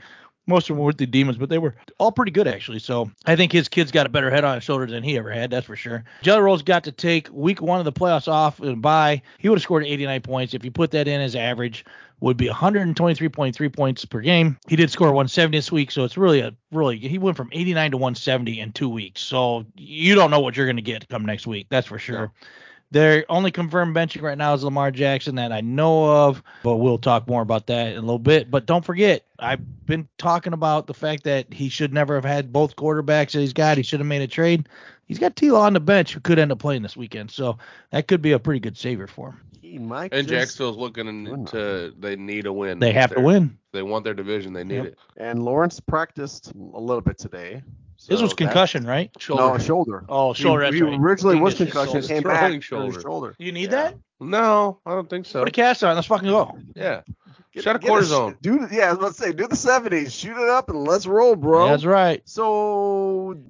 Speaker 1: Most of them were with the Demons, but they were all pretty good actually. So I think his kid's got a better head on his shoulders than he ever had. That's for sure. Jelly Roll's got to take week one of the playoffs off and bye. He would have scored 89 points if you put that in as average. Would be 123.3 points per game. He did score 170 this week, so it's really a really he went from 89 to 170 in two weeks. So you don't know what you're going to get come next week. That's for sure. Their only confirmed benching right now is Lamar Jackson that I know of, but we'll talk more about that in a little bit. But don't forget, I've been talking about the fact that he should never have had both quarterbacks that he's got. He should have made a trade. He's got Tila on the bench who could end up playing this weekend, so that could be a pretty good savior for him.
Speaker 3: He might
Speaker 2: And
Speaker 3: just-
Speaker 2: Jacksonville's looking in- to they need a win.
Speaker 1: They have to
Speaker 2: They're-
Speaker 1: win.
Speaker 2: They want their division. They need
Speaker 1: Yep.
Speaker 2: it.
Speaker 3: and Lawrence practiced a little bit today.
Speaker 1: This
Speaker 3: so
Speaker 1: was
Speaker 3: that-
Speaker 1: concussion, right?
Speaker 3: No, shoulder.
Speaker 1: Oh, shoulder.
Speaker 3: He,
Speaker 1: that's
Speaker 3: he
Speaker 1: right.
Speaker 3: originally
Speaker 1: He
Speaker 3: was
Speaker 1: missed his
Speaker 3: concussion,
Speaker 1: shoulder.
Speaker 3: came
Speaker 2: Throwing
Speaker 3: back shoulder.
Speaker 2: shoulder.
Speaker 3: shoulder.
Speaker 1: You need
Speaker 3: Yeah.
Speaker 1: that?
Speaker 2: No, I don't think so.
Speaker 1: Put a cast on. Let's fucking go.
Speaker 2: Yeah. Shut a
Speaker 3: Get a sh-
Speaker 2: cortisone.
Speaker 3: Do yeah, I was about to say, do the seventies, shoot it up, and let's roll, bro.
Speaker 1: That's right.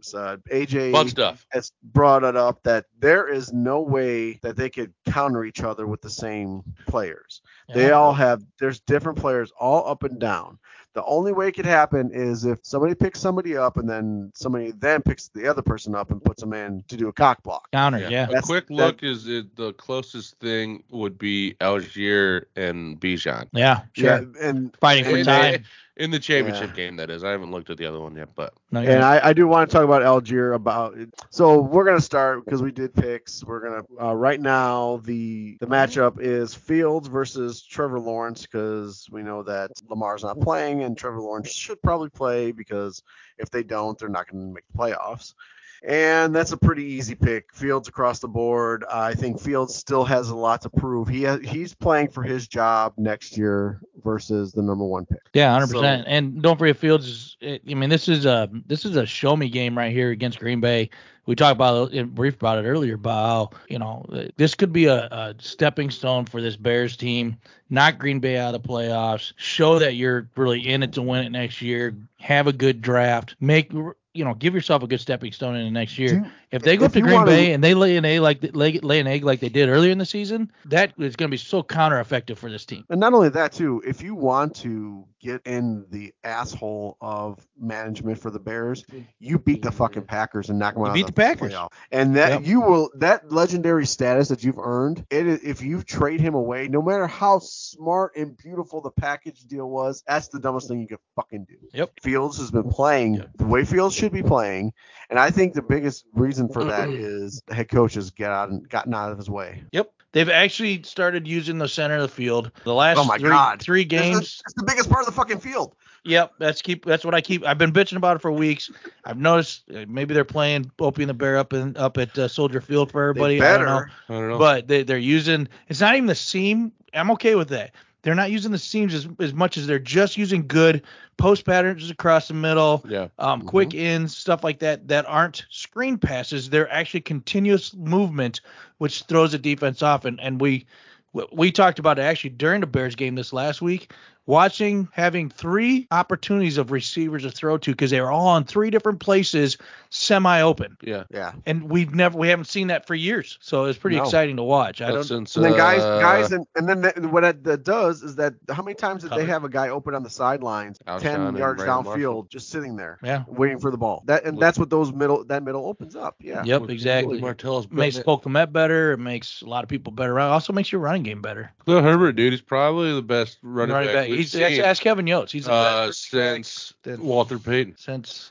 Speaker 3: So uh, AJ
Speaker 2: Fun stuff.
Speaker 3: has brought it up that there is no way that they could counter each other with the same players. They
Speaker 1: Yeah.
Speaker 3: all have there's different players all up and down. The only way it could happen is if somebody picks somebody up and then somebody then picks the other person up and puts them in to do a cock block.
Speaker 1: counter. Yeah.
Speaker 2: A
Speaker 3: That's-
Speaker 2: quick
Speaker 3: that-
Speaker 2: look is it, the closest thing would be Algier and Bijan.
Speaker 1: Yeah. Sure.
Speaker 3: Yeah, and
Speaker 1: Fighting for
Speaker 2: In,
Speaker 1: time.
Speaker 2: in the championship
Speaker 3: Yeah.
Speaker 2: game, that is. I haven't looked at the other one yet, but
Speaker 1: No, you're
Speaker 3: And
Speaker 1: not.
Speaker 3: I, I do want to talk about Algier about so we're gonna start because we did picks. We're gonna uh, right now the the matchup is Fields versus Trevor Lawrence because we know that Lamar's not playing and Trevor Lawrence should probably play because if they don't, they're not gonna make the playoffs. And that's a pretty easy pick. Fields across the board. I think Fields still has a lot to prove. He ha- he's playing for his job next year versus the number one pick.
Speaker 1: Yeah, hundred
Speaker 3: So-
Speaker 1: percent. And don't forget Fields. Is, I mean, this is a this is a show me game right here against Green Bay. We talked about it in brief about it earlier about how you know this could be a, a stepping stone for this Bears team. Knock Green Bay out of the playoffs. Show that you're really in it to win it next year. Have a good draft. Make you know give yourself a good stepping stone in the next year.
Speaker 3: Do-
Speaker 1: if they go
Speaker 3: if
Speaker 1: to
Speaker 3: you
Speaker 1: Green
Speaker 3: wanna-
Speaker 1: Bay and they lay an egg like lay, lay an egg like they did earlier in the season, that is going to be so counter effective for this team.
Speaker 3: And not only that, too, if you want to get in the asshole of management for the Bears, you beat the fucking Packers and knock them
Speaker 1: Mm. You
Speaker 3: out.
Speaker 1: beat
Speaker 3: of
Speaker 1: the Packers.
Speaker 3: playoff. and that
Speaker 1: Yep.
Speaker 3: you will that legendary status that you've earned. It is, if you trade him away, no matter how smart and beautiful the package deal was, that's the dumbest thing you could fucking do.
Speaker 1: Yep.
Speaker 3: Fields has been playing the way Fields should be playing, and I think the biggest reason for that is the head coach has get out and gotten out of his way.
Speaker 1: Yep. They've actually started using the center of the field. The last
Speaker 3: Oh my
Speaker 1: three,
Speaker 3: God.
Speaker 1: three
Speaker 3: This is-
Speaker 1: games.
Speaker 3: it's the biggest part of the fucking field.
Speaker 1: Yep, that's keep. That's what I keep. I've been bitching about it for weeks. I've noticed uh, maybe they're playing Opie and the Bear up in up at uh, Soldier Field for everybody.
Speaker 3: they
Speaker 1: I
Speaker 3: better.
Speaker 1: don't know.
Speaker 2: I don't know.
Speaker 1: But they, they're using. It's not even the seam. I'm okay with that. They're not using the seams as, as much as they're just using good post patterns across the middle,
Speaker 2: yeah.
Speaker 1: um, quick ins, stuff like that that aren't screen passes. They're actually continuous movement, which throws the defense off. And and we we- we talked about it actually during the Bears game this last week watching having three opportunities of receivers to throw to because they were all on three different places, semi open,
Speaker 2: Yeah.
Speaker 3: Yeah.
Speaker 1: and we've never we haven't seen that for years. So it's pretty
Speaker 3: No.
Speaker 1: exciting to watch. I
Speaker 2: That's
Speaker 1: don't.
Speaker 2: since,
Speaker 3: And then guys,
Speaker 2: uh,
Speaker 3: guys, and, and then that, what that, that does is that how many times did they
Speaker 1: Covered.
Speaker 3: have a guy open on the sidelines,
Speaker 2: Alshon
Speaker 3: ten
Speaker 2: and
Speaker 3: yards
Speaker 2: Brandon
Speaker 3: downfield,
Speaker 2: Marshall.
Speaker 3: just sitting there,
Speaker 1: Yeah.
Speaker 3: waiting for the ball? That and
Speaker 2: Look.
Speaker 3: that's what those middle that middle opens up. Yeah.
Speaker 1: Yep,
Speaker 2: Willie
Speaker 1: exactly.
Speaker 2: Martell's
Speaker 1: makes
Speaker 2: been-
Speaker 1: Polk Met better. It makes a lot of people better. It also makes your running game better.
Speaker 2: Khalil Herbert, dude, he's probably the best running, back, we've
Speaker 1: He's,
Speaker 2: seen,
Speaker 1: ask, ask Kevin Yotes. He's the
Speaker 2: uh,
Speaker 1: best
Speaker 2: since
Speaker 1: back since-
Speaker 2: Walter Payton.
Speaker 1: since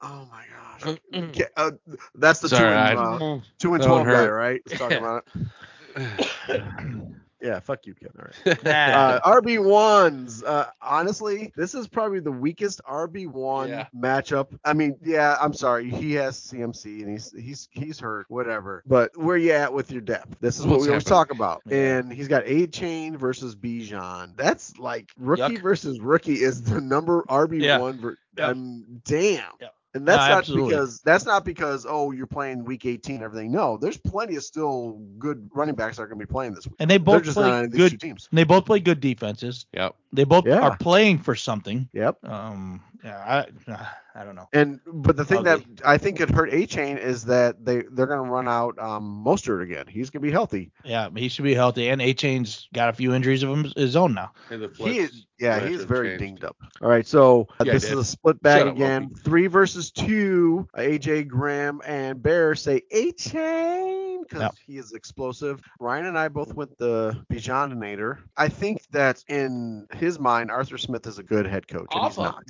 Speaker 3: Oh my gosh. Ca- uh, that's the two
Speaker 2: Sorry,
Speaker 3: and,
Speaker 2: I-
Speaker 3: uh, two and
Speaker 2: That one
Speaker 3: twelve guy,
Speaker 2: hurt.
Speaker 3: right? Let's talk about it. Yeah, fuck you, Kevin. All right.
Speaker 4: Nah.
Speaker 3: uh, RB ones. Uh, honestly, this is probably the weakest RB one
Speaker 2: Yeah.
Speaker 3: matchup. I mean, yeah, I'm sorry, he has CMC and he's he's he's hurt, whatever. But where you at with your depth? This is what
Speaker 2: What's
Speaker 3: we always
Speaker 2: happening?
Speaker 3: talk about. And he's got A Chain versus Bijan. That's like rookie
Speaker 1: Yuck.
Speaker 3: versus rookie is the number RB one. Ver-
Speaker 1: Yeah.
Speaker 3: I'm damn.
Speaker 1: Yeah.
Speaker 3: And that's
Speaker 1: No,
Speaker 3: not
Speaker 1: absolutely.
Speaker 3: because that's not because oh you're playing week 18 and everything. No, there's plenty of still good running backs that are going to be playing this week.
Speaker 1: and they
Speaker 3: They're
Speaker 1: both
Speaker 3: just not
Speaker 1: play
Speaker 3: on these two
Speaker 1: good.
Speaker 3: teams.
Speaker 1: They both play good defenses.
Speaker 2: Yep.
Speaker 1: They both
Speaker 3: Yeah.
Speaker 1: are playing for something.
Speaker 3: Yep.
Speaker 1: Um, yeah, I, uh, I don't know.
Speaker 3: And but the thing
Speaker 1: Ugly.
Speaker 3: that I think could hurt A Chain is that they they're gonna run out um Mostert again. He's gonna be healthy.
Speaker 1: Yeah, he should be healthy. And A Chain's got a few injuries of him, his own now.
Speaker 2: And the
Speaker 3: He
Speaker 2: flex-
Speaker 3: is yeah,
Speaker 2: flex
Speaker 3: he's
Speaker 2: have
Speaker 3: very
Speaker 2: changed.
Speaker 3: dinged up. All right, so uh,
Speaker 2: Yeah,
Speaker 3: this is
Speaker 2: it is.
Speaker 3: a split back
Speaker 2: Shut up,
Speaker 3: again. Three versus two. Uh, AJ Graham and Bear say A Chain because
Speaker 1: Yep.
Speaker 3: he is explosive. Ryan and I both went the Bijaninator. I think that in his mind, Arthur Smith is a good head coach, and he's
Speaker 2: Awful.
Speaker 3: not.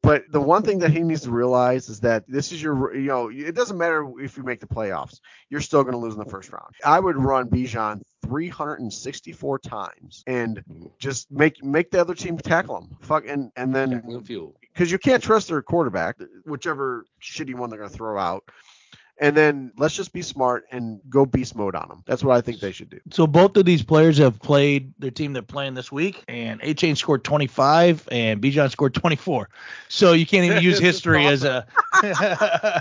Speaker 3: But the one thing that he needs to realize is that this is your, you know, it doesn't matter if you make the playoffs, you're still going to lose in the first round. I would run Bijan 364 times and
Speaker 1: Mm-hmm.
Speaker 3: just make make the other team tackle him. Fuck and and then
Speaker 2: Jacqueline Fuel.
Speaker 3: because you can't trust their quarterback, whichever shitty one they're going to throw out. And then let's just be smart and go beast mode on them. That's what I think they should do.
Speaker 1: So both of these players have played their team they're playing this week, and A Chain scored 25 and Bijan scored 24. So you can't even use history as a,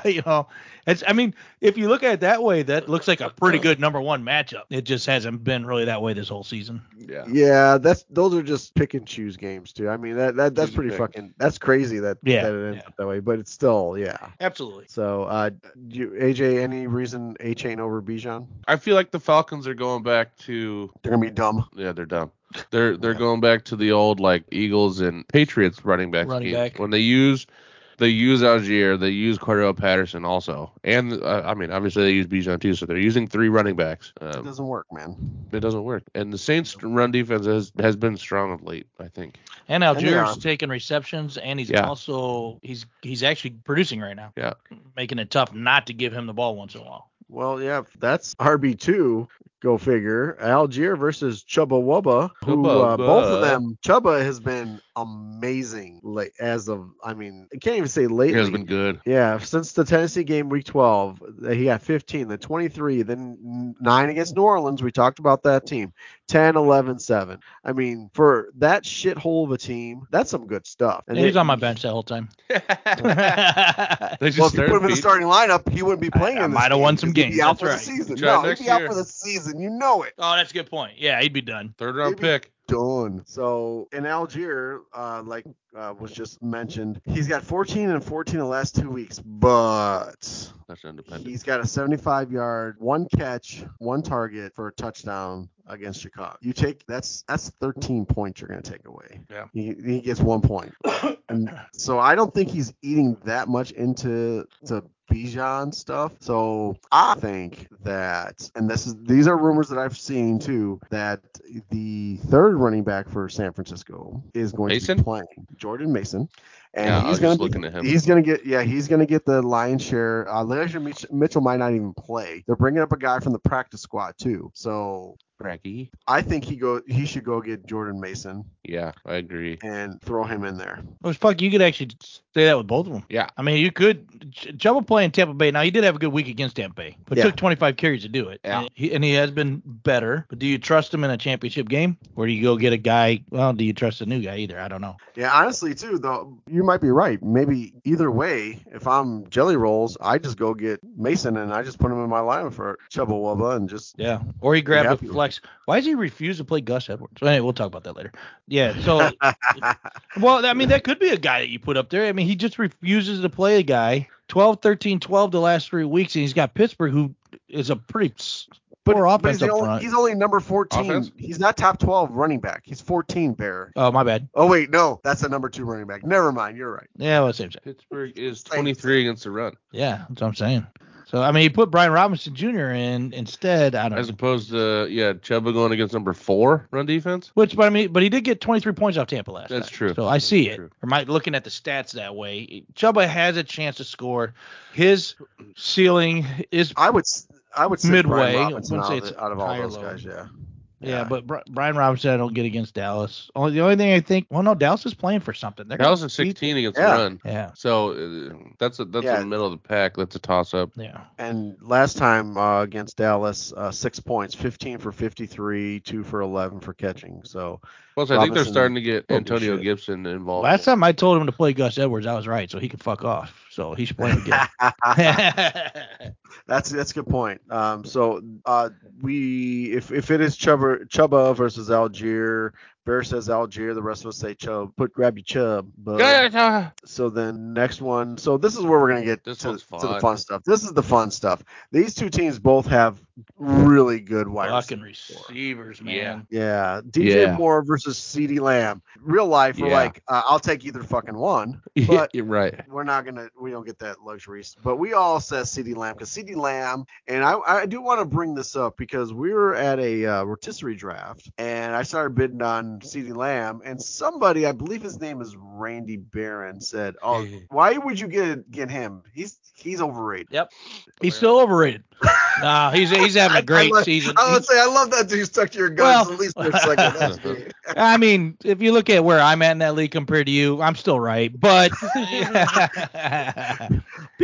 Speaker 1: you know, it's. I mean, if you look at it that way, that looks like a pretty good number one matchup. It just hasn't been really that way this whole season.
Speaker 2: Yeah.
Speaker 3: Yeah, that's those are just pick and choose games too. I mean that, that that's
Speaker 2: Choose your
Speaker 3: pretty
Speaker 2: pick.
Speaker 3: fucking that's crazy that
Speaker 1: Yeah,
Speaker 3: that it ends
Speaker 1: yeah.
Speaker 3: up that way. But it's still yeah.
Speaker 1: Absolutely.
Speaker 3: So, uh, do you, AJ, any reason A Chain over Bijan?
Speaker 2: I feel like the Falcons are going back to
Speaker 3: They're gonna be dumb.
Speaker 2: yeah, they're dumb. They're they're going back to the old like Eagles and Patriots running back
Speaker 1: Running
Speaker 2: schemes.
Speaker 1: back.
Speaker 2: when they use they use Algier, they use Cordell Patterson also, and uh, I mean obviously they use Bijan too. So they're using three running backs.
Speaker 3: It
Speaker 2: Um,
Speaker 3: doesn't work, man.
Speaker 2: it doesn't work, and the Saints run defense has has been strong of late. I think.
Speaker 1: And
Speaker 3: they
Speaker 1: Algiers
Speaker 3: are.
Speaker 1: taking receptions, and he's
Speaker 2: Yeah.
Speaker 1: also he's he's actually producing right now.
Speaker 2: Yeah.
Speaker 1: Making it tough not to give him the ball once in a while.
Speaker 3: Well, yeah, that's RB two. Go figure. Algier versus Chuba Wubba, who uh,
Speaker 2: Chuba
Speaker 3: both of
Speaker 2: Wubba.
Speaker 3: them. Chuba has been amazing late as of. I mean, I can't even say
Speaker 2: He
Speaker 3: lately.
Speaker 2: has been good.
Speaker 3: Yeah, since the Tennessee game week 12, uh, he got 15, then 23, then 9 against New Orleans. We talked about that team. 10, 11, 7. I mean, for that shithole of a team, that's some good stuff.
Speaker 1: And
Speaker 3: they-
Speaker 1: he's on my bench that whole time. Oh,
Speaker 2: They
Speaker 3: Well,
Speaker 2: just
Speaker 3: if you put
Speaker 2: started
Speaker 3: him in the
Speaker 2: beating-
Speaker 3: starting lineup, he wouldn't be playing.
Speaker 1: I
Speaker 3: in this
Speaker 1: might have
Speaker 3: game
Speaker 1: won some
Speaker 3: 'cause he'd
Speaker 1: games,
Speaker 3: Be out
Speaker 1: that's
Speaker 3: for
Speaker 1: right.
Speaker 3: the season.
Speaker 2: Try
Speaker 3: No, he'd
Speaker 2: next
Speaker 3: be out
Speaker 2: year.
Speaker 3: for the season. You know it.
Speaker 1: Oh, that's a good point. Yeah, he'd be done.
Speaker 2: Third round
Speaker 3: Maybe-
Speaker 2: pick.
Speaker 3: Done. So in Algier, uh, like uh, was just mentioned, he's got 14 and 14 in the last two weeks, but
Speaker 2: That's independent.
Speaker 3: He's got a 75 yard, one catch, one target for a touchdown against Chicago. You take that's that's 13 points you're going to take away.
Speaker 2: Yeah.
Speaker 3: He, he gets one point. and so I don't think he's eating that much into to Bijan stuff. So I think that and this is these are rumors that I've seen too that the third running back for San Francisco is going to
Speaker 2: Mason?
Speaker 3: be playing Jordan Mason. And
Speaker 2: Yeah, I
Speaker 3: he's
Speaker 2: was
Speaker 3: going
Speaker 2: just
Speaker 3: to be
Speaker 2: looking at him.
Speaker 3: he's gonna get yeah he's gonna get the lion's share. Uh, Elijah Mitch- Mitchell might not even play. They're bringing up a guy from the practice squad too. So
Speaker 2: Cracky.
Speaker 3: I think he go he should go get Jordan Mason
Speaker 2: Yeah, I agree.
Speaker 3: and throw him in there.
Speaker 1: Well, fuck, you could actually say that with both of them.
Speaker 2: Yeah.
Speaker 1: I mean, you could. Ch- Chuba playing Tampa Bay. Now, he did have a good week against Tampa Bay, but
Speaker 3: Yeah.
Speaker 1: took 25 carries to do it.
Speaker 2: Yeah.
Speaker 1: And, he, and he has been better. But do you trust him in a championship game? Or do you go get a guy? Well, do you trust a new guy either? I don't know.
Speaker 3: Yeah, honestly too though you might be right. Maybe either way, if I'm Jelly Rolls, I just go get Mason and I just put him in my lineup for Chuba Wubba and just
Speaker 1: Yeah. Or he grabbed
Speaker 3: Yeah,
Speaker 1: a
Speaker 3: if you-
Speaker 1: flex Alex, why does he refuse to play Gus Edwards? Anyway, we'll talk about that later. Yeah. So, well, I mean, that could be a guy that you put up there. I mean, he just refuses to play a guy 12, 13, 12 the last three weeks, and he's got Pittsburgh, who is a pretty s-
Speaker 3: But,
Speaker 1: poor
Speaker 3: but
Speaker 1: offense
Speaker 3: he's, the
Speaker 1: up
Speaker 3: only,
Speaker 1: front.
Speaker 3: he's only number 14.
Speaker 2: Offense?
Speaker 3: He's not top 12 running back. He's 14 bear.
Speaker 1: Oh, my bad.
Speaker 3: Oh wait, no, that's the number two running back. Never mind, you're right.
Speaker 1: Yeah, well, same thing.
Speaker 2: Pittsburgh is 23 against the run,
Speaker 1: Yeah, that's what I'm saying. So, I mean, he put Brian Robinson Jr. in instead. I don't
Speaker 2: as
Speaker 1: know.
Speaker 2: opposed to yeah, Chuba going against number four run defense.
Speaker 1: Which, but I mean, but he did get 23 points off Tampa last.
Speaker 2: That's
Speaker 1: night.
Speaker 2: true.
Speaker 1: So I see
Speaker 2: That's
Speaker 1: it.
Speaker 2: true.
Speaker 1: Or might looking at the stats that way. Chuba has a chance to score. His ceiling is
Speaker 3: I would s- I would sit
Speaker 1: Midway,
Speaker 3: Brian Robinson
Speaker 1: wouldn't
Speaker 3: out,
Speaker 1: say
Speaker 3: of,
Speaker 1: it's
Speaker 3: the- out of all
Speaker 1: higher
Speaker 3: those
Speaker 1: low.
Speaker 3: guys. Yeah.
Speaker 1: yeah, but Bri- Brian Robinson I don't get against Dallas. Only the only thing I think, well, no, Dallas is playing for something. They're
Speaker 2: Dallas is
Speaker 1: gonna beat-
Speaker 2: 16 against
Speaker 3: Yeah.
Speaker 2: the run.
Speaker 1: Yeah,
Speaker 2: So uh, that's a, that's
Speaker 3: Yeah.
Speaker 2: in the middle of the pack. That's a toss up.
Speaker 1: yeah.
Speaker 3: And last time uh, against Dallas, uh, six points, 15 for 53, two for 11 for catching. So
Speaker 2: Plus, I think
Speaker 3: Robinson-
Speaker 2: they're starting to get
Speaker 3: Holy
Speaker 2: Antonio
Speaker 3: shit.
Speaker 2: Gibson involved.
Speaker 1: Last time I told him to play Gus Edwards, I was right, so he could fuck off. So he should play him again.
Speaker 3: that's that's a good point. Um, so uh, we if if it is Chuba Chuba versus Algier, Bear says Algier, the rest of us say Chubb. Put grab your Chubb. But, So then next one. So this is where we're gonna get
Speaker 2: This
Speaker 3: to,
Speaker 2: one's
Speaker 3: to the
Speaker 2: fun.
Speaker 3: fun stuff. This is the fun stuff. These two teams both have really good wide
Speaker 1: Fucking
Speaker 3: receivers.
Speaker 1: receivers,
Speaker 2: Yeah.
Speaker 1: man.
Speaker 3: Yeah, DJ
Speaker 2: Yeah.
Speaker 3: Moore versus CeeDee Lamb. Real life, we're
Speaker 2: Yeah.
Speaker 3: like, uh, I'll take either fucking one.
Speaker 2: yeah,
Speaker 3: But-
Speaker 2: you're right.
Speaker 3: We're not gonna, we don't get that luxury. But we all said CeeDee Lamb because CeeDee Lamb, and I, I do want to bring this up because we were at a uh, rotisserie draft, and I started bidding on CeeDee Lamb, and somebody, I believe his name is Randy Barron, said, "Oh, why would you get get him? He's he's overrated."
Speaker 1: He's still overrated. nah, he's he's having a great
Speaker 3: I love,
Speaker 1: season.
Speaker 3: I would say I love that you stuck to your guns
Speaker 1: Well-
Speaker 3: at least for a second. That's me.
Speaker 1: I mean, if you look at where I'm at in that league compared to you, I'm still right. But pew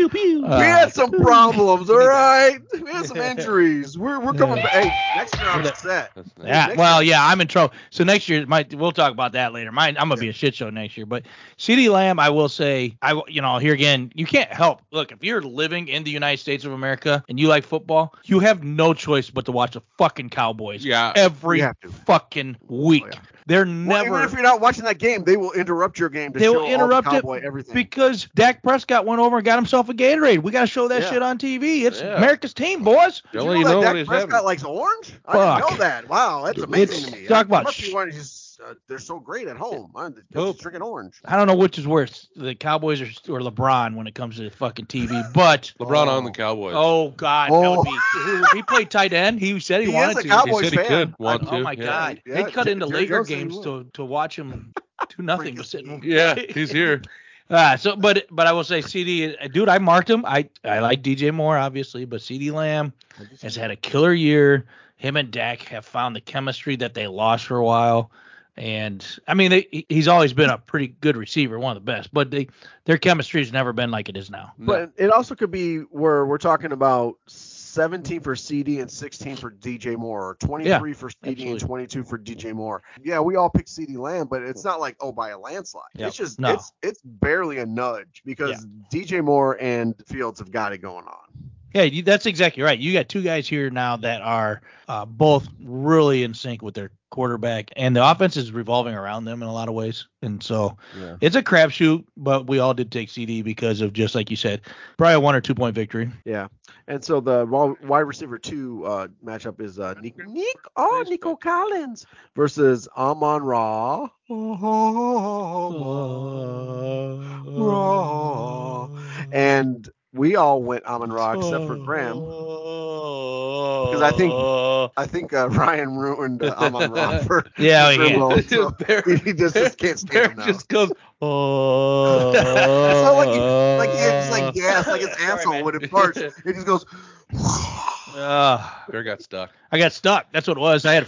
Speaker 1: pew.
Speaker 3: we
Speaker 1: Uh,
Speaker 3: had some problems, all right. We had some injuries. We're we're coming back. Hey, next year I'm set.
Speaker 2: That's nice.
Speaker 1: yeah,
Speaker 3: next
Speaker 1: well, yeah, I'm in trouble. So next year, my we'll talk about that later. Mine, I'm gonna be a shit show next year. But CD Lamb, I will say, I will- you know here again, you can't help. Look, if you're living in the United States of America and you like football, you have no choice but to watch the fucking Cowboys
Speaker 2: Yeah.
Speaker 1: every
Speaker 3: You have to. Oh,
Speaker 1: fucking week.
Speaker 3: yeah.
Speaker 1: They're
Speaker 3: Well,
Speaker 1: never.
Speaker 3: even if you're not watching that game, they will interrupt your game to
Speaker 1: They
Speaker 3: show
Speaker 1: will interrupt
Speaker 3: all
Speaker 1: it
Speaker 3: the cowboy everything.
Speaker 1: because Dak Prescott went over and got himself a Gatorade. We got to show that
Speaker 3: Yeah.
Speaker 1: shit on TV. It's
Speaker 2: Yeah.
Speaker 1: America's team, boys.
Speaker 2: They'll
Speaker 3: Did
Speaker 2: let
Speaker 3: you
Speaker 2: you
Speaker 3: know,
Speaker 2: know
Speaker 3: that
Speaker 2: what
Speaker 3: Dak
Speaker 2: is
Speaker 3: Prescott
Speaker 2: happening.
Speaker 3: likes orange? I didn't
Speaker 1: Fuck.
Speaker 3: know that. Wow, that's amazing
Speaker 1: It's-
Speaker 3: to me.
Speaker 1: talk
Speaker 3: I-
Speaker 1: about
Speaker 3: must be
Speaker 1: sh-
Speaker 3: why he's, uh, they're so great at home. I'm just
Speaker 1: Poop.
Speaker 3: drinking orange.
Speaker 1: I don't know which is worse, the Cowboys or, or LeBron when it comes to fucking TV, but
Speaker 2: LeBron
Speaker 3: Oh.
Speaker 2: on the Cowboys.
Speaker 1: oh god,
Speaker 3: Oh.
Speaker 1: that would be. He played tight end. He said he,
Speaker 3: He
Speaker 1: wanted
Speaker 3: is a
Speaker 1: to.
Speaker 3: Cowboys
Speaker 2: said he
Speaker 3: fan.
Speaker 2: could. Want
Speaker 1: oh
Speaker 2: to,
Speaker 1: my
Speaker 2: yeah.
Speaker 1: god,
Speaker 3: Yeah,
Speaker 1: they cut
Speaker 3: Jer-
Speaker 1: into
Speaker 3: Jerry
Speaker 1: Laker
Speaker 3: Jones said he
Speaker 1: games
Speaker 3: would.
Speaker 1: to to watch him do nothing
Speaker 3: Freaking
Speaker 1: but sitting.
Speaker 2: Yeah, he's here.
Speaker 1: Uh, so, but but I will say, CD, dude, I marked him. I I like DJ Moore obviously, but CD Lamb has had a killer year. Him and Dak have found the chemistry that they lost for a while, and I mean, they, he- he's always been a pretty good receiver, one of the best. But they their chemistry has never been like it is now.
Speaker 3: But it also could be where we're talking about 17 for CD and 16 for DJ Moore, or 23 for CD and
Speaker 1: absolutely.
Speaker 3: 22 for DJ Moore. Yeah, we all picked CD Lamb, but it's not like oh by a landslide.
Speaker 1: Yeah,
Speaker 3: It's just
Speaker 1: no.
Speaker 3: it's it's barely a nudge because DJ Moore and Fields have got it going on.
Speaker 1: Yeah, you, that's exactly right. You got two guys here now that are uh, both really in sync with their quarterback, and the offense is revolving around them in a lot of ways. And so
Speaker 2: Yeah.
Speaker 1: it's a crapshoot, but we all did take CD because of just like you said, probably a one or two point victory.
Speaker 3: Yeah, and so the wa- wide receiver two uh, matchup is uh, Nick, Nick oh Nico Collins versus Amon Ra. And we all went Amon Ra except for Graham.
Speaker 4: Because
Speaker 3: I think- I think uh, Ryan ruined uh, Amon Ra for
Speaker 1: yeah, oh,
Speaker 3: for
Speaker 1: yeah.
Speaker 3: Mo, so
Speaker 2: Bear,
Speaker 3: he just, just can't stand
Speaker 2: Bear
Speaker 3: him Oh, now.
Speaker 2: just goes.
Speaker 4: Oh.
Speaker 3: it's not like he, like he just like gas like his asshole
Speaker 4: man.
Speaker 3: when it farts. It just goes.
Speaker 1: Uh,
Speaker 2: Bear got stuck.
Speaker 1: I got stuck. That's what it was. I had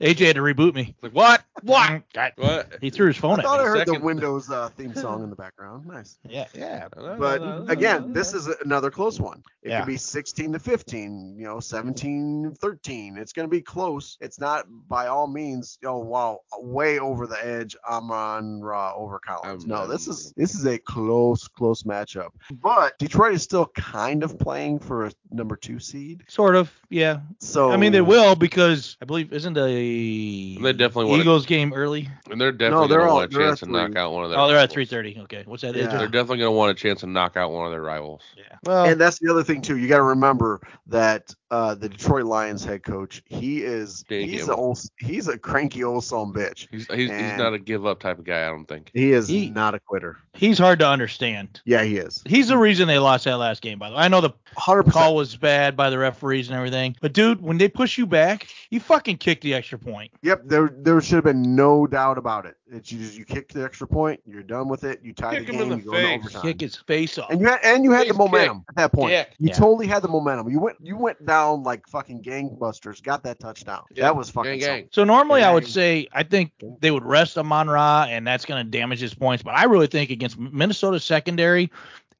Speaker 1: AJ had to reboot me.
Speaker 2: Like what?
Speaker 1: What?
Speaker 2: What?
Speaker 1: He threw his phone
Speaker 3: I thought I
Speaker 1: at me.
Speaker 3: heard the
Speaker 2: second.
Speaker 3: Windows uh, theme song in the background. Nice.
Speaker 1: Yeah.
Speaker 8: Yeah.
Speaker 2: Oh,
Speaker 3: But again, this is another close one. It
Speaker 1: Yeah.
Speaker 3: could be 16 to 15, you know, 17, 13. It's going to be close. It's not by all means, oh wow, way over the edge. I'm on Raw over Collins.
Speaker 2: I'm-
Speaker 3: no,
Speaker 2: I'm-
Speaker 3: this is this is a close, close matchup. But Detroit is still kind of playing for a number two seed.
Speaker 1: Sort of. Yeah.
Speaker 3: So
Speaker 1: I mean, they will because I believe isn't the
Speaker 2: Oh. They definitely wanna-
Speaker 1: Eagles game early.
Speaker 2: And they're definitely
Speaker 3: they're
Speaker 2: gonna
Speaker 3: all-
Speaker 2: want a
Speaker 3: they're at
Speaker 2: chance to knock
Speaker 3: three.
Speaker 2: out one of their.
Speaker 1: Oh, they're at
Speaker 2: rivals.
Speaker 1: 3:30. Okay. What's that?
Speaker 3: Yeah.
Speaker 2: They're definitely gonna want a chance to knock out one of their rivals.
Speaker 1: Well,
Speaker 3: And that's the other thing too. You got to remember that uh, the Detroit Lions head coach, he is
Speaker 2: Dang
Speaker 3: he's
Speaker 2: him.
Speaker 3: a old, he's a cranky old son of a bitch.
Speaker 2: He's he's, he's
Speaker 3: And-
Speaker 2: not a give up type of guy. I don't think.
Speaker 3: He is
Speaker 1: He-
Speaker 3: not a quitter.
Speaker 1: he's hard to understand.
Speaker 3: Yeah, he is.
Speaker 1: He's the reason they lost that last game, by the way. I know the
Speaker 3: Hundred
Speaker 1: call was bad by the referees and everything, but dude, when they push you back, you fucking kick the extra point.
Speaker 3: Yep, there there should have been no doubt about it. It's you just you kick the extra point, you're done with it, you tie
Speaker 2: Kick
Speaker 3: the
Speaker 2: him in
Speaker 3: game,
Speaker 2: the
Speaker 3: you go into
Speaker 2: face.
Speaker 3: overtime.
Speaker 1: Kick his face off.
Speaker 3: And you had and you had the
Speaker 2: Face
Speaker 3: momentum at that point.
Speaker 2: Kick.
Speaker 3: You
Speaker 1: Yeah.
Speaker 3: totally had the momentum. You went you went down like fucking gangbusters, got that touchdown.
Speaker 2: Yeah.
Speaker 3: That was fucking
Speaker 2: Gang, gang.
Speaker 1: So normally I would
Speaker 3: Yeah.
Speaker 1: say I think they would rest Amon Ra and that's going to damage his points, but I really think against Minnesota's secondary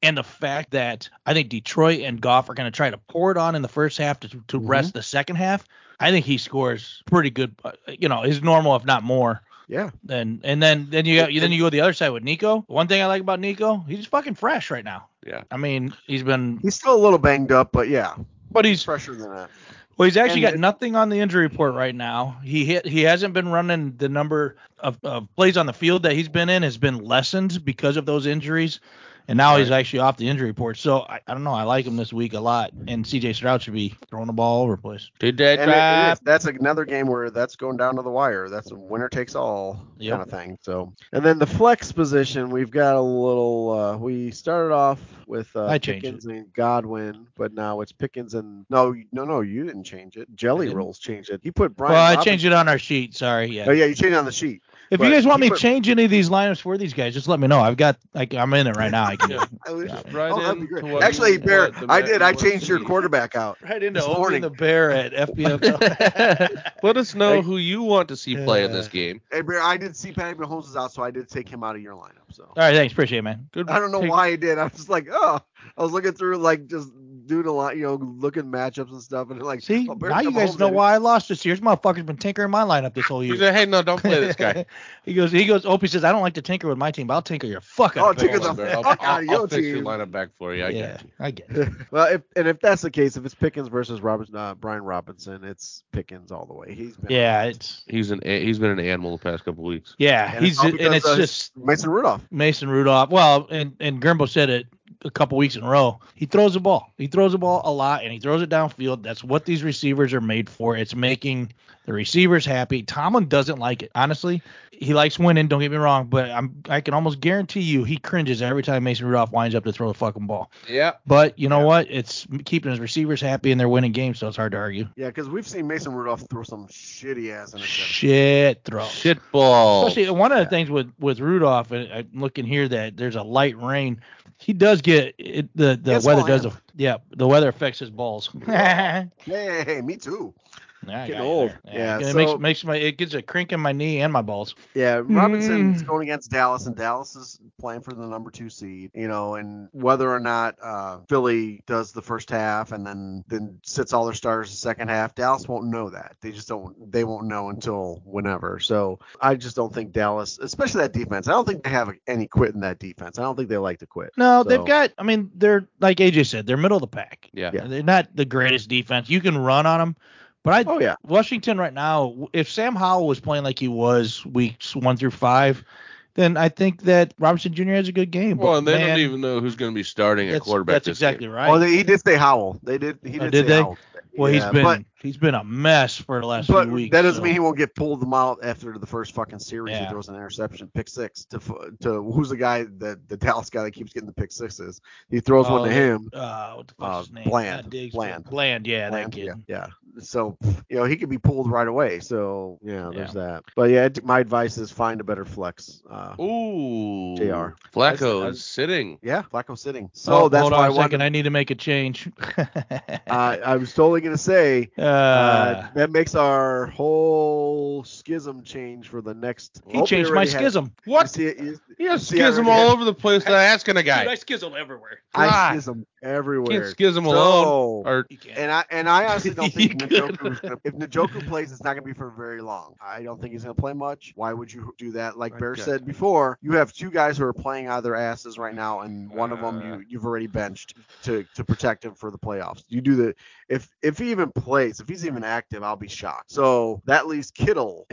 Speaker 1: and the fact that I think Detroit and Goff are going to try to pour it on in the first half to, to rest the second half. I think he scores pretty good, uh, you know, his normal if not more.
Speaker 3: Yeah.
Speaker 1: Then and then then you got, then you go the other side with Nico. One thing I like about Nico, he's fucking fresh right now.
Speaker 2: Yeah.
Speaker 1: I meson he's been,
Speaker 3: He's still a little banged up, but yeah,
Speaker 1: but he's
Speaker 3: fresher than that.
Speaker 1: well, he's actually
Speaker 3: And
Speaker 1: got
Speaker 3: it-
Speaker 1: nothing on the injury report right now. He hit, he hasn't been running the number of, of plays on the field that he's been in has been lessened because of those injuries, and now he's actually off the injury report. So I, I don't know. I like him this week a lot, and C.J. Stroud should be throwing the ball all over the place.
Speaker 2: Did that
Speaker 3: And it- it
Speaker 2: drive?
Speaker 3: is. that's another game where that's going down to the wire. That's a winner takes all
Speaker 1: Yep.
Speaker 3: kind of thing. So, and then the flex position, we've got a little. Uh, we started off with uh,
Speaker 1: I changed
Speaker 3: Pickens and Godwin, but now it's Pickens and no, you- no, no, you didn't change it.
Speaker 1: I
Speaker 3: Jelly
Speaker 1: didn't.
Speaker 3: Rolls changed it. You put Brian.
Speaker 1: well, I
Speaker 3: Robinson-
Speaker 1: changed it on our sheet. Sorry. Yeah.
Speaker 3: Oh yeah, you changed it on the sheet.
Speaker 1: if you
Speaker 3: but
Speaker 1: guys want
Speaker 3: he
Speaker 1: me to
Speaker 3: put-
Speaker 1: change any of these lineups for these guys, just let me know. I've got like I'm in it right now. I can.
Speaker 2: Yeah.
Speaker 3: I was-
Speaker 1: Just
Speaker 2: right
Speaker 3: oh, that'd be
Speaker 2: in to
Speaker 3: great.
Speaker 2: what you
Speaker 3: Actually,
Speaker 2: want
Speaker 3: Bear,
Speaker 2: the
Speaker 3: I
Speaker 2: Mac
Speaker 3: did. I
Speaker 2: wants to
Speaker 3: changed your
Speaker 2: be.
Speaker 3: quarterback out.
Speaker 1: Right into
Speaker 3: This
Speaker 1: opening
Speaker 3: morning.
Speaker 1: the bear at FBF.
Speaker 2: Let us know who you want to see play in this
Speaker 1: Yeah.
Speaker 2: game.
Speaker 3: Hey, Bear, I did see Patty Mahomes is out, so I did take him out of your lineup. So.
Speaker 1: all right, thanks. Appreciate it, man.
Speaker 2: Good.
Speaker 3: I don't know
Speaker 2: pick.
Speaker 3: why I did. I was like, oh, I was looking through like just doing a lot, you know, looking matchups and stuff, and like,
Speaker 1: See,
Speaker 3: oh, Bears
Speaker 1: now you
Speaker 3: come home,
Speaker 1: guys know
Speaker 3: baby.
Speaker 1: why I lost this year. This motherfucker's been tinkering my lineup this whole
Speaker 2: He
Speaker 1: year.
Speaker 2: said, "Hey, no, don't play this guy."
Speaker 1: he goes, he goes. Opie says, I don't like to tinker with my team, but I'll tinker your fuck
Speaker 3: Oh,
Speaker 1: out of
Speaker 3: tinker
Speaker 1: it."
Speaker 3: the
Speaker 2: I'll,
Speaker 3: fuck
Speaker 2: I'll-
Speaker 3: out of your
Speaker 2: I'll fix your
Speaker 3: team.
Speaker 2: lineup back for you. I
Speaker 1: Yeah,
Speaker 2: got you.
Speaker 1: I get it.
Speaker 3: Well, if and if that's the case, if it's Pickens versus Robert, uh, Brian Robinson, it's Pickens all the way. He's been
Speaker 1: Yeah, it's
Speaker 2: He's an a- he's been an animal the past couple weeks.
Speaker 1: yeah.
Speaker 3: And
Speaker 1: he's
Speaker 3: it's all
Speaker 1: and
Speaker 3: because,
Speaker 1: it's
Speaker 3: uh,
Speaker 1: just
Speaker 3: Mason Rudolph.
Speaker 1: Mason Rudolph. Well, and and Grimbo said it a couple weeks in a row. He throws the ball. He throws the ball a lot, and he throws it downfield. That's what these receivers are made for. It's making the receivers happy. Tomlin doesn't like it, honestly. He likes winning. Don't get me wrong, but I'm I can almost guarantee you he cringes every time Mason Rudolph winds up to throw the fucking ball.
Speaker 2: Yeah.
Speaker 1: But you know what? It's keeping his receivers happy, and they're winning games, so it's hard to argue.
Speaker 3: Yeah, because we've seen Mason Rudolph throw some shitty ass interceptions.
Speaker 1: Shit throw.
Speaker 2: Shitball.
Speaker 1: Especially one of the things with with Rudolph, and I'm looking here that there's a light rain. He does get it, the the
Speaker 3: Gets
Speaker 1: weather
Speaker 3: ball
Speaker 1: does
Speaker 3: handled.
Speaker 1: af- yeah the weather affects his balls. yeah,
Speaker 3: Hey, hey, me too.
Speaker 1: Getting
Speaker 3: old. Yeah,
Speaker 1: it
Speaker 3: so-
Speaker 1: makes makes my it gets a crink in my knee and my balls.
Speaker 3: Yeah, Robinson's going against Dallas, and Dallas is playing for the number two seed. You know, and whether or not uh, Philly does the first half and then then sits all their stars the second half, Dallas won't know that. They just don't. They won't know until whenever. So I just don't think Dallas, especially that defense. I don't think they have any quit in that defense. I don't think they like to quit.
Speaker 1: No, they've
Speaker 3: So-
Speaker 1: got. I mean, they're like AJ said, they're middle of the pack.
Speaker 2: yeah.
Speaker 3: Yeah.
Speaker 1: They're not the greatest defense. You can run on them, but I
Speaker 3: Oh yeah,
Speaker 1: Washington right now, if Sam Howell was playing like he was weeks one through five, then I think that Robinson Jr. has a good game.
Speaker 2: Well,
Speaker 1: But,
Speaker 2: and they
Speaker 1: man,
Speaker 2: don't even know who's going to be starting at
Speaker 1: that's,
Speaker 2: quarterback
Speaker 1: That's
Speaker 2: this
Speaker 1: exactly
Speaker 2: game.
Speaker 1: right.
Speaker 3: Oh, they, he did say Howell. They did. He did,
Speaker 1: Oh, did
Speaker 3: say
Speaker 1: they?
Speaker 3: Howell.
Speaker 1: well,
Speaker 3: Yeah,
Speaker 1: he's been
Speaker 3: But,
Speaker 1: he's been a mess for the last
Speaker 3: but
Speaker 1: few weeks.
Speaker 3: that doesn't
Speaker 1: so-
Speaker 3: mean he won't get pulled them out after the first fucking series.
Speaker 1: Yeah.
Speaker 3: He throws an interception, pick six to f- to who's the guy that the Dallas guy that keeps getting the pick sixes. He throws
Speaker 1: Oh,
Speaker 3: one to him.
Speaker 1: Uh, what the fuck's
Speaker 3: uh,
Speaker 1: his name?
Speaker 3: Bland,
Speaker 1: Not Diggs,
Speaker 3: Bland.
Speaker 1: but Bland, yeah,
Speaker 3: Lamb,
Speaker 1: that kid.
Speaker 3: yeah, yeah. So you know he could be pulled right away. So yeah, there's that. But yeah, it- my advice is find a better flex. Uh,
Speaker 2: Ooh.
Speaker 3: JR.
Speaker 2: Flacco
Speaker 3: That's-
Speaker 2: is sitting.
Speaker 3: yeah, Flacco sitting. So
Speaker 1: Oh,
Speaker 3: that's
Speaker 1: hold
Speaker 3: why
Speaker 1: on
Speaker 3: I
Speaker 1: a
Speaker 3: wanted-
Speaker 1: second. I need to make a change.
Speaker 3: Uh, I was totally gonna say
Speaker 1: uh,
Speaker 3: uh, that makes our whole whole schism change for the next. Oh,
Speaker 1: He changed my schism.
Speaker 3: What?
Speaker 2: What?
Speaker 3: see it, you,
Speaker 2: He has
Speaker 3: See, I
Speaker 2: schism
Speaker 3: already
Speaker 2: all
Speaker 3: had-
Speaker 2: over the place. Not asking a
Speaker 1: Dude, I
Speaker 2: guy.
Speaker 1: skizzled everywhere.
Speaker 3: I
Speaker 2: God.
Speaker 3: schism
Speaker 2: You
Speaker 3: everywhere.
Speaker 2: can't schism
Speaker 3: So-
Speaker 2: alone. Or
Speaker 1: You can't.
Speaker 3: And I and I honestly don't think
Speaker 1: You
Speaker 3: Njoku. gonna- If Njoku plays, it's not going to be for very long. I don't think he's going to play much. Why would you do that? Like Bear
Speaker 2: Okay.
Speaker 3: said before, you have two guys who are playing out of their asses right now, and one of them
Speaker 2: Uh.
Speaker 3: you you've already benched to to protect him for the playoffs. You do the if if he even plays, if he's even active, I'll be shocked. So that leaves Kittle,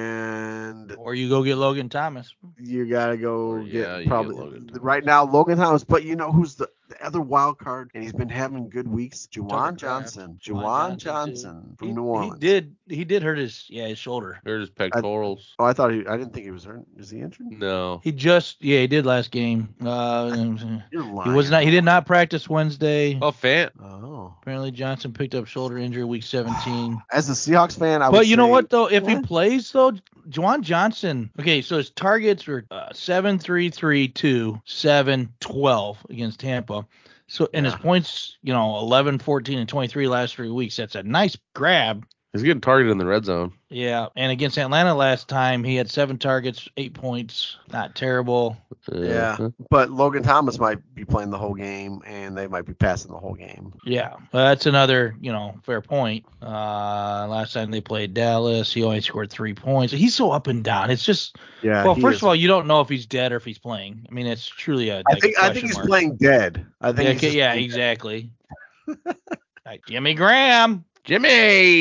Speaker 3: and
Speaker 1: Or you go get Logan Thomas.
Speaker 3: you gotta go
Speaker 2: Or, Oh, yeah, you
Speaker 3: get
Speaker 2: get
Speaker 3: probably
Speaker 2: Logan Thomas.
Speaker 3: right now Logan Thomas. But you know who's the, the other wild card, and he's been having good weeks.
Speaker 1: Tucker
Speaker 3: Juwan
Speaker 1: Kraft.
Speaker 3: Johnson,
Speaker 1: Juwan
Speaker 3: Juwan
Speaker 1: Johnson,
Speaker 3: Johnson
Speaker 1: He-
Speaker 3: from New Orleans.
Speaker 1: He did. He did hurt his yeah his shoulder.
Speaker 2: there's pectorals.
Speaker 3: Oh, I thought he. I didn't think he was hurt. Is he injured?
Speaker 2: No.
Speaker 1: He just yeah he did last game. Uh,
Speaker 3: You're lying.
Speaker 1: he was not. He did not practice Wednesday.
Speaker 2: Oh, fan.
Speaker 3: Oh.
Speaker 1: Apparently Johnson picked up shoulder injury week 17.
Speaker 3: As a Seahawks fan, I.
Speaker 1: But
Speaker 3: would
Speaker 1: you know
Speaker 3: say-
Speaker 1: what though, if he
Speaker 3: What?
Speaker 1: plays though, Juwan Johnson. Okay, so his targets were uh, 7 3 3 2 7 12 against Tampa. So and his
Speaker 3: Yeah.
Speaker 1: points, you know, 11 14 and 23 last 3 weeks. That's a nice grab.
Speaker 2: He's getting targeted in the red zone.
Speaker 1: Yeah, and against Atlanta last time, he had 7 targets, 8 points. Not terrible.
Speaker 3: Yeah. But Logan Thomas might be playing the whole game, and they might be passing the whole game.
Speaker 1: Yeah, well, that's another you know fair point. Uh, last time they played Dallas, he only scored three points. He's so up and down. It's just
Speaker 3: Yeah.
Speaker 1: well, first of all, you don't know if he's dead or if he's playing. I mean, it's truly a.
Speaker 3: I
Speaker 1: like a
Speaker 3: think I
Speaker 1: question
Speaker 3: think he's
Speaker 1: mark.
Speaker 3: playing dead. I think.
Speaker 1: Yeah,
Speaker 3: he's
Speaker 1: okay,
Speaker 3: just
Speaker 1: yeah,
Speaker 3: playing dead.
Speaker 1: exactly. Like Jimmy Graham.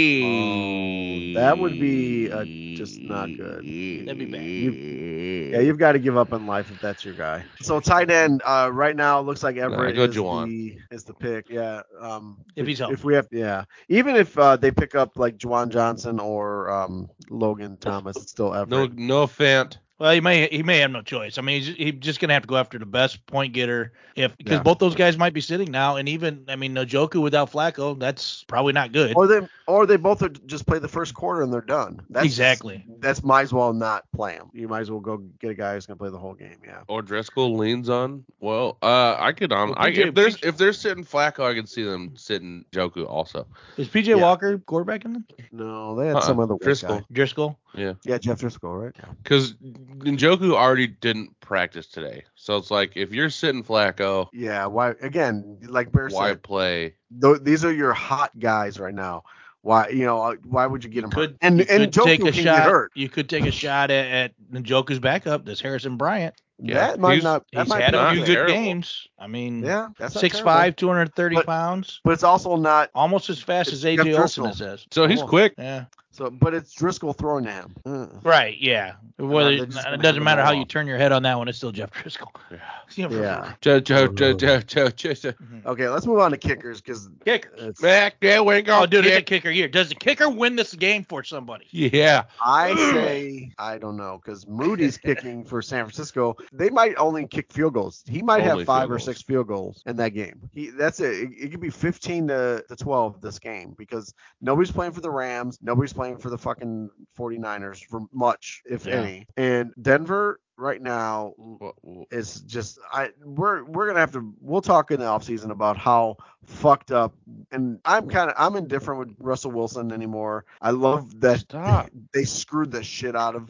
Speaker 2: Jimmy.
Speaker 3: Oh, that would be, uh, just not good.
Speaker 1: That'd be bad.
Speaker 3: Yeah, you've got to give up on life if that's your guy. So tight end, uh, right now it looks like Everett
Speaker 2: go
Speaker 3: is,
Speaker 2: Juwan.
Speaker 3: the, is the pick. Yeah. Um,
Speaker 1: If he's healthy.
Speaker 3: if we have, yeah, even if uh, they pick up like Juwan Johnson or um, Logan Thomas, it's still Everett.
Speaker 2: No, no Fant.
Speaker 1: Well, he may he may have no choice. I mean, he's, he's just gonna have to go after the best point getter if because
Speaker 3: Yeah.
Speaker 1: both those guys might be sitting now, and even I mean, Njoku without Flacco, that's probably not good.
Speaker 3: Or they, or they both are just play the first quarter and they're done. That's
Speaker 1: Exactly.
Speaker 3: that's might as well not play him. You might as well go get a guy who's gonna play the whole game. Yeah.
Speaker 2: Or Oh, Driscoll leans on. Well, uh, I could um,
Speaker 1: Well,
Speaker 2: I,
Speaker 1: PJ
Speaker 2: if there's if they're sitting Flacco, I could see them sitting Joku also.
Speaker 1: Is PJ
Speaker 3: Yeah.
Speaker 1: Walker quarterback in them?
Speaker 3: No, they had
Speaker 2: Uh-uh,
Speaker 3: some other weird
Speaker 2: Driscoll.
Speaker 3: guy.
Speaker 1: Driscoll.
Speaker 2: Yeah,
Speaker 3: Yeah, Jeff Driscoll, right?
Speaker 2: because Njoku already didn't practice today, so it's like if you're sitting Flacco,
Speaker 3: Yeah. Why again? Like Bear
Speaker 2: why
Speaker 3: said,
Speaker 2: play?
Speaker 3: tho- these are your hot guys right now. Why you know uh, why would you get them
Speaker 1: Could
Speaker 3: hurt? And
Speaker 1: you
Speaker 3: and
Speaker 1: could
Speaker 3: Joku
Speaker 1: take
Speaker 3: can
Speaker 1: a shot?
Speaker 3: get hurt.
Speaker 1: You could take a shot at, at Njoku's backup. This Harrison Bryant.
Speaker 2: Yeah.
Speaker 3: That might
Speaker 2: He's-
Speaker 3: not. That
Speaker 1: He's
Speaker 3: might
Speaker 1: had
Speaker 3: be
Speaker 1: a
Speaker 2: not
Speaker 1: few
Speaker 3: okay.
Speaker 1: good
Speaker 2: terrible.
Speaker 1: games. I mean,
Speaker 3: Yeah, that's not
Speaker 1: six
Speaker 3: terrible.
Speaker 1: five, two hundred thirty
Speaker 3: But-
Speaker 1: pounds,
Speaker 3: But it's also not.
Speaker 1: almost as fast as
Speaker 3: It's
Speaker 1: AJ
Speaker 3: Jeff
Speaker 1: Olsen
Speaker 3: Driscoll.
Speaker 1: says.
Speaker 2: So he's
Speaker 3: Come on.
Speaker 2: quick.
Speaker 1: Yeah.
Speaker 3: So, but it's Driscoll throwing to him. Uh,
Speaker 1: Right. Yeah. Whether
Speaker 3: they're
Speaker 1: it
Speaker 3: just gonna hand
Speaker 1: doesn't
Speaker 3: the
Speaker 1: matter
Speaker 3: ball
Speaker 1: how you
Speaker 3: off.
Speaker 1: turn your head on that one, it's still Jeff Driscoll. Yeah.
Speaker 3: Yeah. Mm-hmm.
Speaker 2: Jo, jo, jo, jo, jo, jo, jo.
Speaker 3: Okay, let's move on to kickers because
Speaker 1: Kicker.
Speaker 2: Mac, yeah, we're going
Speaker 1: Oh, dude, it's a
Speaker 2: kick.
Speaker 1: kicker year. Does the kicker win this game for somebody?
Speaker 2: Yeah.
Speaker 3: I say I don't know because Moody's kicking for San Francisco. They might only kick field goals. He might
Speaker 2: Only
Speaker 3: have five
Speaker 2: field
Speaker 3: or
Speaker 2: goals.
Speaker 3: six field goals in that game. He that's it. It, it could be 15 to, to 12 this game because nobody's playing for the Rams. Nobody's playing for the fucking 49ers for much, if
Speaker 2: Yeah.
Speaker 3: any. And Denver right now
Speaker 2: Wha- wha-
Speaker 3: is just I we're we're gonna have to we'll talk in the offseason about how fucked up and I'm kind of I'm indifferent with Russell Wilson anymore. I love that
Speaker 2: Stop.
Speaker 3: they screwed the shit out of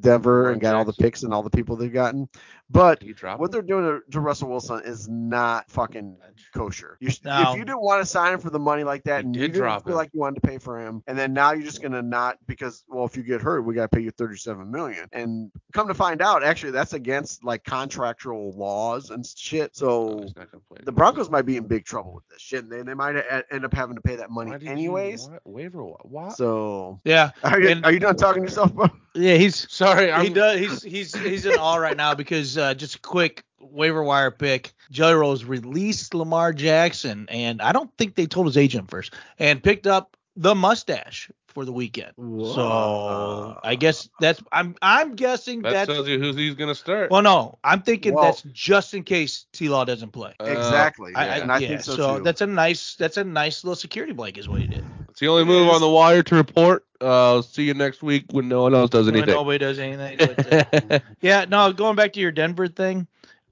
Speaker 3: Denver and got all the
Speaker 2: Jackson.
Speaker 3: picks and all the people they've gotten, but
Speaker 2: You drop
Speaker 3: what they're doing to, to Russell Wilson is not fucking kosher. You, sh-
Speaker 1: No.
Speaker 3: If you didn't want to sign him for the money like that,
Speaker 2: You
Speaker 3: and
Speaker 2: did
Speaker 3: you didn't
Speaker 2: drop
Speaker 3: feel
Speaker 2: him.
Speaker 3: like you wanted to pay for him, and then now you're just gonna not because well, if you get hurt, we gotta pay you 37 million. And come to find out, actually, that's against like contractual laws and shit. So the Broncos might be in big trouble with this shit, and they, they might a- end up having to pay that money anyways.
Speaker 2: Waiver why?
Speaker 3: So
Speaker 1: Yeah.
Speaker 3: are you,
Speaker 1: And-
Speaker 3: are you done talking to yourself? bro?
Speaker 1: Yeah, he's
Speaker 2: Sorry,
Speaker 1: he
Speaker 2: I'm
Speaker 1: does. He's he's he's in all right now because uh, just a quick waiver wire pick. Joe Rose released Lamar Jackson, and I don't think they told his agent first, and picked up the mustache for the weekend. So I guess that's I'm I'm guessing
Speaker 2: that
Speaker 1: that's
Speaker 2: tells you who he's gonna start.
Speaker 1: well no I'm thinking
Speaker 3: Well-
Speaker 1: that's just in case T Law doesn't play.
Speaker 2: Uh,
Speaker 3: exactly,
Speaker 1: I, I,
Speaker 3: and I
Speaker 1: yeah,
Speaker 3: think so, too.
Speaker 1: that's a nice that's a nice little security blanket is what he did.
Speaker 2: It's the only move on the wire to report. Uh, see you next week when no one else does
Speaker 1: When
Speaker 2: anything.
Speaker 1: Nobody does anything. but, uh, Yeah, no, going back to your Denver thing,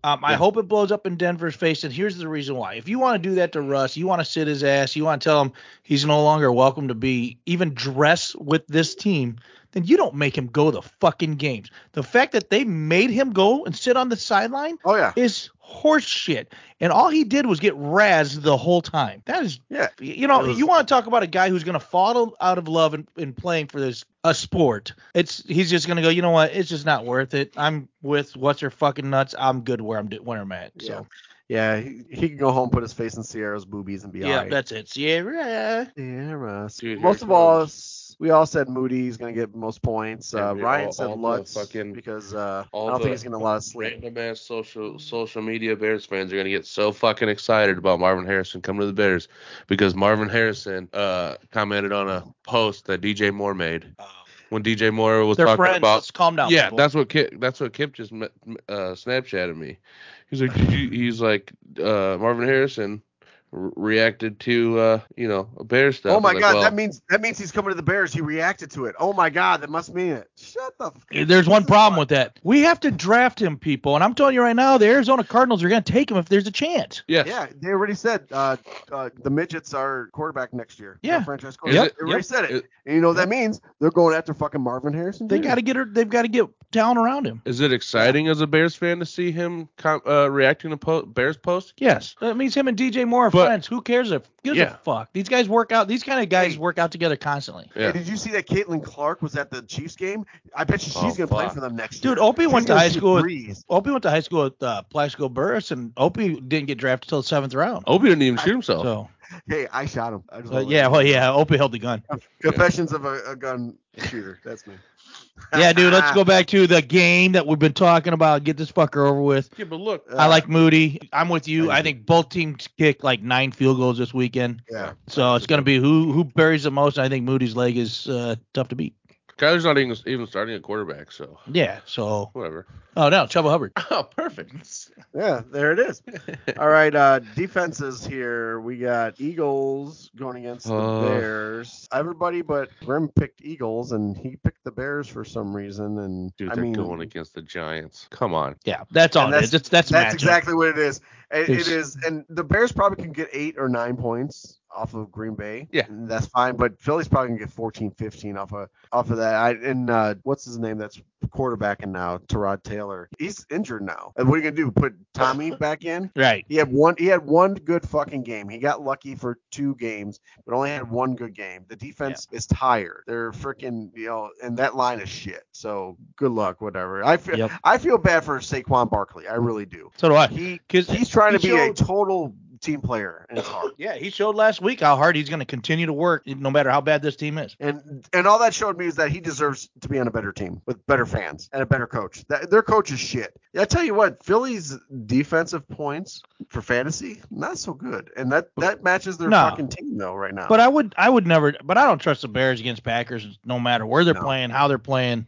Speaker 1: um, I
Speaker 2: Yeah.
Speaker 1: hope it blows up in Denver's face. And here's the reason why. If you want to do that to Russ, you want to sit his ass, you want to tell him he's no longer welcome to be even dress with this team, then you don't make him go the fucking games. The fact that they made him go and sit on the sideline
Speaker 3: Oh yeah.
Speaker 1: is horse shit. And all he did was get razzed the whole time. That is
Speaker 3: Yeah.
Speaker 1: you know,
Speaker 3: It was-
Speaker 1: you want to talk about a guy who's going to fall out of love and, and playing for this a sport. It's he's just going to go. You know what? It's just not worth it. I'm with what's your fucking nuts. I'm good where I'm d- where I'm at. So
Speaker 3: Yeah, he, he can go home, put his face in Sierra's boobies, and be
Speaker 1: yeah,
Speaker 3: all right.
Speaker 1: that's it. Sierra.
Speaker 3: Sierra.
Speaker 2: Dude,
Speaker 3: most
Speaker 2: here
Speaker 3: of all,
Speaker 2: comes-
Speaker 3: us- we all said Moody's gonna get most points.
Speaker 2: Yeah,
Speaker 3: Uh,
Speaker 2: we
Speaker 3: Ryan
Speaker 2: all-
Speaker 3: said
Speaker 2: all the
Speaker 3: Lutz
Speaker 2: fucking-
Speaker 3: because uh, I
Speaker 2: all
Speaker 3: don't
Speaker 2: the
Speaker 3: think he's gonna let us sleep.
Speaker 2: Random ass social social media Bears fans are gonna get so fucking excited about Marvin Harrison coming to the Bears because Marvin Harrison uh commented on a post that DJ Moore made when DJ Moore was
Speaker 1: They're
Speaker 2: talking
Speaker 1: friends.
Speaker 2: about
Speaker 1: Let's calm down.
Speaker 2: yeah,
Speaker 1: people.
Speaker 2: that's what Kip. That's what Kip just me- uh, Snapchatted me. He's like, "Did you-" he's like, uh, Marvin Harrison re- reacted to uh, you know bear stuff.
Speaker 3: Oh my
Speaker 2: I'm like,
Speaker 3: God,
Speaker 2: well,
Speaker 3: that means that means he's coming to the Bears. He reacted to it. Oh my God, that must mean it. Shut the. F-
Speaker 1: There's one problem with that. We have to draft him, people, and I'm telling you right now, the Arizona Cardinals are going to take him if there's a chance.
Speaker 2: yes.
Speaker 3: Yeah, they already said uh, uh, the midgets are quarterback next year. They're
Speaker 1: Yeah.
Speaker 3: franchise
Speaker 2: Is
Speaker 3: quarterback.
Speaker 2: it-
Speaker 3: They already
Speaker 2: yep.
Speaker 3: said it.
Speaker 2: Is-
Speaker 3: and you know what that means? They're going after fucking Marvin Harrison.
Speaker 1: They
Speaker 3: Jr.
Speaker 1: got to get her. They've got to get down around him.
Speaker 2: Is it exciting as a Bears fan to see him com- uh, reacting to po- Bears post?
Speaker 1: Yes, that means him and DJ Moore are
Speaker 2: But-
Speaker 1: friends. Who cares if gives
Speaker 2: Yeah.
Speaker 1: a fuck? These guys work out. These kind of guys
Speaker 3: Hey.
Speaker 1: work out together constantly.
Speaker 3: Hey,
Speaker 2: Yeah.
Speaker 3: did you see that Caitlin Clark was at the Chiefs game? I bet you she's
Speaker 2: Oh,
Speaker 3: gonna play
Speaker 2: fuck.
Speaker 3: for them next year.
Speaker 1: Dude, Opie
Speaker 3: She's
Speaker 1: went to
Speaker 3: gonna
Speaker 1: high
Speaker 3: see
Speaker 1: school. With,
Speaker 3: Breeze.
Speaker 1: Opie went to high school with uh, Plaxico Burris, and Opie didn't get drafted till the seventh round.
Speaker 2: Obi didn't even shoot himself.
Speaker 1: So
Speaker 3: Hey, I shot him. I just
Speaker 1: uh,
Speaker 3: wanna let
Speaker 1: yeah,
Speaker 3: you
Speaker 1: well, yeah, Opie held the gun.
Speaker 3: know. Confessions of a, a gun shooter. That's me.
Speaker 1: Yeah, dude, let's go back to the game that we've been talking about. Get this fucker over with.
Speaker 2: yeah, but look,
Speaker 1: I
Speaker 3: Uh,
Speaker 1: like Moody. I'm with you.
Speaker 3: Thank
Speaker 1: I
Speaker 3: you.
Speaker 1: think both teams kick like nine field goals this weekend.
Speaker 3: Uh, Yeah.
Speaker 1: So it's gonna be who who buries the most. And I think Moody's leg is uh, tough to beat.
Speaker 2: Kyler's not even even starting a quarterback, so
Speaker 1: Yeah. So
Speaker 2: whatever.
Speaker 1: oh no, Chuba Hubbard.
Speaker 2: Oh, perfect.
Speaker 3: Yeah, there it is. All right, uh defenses here. We got Eagles going against the
Speaker 2: Uh.
Speaker 3: Bears. Everybody but Grim picked Eagles and he picked the Bears for some reason and
Speaker 2: Dude,
Speaker 3: I
Speaker 2: they're
Speaker 3: mean
Speaker 2: going against the Giants. Come on.
Speaker 1: Yeah, that's all
Speaker 3: And
Speaker 1: it is. It's, that's
Speaker 3: That's
Speaker 1: matchup.
Speaker 3: exactly what it is. It, it
Speaker 1: It's-
Speaker 3: is, and the Bears probably can get eight or nine points off of Green Bay.
Speaker 2: Yeah.
Speaker 3: and that's fine. But Philly's probably gonna get 14, 15 off of off of that. I and uh, what's his name? That's quarterbacking now, Terod Taylor. He's injured now. And what are you gonna do? Put Tommy back in?
Speaker 1: Right.
Speaker 3: He had one. He had one good fucking game. He got lucky for two games, but only had one good game. The defense is tired. They're freaking, you know, and that line is shit. So good luck, whatever. I feel.
Speaker 1: Yep.
Speaker 3: I feel bad for Saquon Barkley. I really do.
Speaker 1: So do I.
Speaker 3: He
Speaker 1: 'Cause
Speaker 3: he's trying to
Speaker 1: he
Speaker 3: be a
Speaker 1: showed-
Speaker 3: total team player, and it's hard.
Speaker 1: Yeah, he showed last week how hard he's going to continue to work, no matter how bad this team is.
Speaker 3: And and all that showed me is that he deserves to be on a better team with better fans and a better coach. That, their coach is shit. I tell you what, Philly's defensive points for fantasy not so good, and that that matches their
Speaker 1: No.
Speaker 3: fucking team though right now.
Speaker 1: But I would, I would never. But I don't trust the Bears against Packers, no matter where they're
Speaker 3: No.
Speaker 1: playing, how they're playing.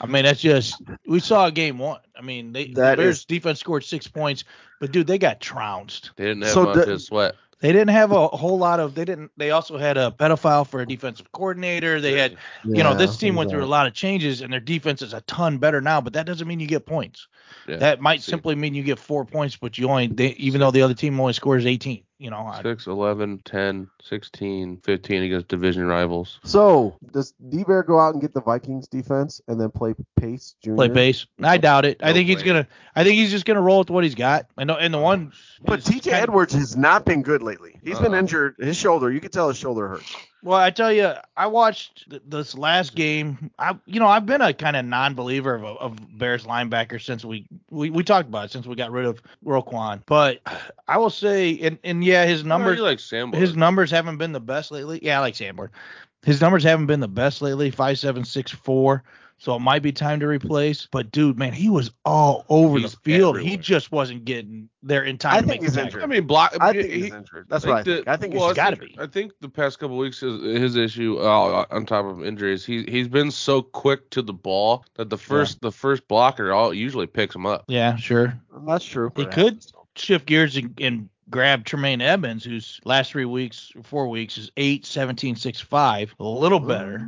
Speaker 1: I mean, that's just we saw game one. I mean, they
Speaker 3: That
Speaker 1: the Bears
Speaker 3: is-
Speaker 1: defense scored six points, but dude, they got trounced.
Speaker 2: They didn't have
Speaker 3: So
Speaker 2: much
Speaker 3: the-
Speaker 2: to sweat.
Speaker 1: They didn't have a whole lot of. They didn't. They also had a pedophile for a defensive coordinator. They had, you know, this team went through a lot of changes, and their defense is a ton better now. But that doesn't mean you get points.
Speaker 2: Yeah.
Speaker 1: that might
Speaker 2: See.
Speaker 1: simply mean you get four points, but you only they, even though the other team only scores 18. You know, I,
Speaker 2: 6, 11, 10, 16, 15 against division rivals.
Speaker 3: So does D Bear go out and get the Vikings defense and then play Pace Jr.
Speaker 1: play base. I doubt it. I
Speaker 2: No
Speaker 1: think he's
Speaker 2: way. Oh,
Speaker 1: gonna. I think he's just gonna roll with what he's got. I know. And the one.
Speaker 3: But
Speaker 1: is
Speaker 3: TJ
Speaker 1: kind of-
Speaker 3: Edwards has not been good lately. He's been
Speaker 2: Uh-uh.
Speaker 3: injured. His shoulder, you can tell his shoulder hurts.
Speaker 1: Well, I tell you, I watched th- this last game. I, you know, I've been a kind of non-believer of, of Bears linebacker since we, we we talked about it since we got rid of Roquan. But I will say, and and yeah, his
Speaker 2: Number
Speaker 1: numbers.
Speaker 2: like Sam.
Speaker 1: his numbers haven't been the best lately. Yeah, I like Sanborn. His numbers haven't been the best lately. Five seven six four. So it might be time to replace. But dude, man, he was all over
Speaker 2: He's
Speaker 1: the field. He
Speaker 2: everywhere.
Speaker 1: just wasn't getting there in time.
Speaker 3: I
Speaker 1: to make
Speaker 3: think he's
Speaker 1: the
Speaker 3: injured.
Speaker 2: I mean, block.
Speaker 3: I think
Speaker 2: he-
Speaker 3: he's injured. That's what I
Speaker 2: the-
Speaker 3: think. I think
Speaker 2: well,
Speaker 3: he's
Speaker 1: it's gotta
Speaker 3: injured.
Speaker 1: be.
Speaker 2: I think the past couple weeks is his issue uh, on top of injuries. He he's been so quick to the ball that the first the first blocker all usually picks him up.
Speaker 1: Yeah, sure.
Speaker 3: That's true.
Speaker 1: He
Speaker 3: but it
Speaker 1: could.
Speaker 3: happens.
Speaker 1: Shift gears and, and grab Tremaine Evans, who's last three weeks, four weeks is eight seventeen six five. A little better.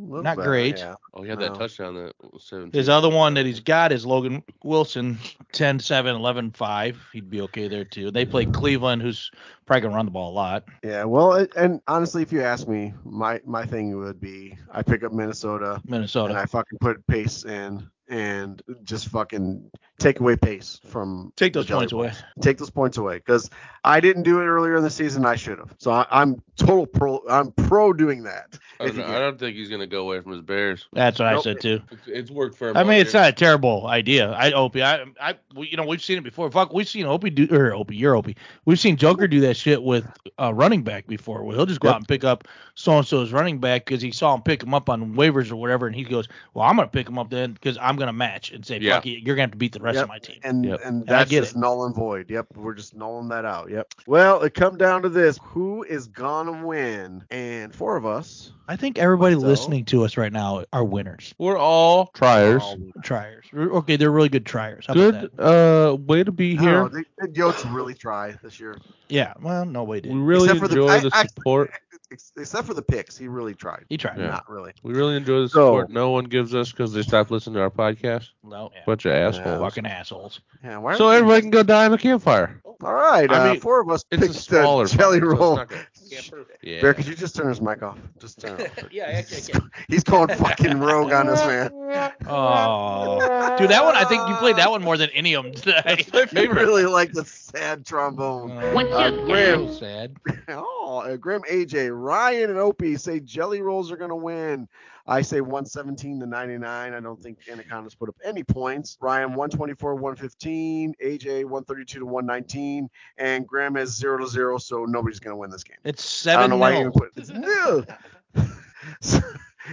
Speaker 3: little
Speaker 1: Not
Speaker 3: bit,
Speaker 1: great.
Speaker 3: Mm, Yeah.
Speaker 2: Oh, he had that
Speaker 3: No.
Speaker 2: touchdown that was 17.
Speaker 1: His other one that he's got is Logan Wilson, 10 7, 11 5. He'd be okay there, too. They play Cleveland, who's probably going to run the ball a lot.
Speaker 3: Yeah. Well, it, and honestly, if you ask me, my my thing would be I pick up Minnesota and
Speaker 1: Minnesota.
Speaker 3: I fucking put pace in and just fucking take away pace from
Speaker 1: Take those
Speaker 3: the Jelly
Speaker 1: points away.
Speaker 3: take those points away because I didn't do it earlier in the season. I should have. So I, I'm total pro. I'm pro doing that.
Speaker 2: I
Speaker 3: If
Speaker 2: don't,
Speaker 3: you
Speaker 2: know. I don't think he's gonna go away from his Bears.
Speaker 1: That's what I
Speaker 3: Nope.
Speaker 1: said, too.
Speaker 2: It's, it's worked for him.
Speaker 1: I
Speaker 2: all
Speaker 1: mean, it's
Speaker 2: year.
Speaker 1: not a terrible idea. I Opie, I, I, we, you know, we've seen it before. Fuck, we've seen Opie do or Opie, you're Opie. We've seen Joker do that shit with a running back before. Well, he'll just go out and pick up so and so's running back because he saw him pick him up on waivers or whatever, and he goes, "Well, I'm gonna pick him up then because I'm gonna match and say,
Speaker 2: Yeah.
Speaker 1: fuck it, you're gonna have to beat the rest
Speaker 3: Yep.
Speaker 1: of my team."
Speaker 3: And
Speaker 2: Yep.
Speaker 3: and
Speaker 1: And I
Speaker 3: that's
Speaker 1: get
Speaker 3: just null and void. Yep, we're just nulling that out. Yep. Well, it come down to this: who is gonna win? And four of us.
Speaker 1: I think everybody
Speaker 3: So?
Speaker 1: listening to us right now are winners,
Speaker 2: We're all triers.
Speaker 1: triers. Okay, they're really good triers. How about Oh, that?
Speaker 2: Good uh way to be
Speaker 3: I don't
Speaker 2: here.
Speaker 3: know, Oh, they, the Yotes really try this year,
Speaker 1: Yeah. Well, no, we
Speaker 2: We
Speaker 1: did.
Speaker 2: really
Speaker 3: Except for
Speaker 2: enjoy
Speaker 3: the-
Speaker 2: the,
Speaker 3: I- I-
Speaker 2: support.
Speaker 3: Ex- except for the picks. He really tried.
Speaker 1: He tried.
Speaker 2: Yeah.
Speaker 3: Not really.
Speaker 2: We really enjoy the
Speaker 3: So-
Speaker 2: support no one gives us because they stopped listening to our podcast.
Speaker 1: No. Yeah.
Speaker 2: Bunch of assholes.
Speaker 1: Fucking assholes.
Speaker 3: Yeah. Why
Speaker 2: So
Speaker 3: aren't we-
Speaker 2: everybody can go die in a campfire.
Speaker 3: All right.
Speaker 2: I
Speaker 3: uh,
Speaker 2: mean,
Speaker 3: four of us
Speaker 2: It's
Speaker 3: picked
Speaker 2: a smaller
Speaker 3: the jelly
Speaker 2: fire, so it's
Speaker 3: roll.
Speaker 2: not gonna- yeah.
Speaker 3: Bear, could you just turn his mic off? Just turn it off.
Speaker 7: yeah, yeah,
Speaker 3: He's going fucking rogue on us, man.
Speaker 1: Oh, dude, that one. I think you played that one more than any of them today.
Speaker 3: He really liked the sad trombone.
Speaker 1: Uh, Graham. Sad.
Speaker 3: Oh, uh, Grim AJ, Ryan, and Opie say Jelly Rolls are going to win. I say 117 to 99. I don't think Anaconda's put up any points. Ryan, 124, 115. AJ, 132 to 119. And Graham has 0 to 0, so nobody's going to win this game.
Speaker 1: It's
Speaker 3: I
Speaker 1: seven.
Speaker 3: don't know why
Speaker 1: nil.
Speaker 3: you even put it. No.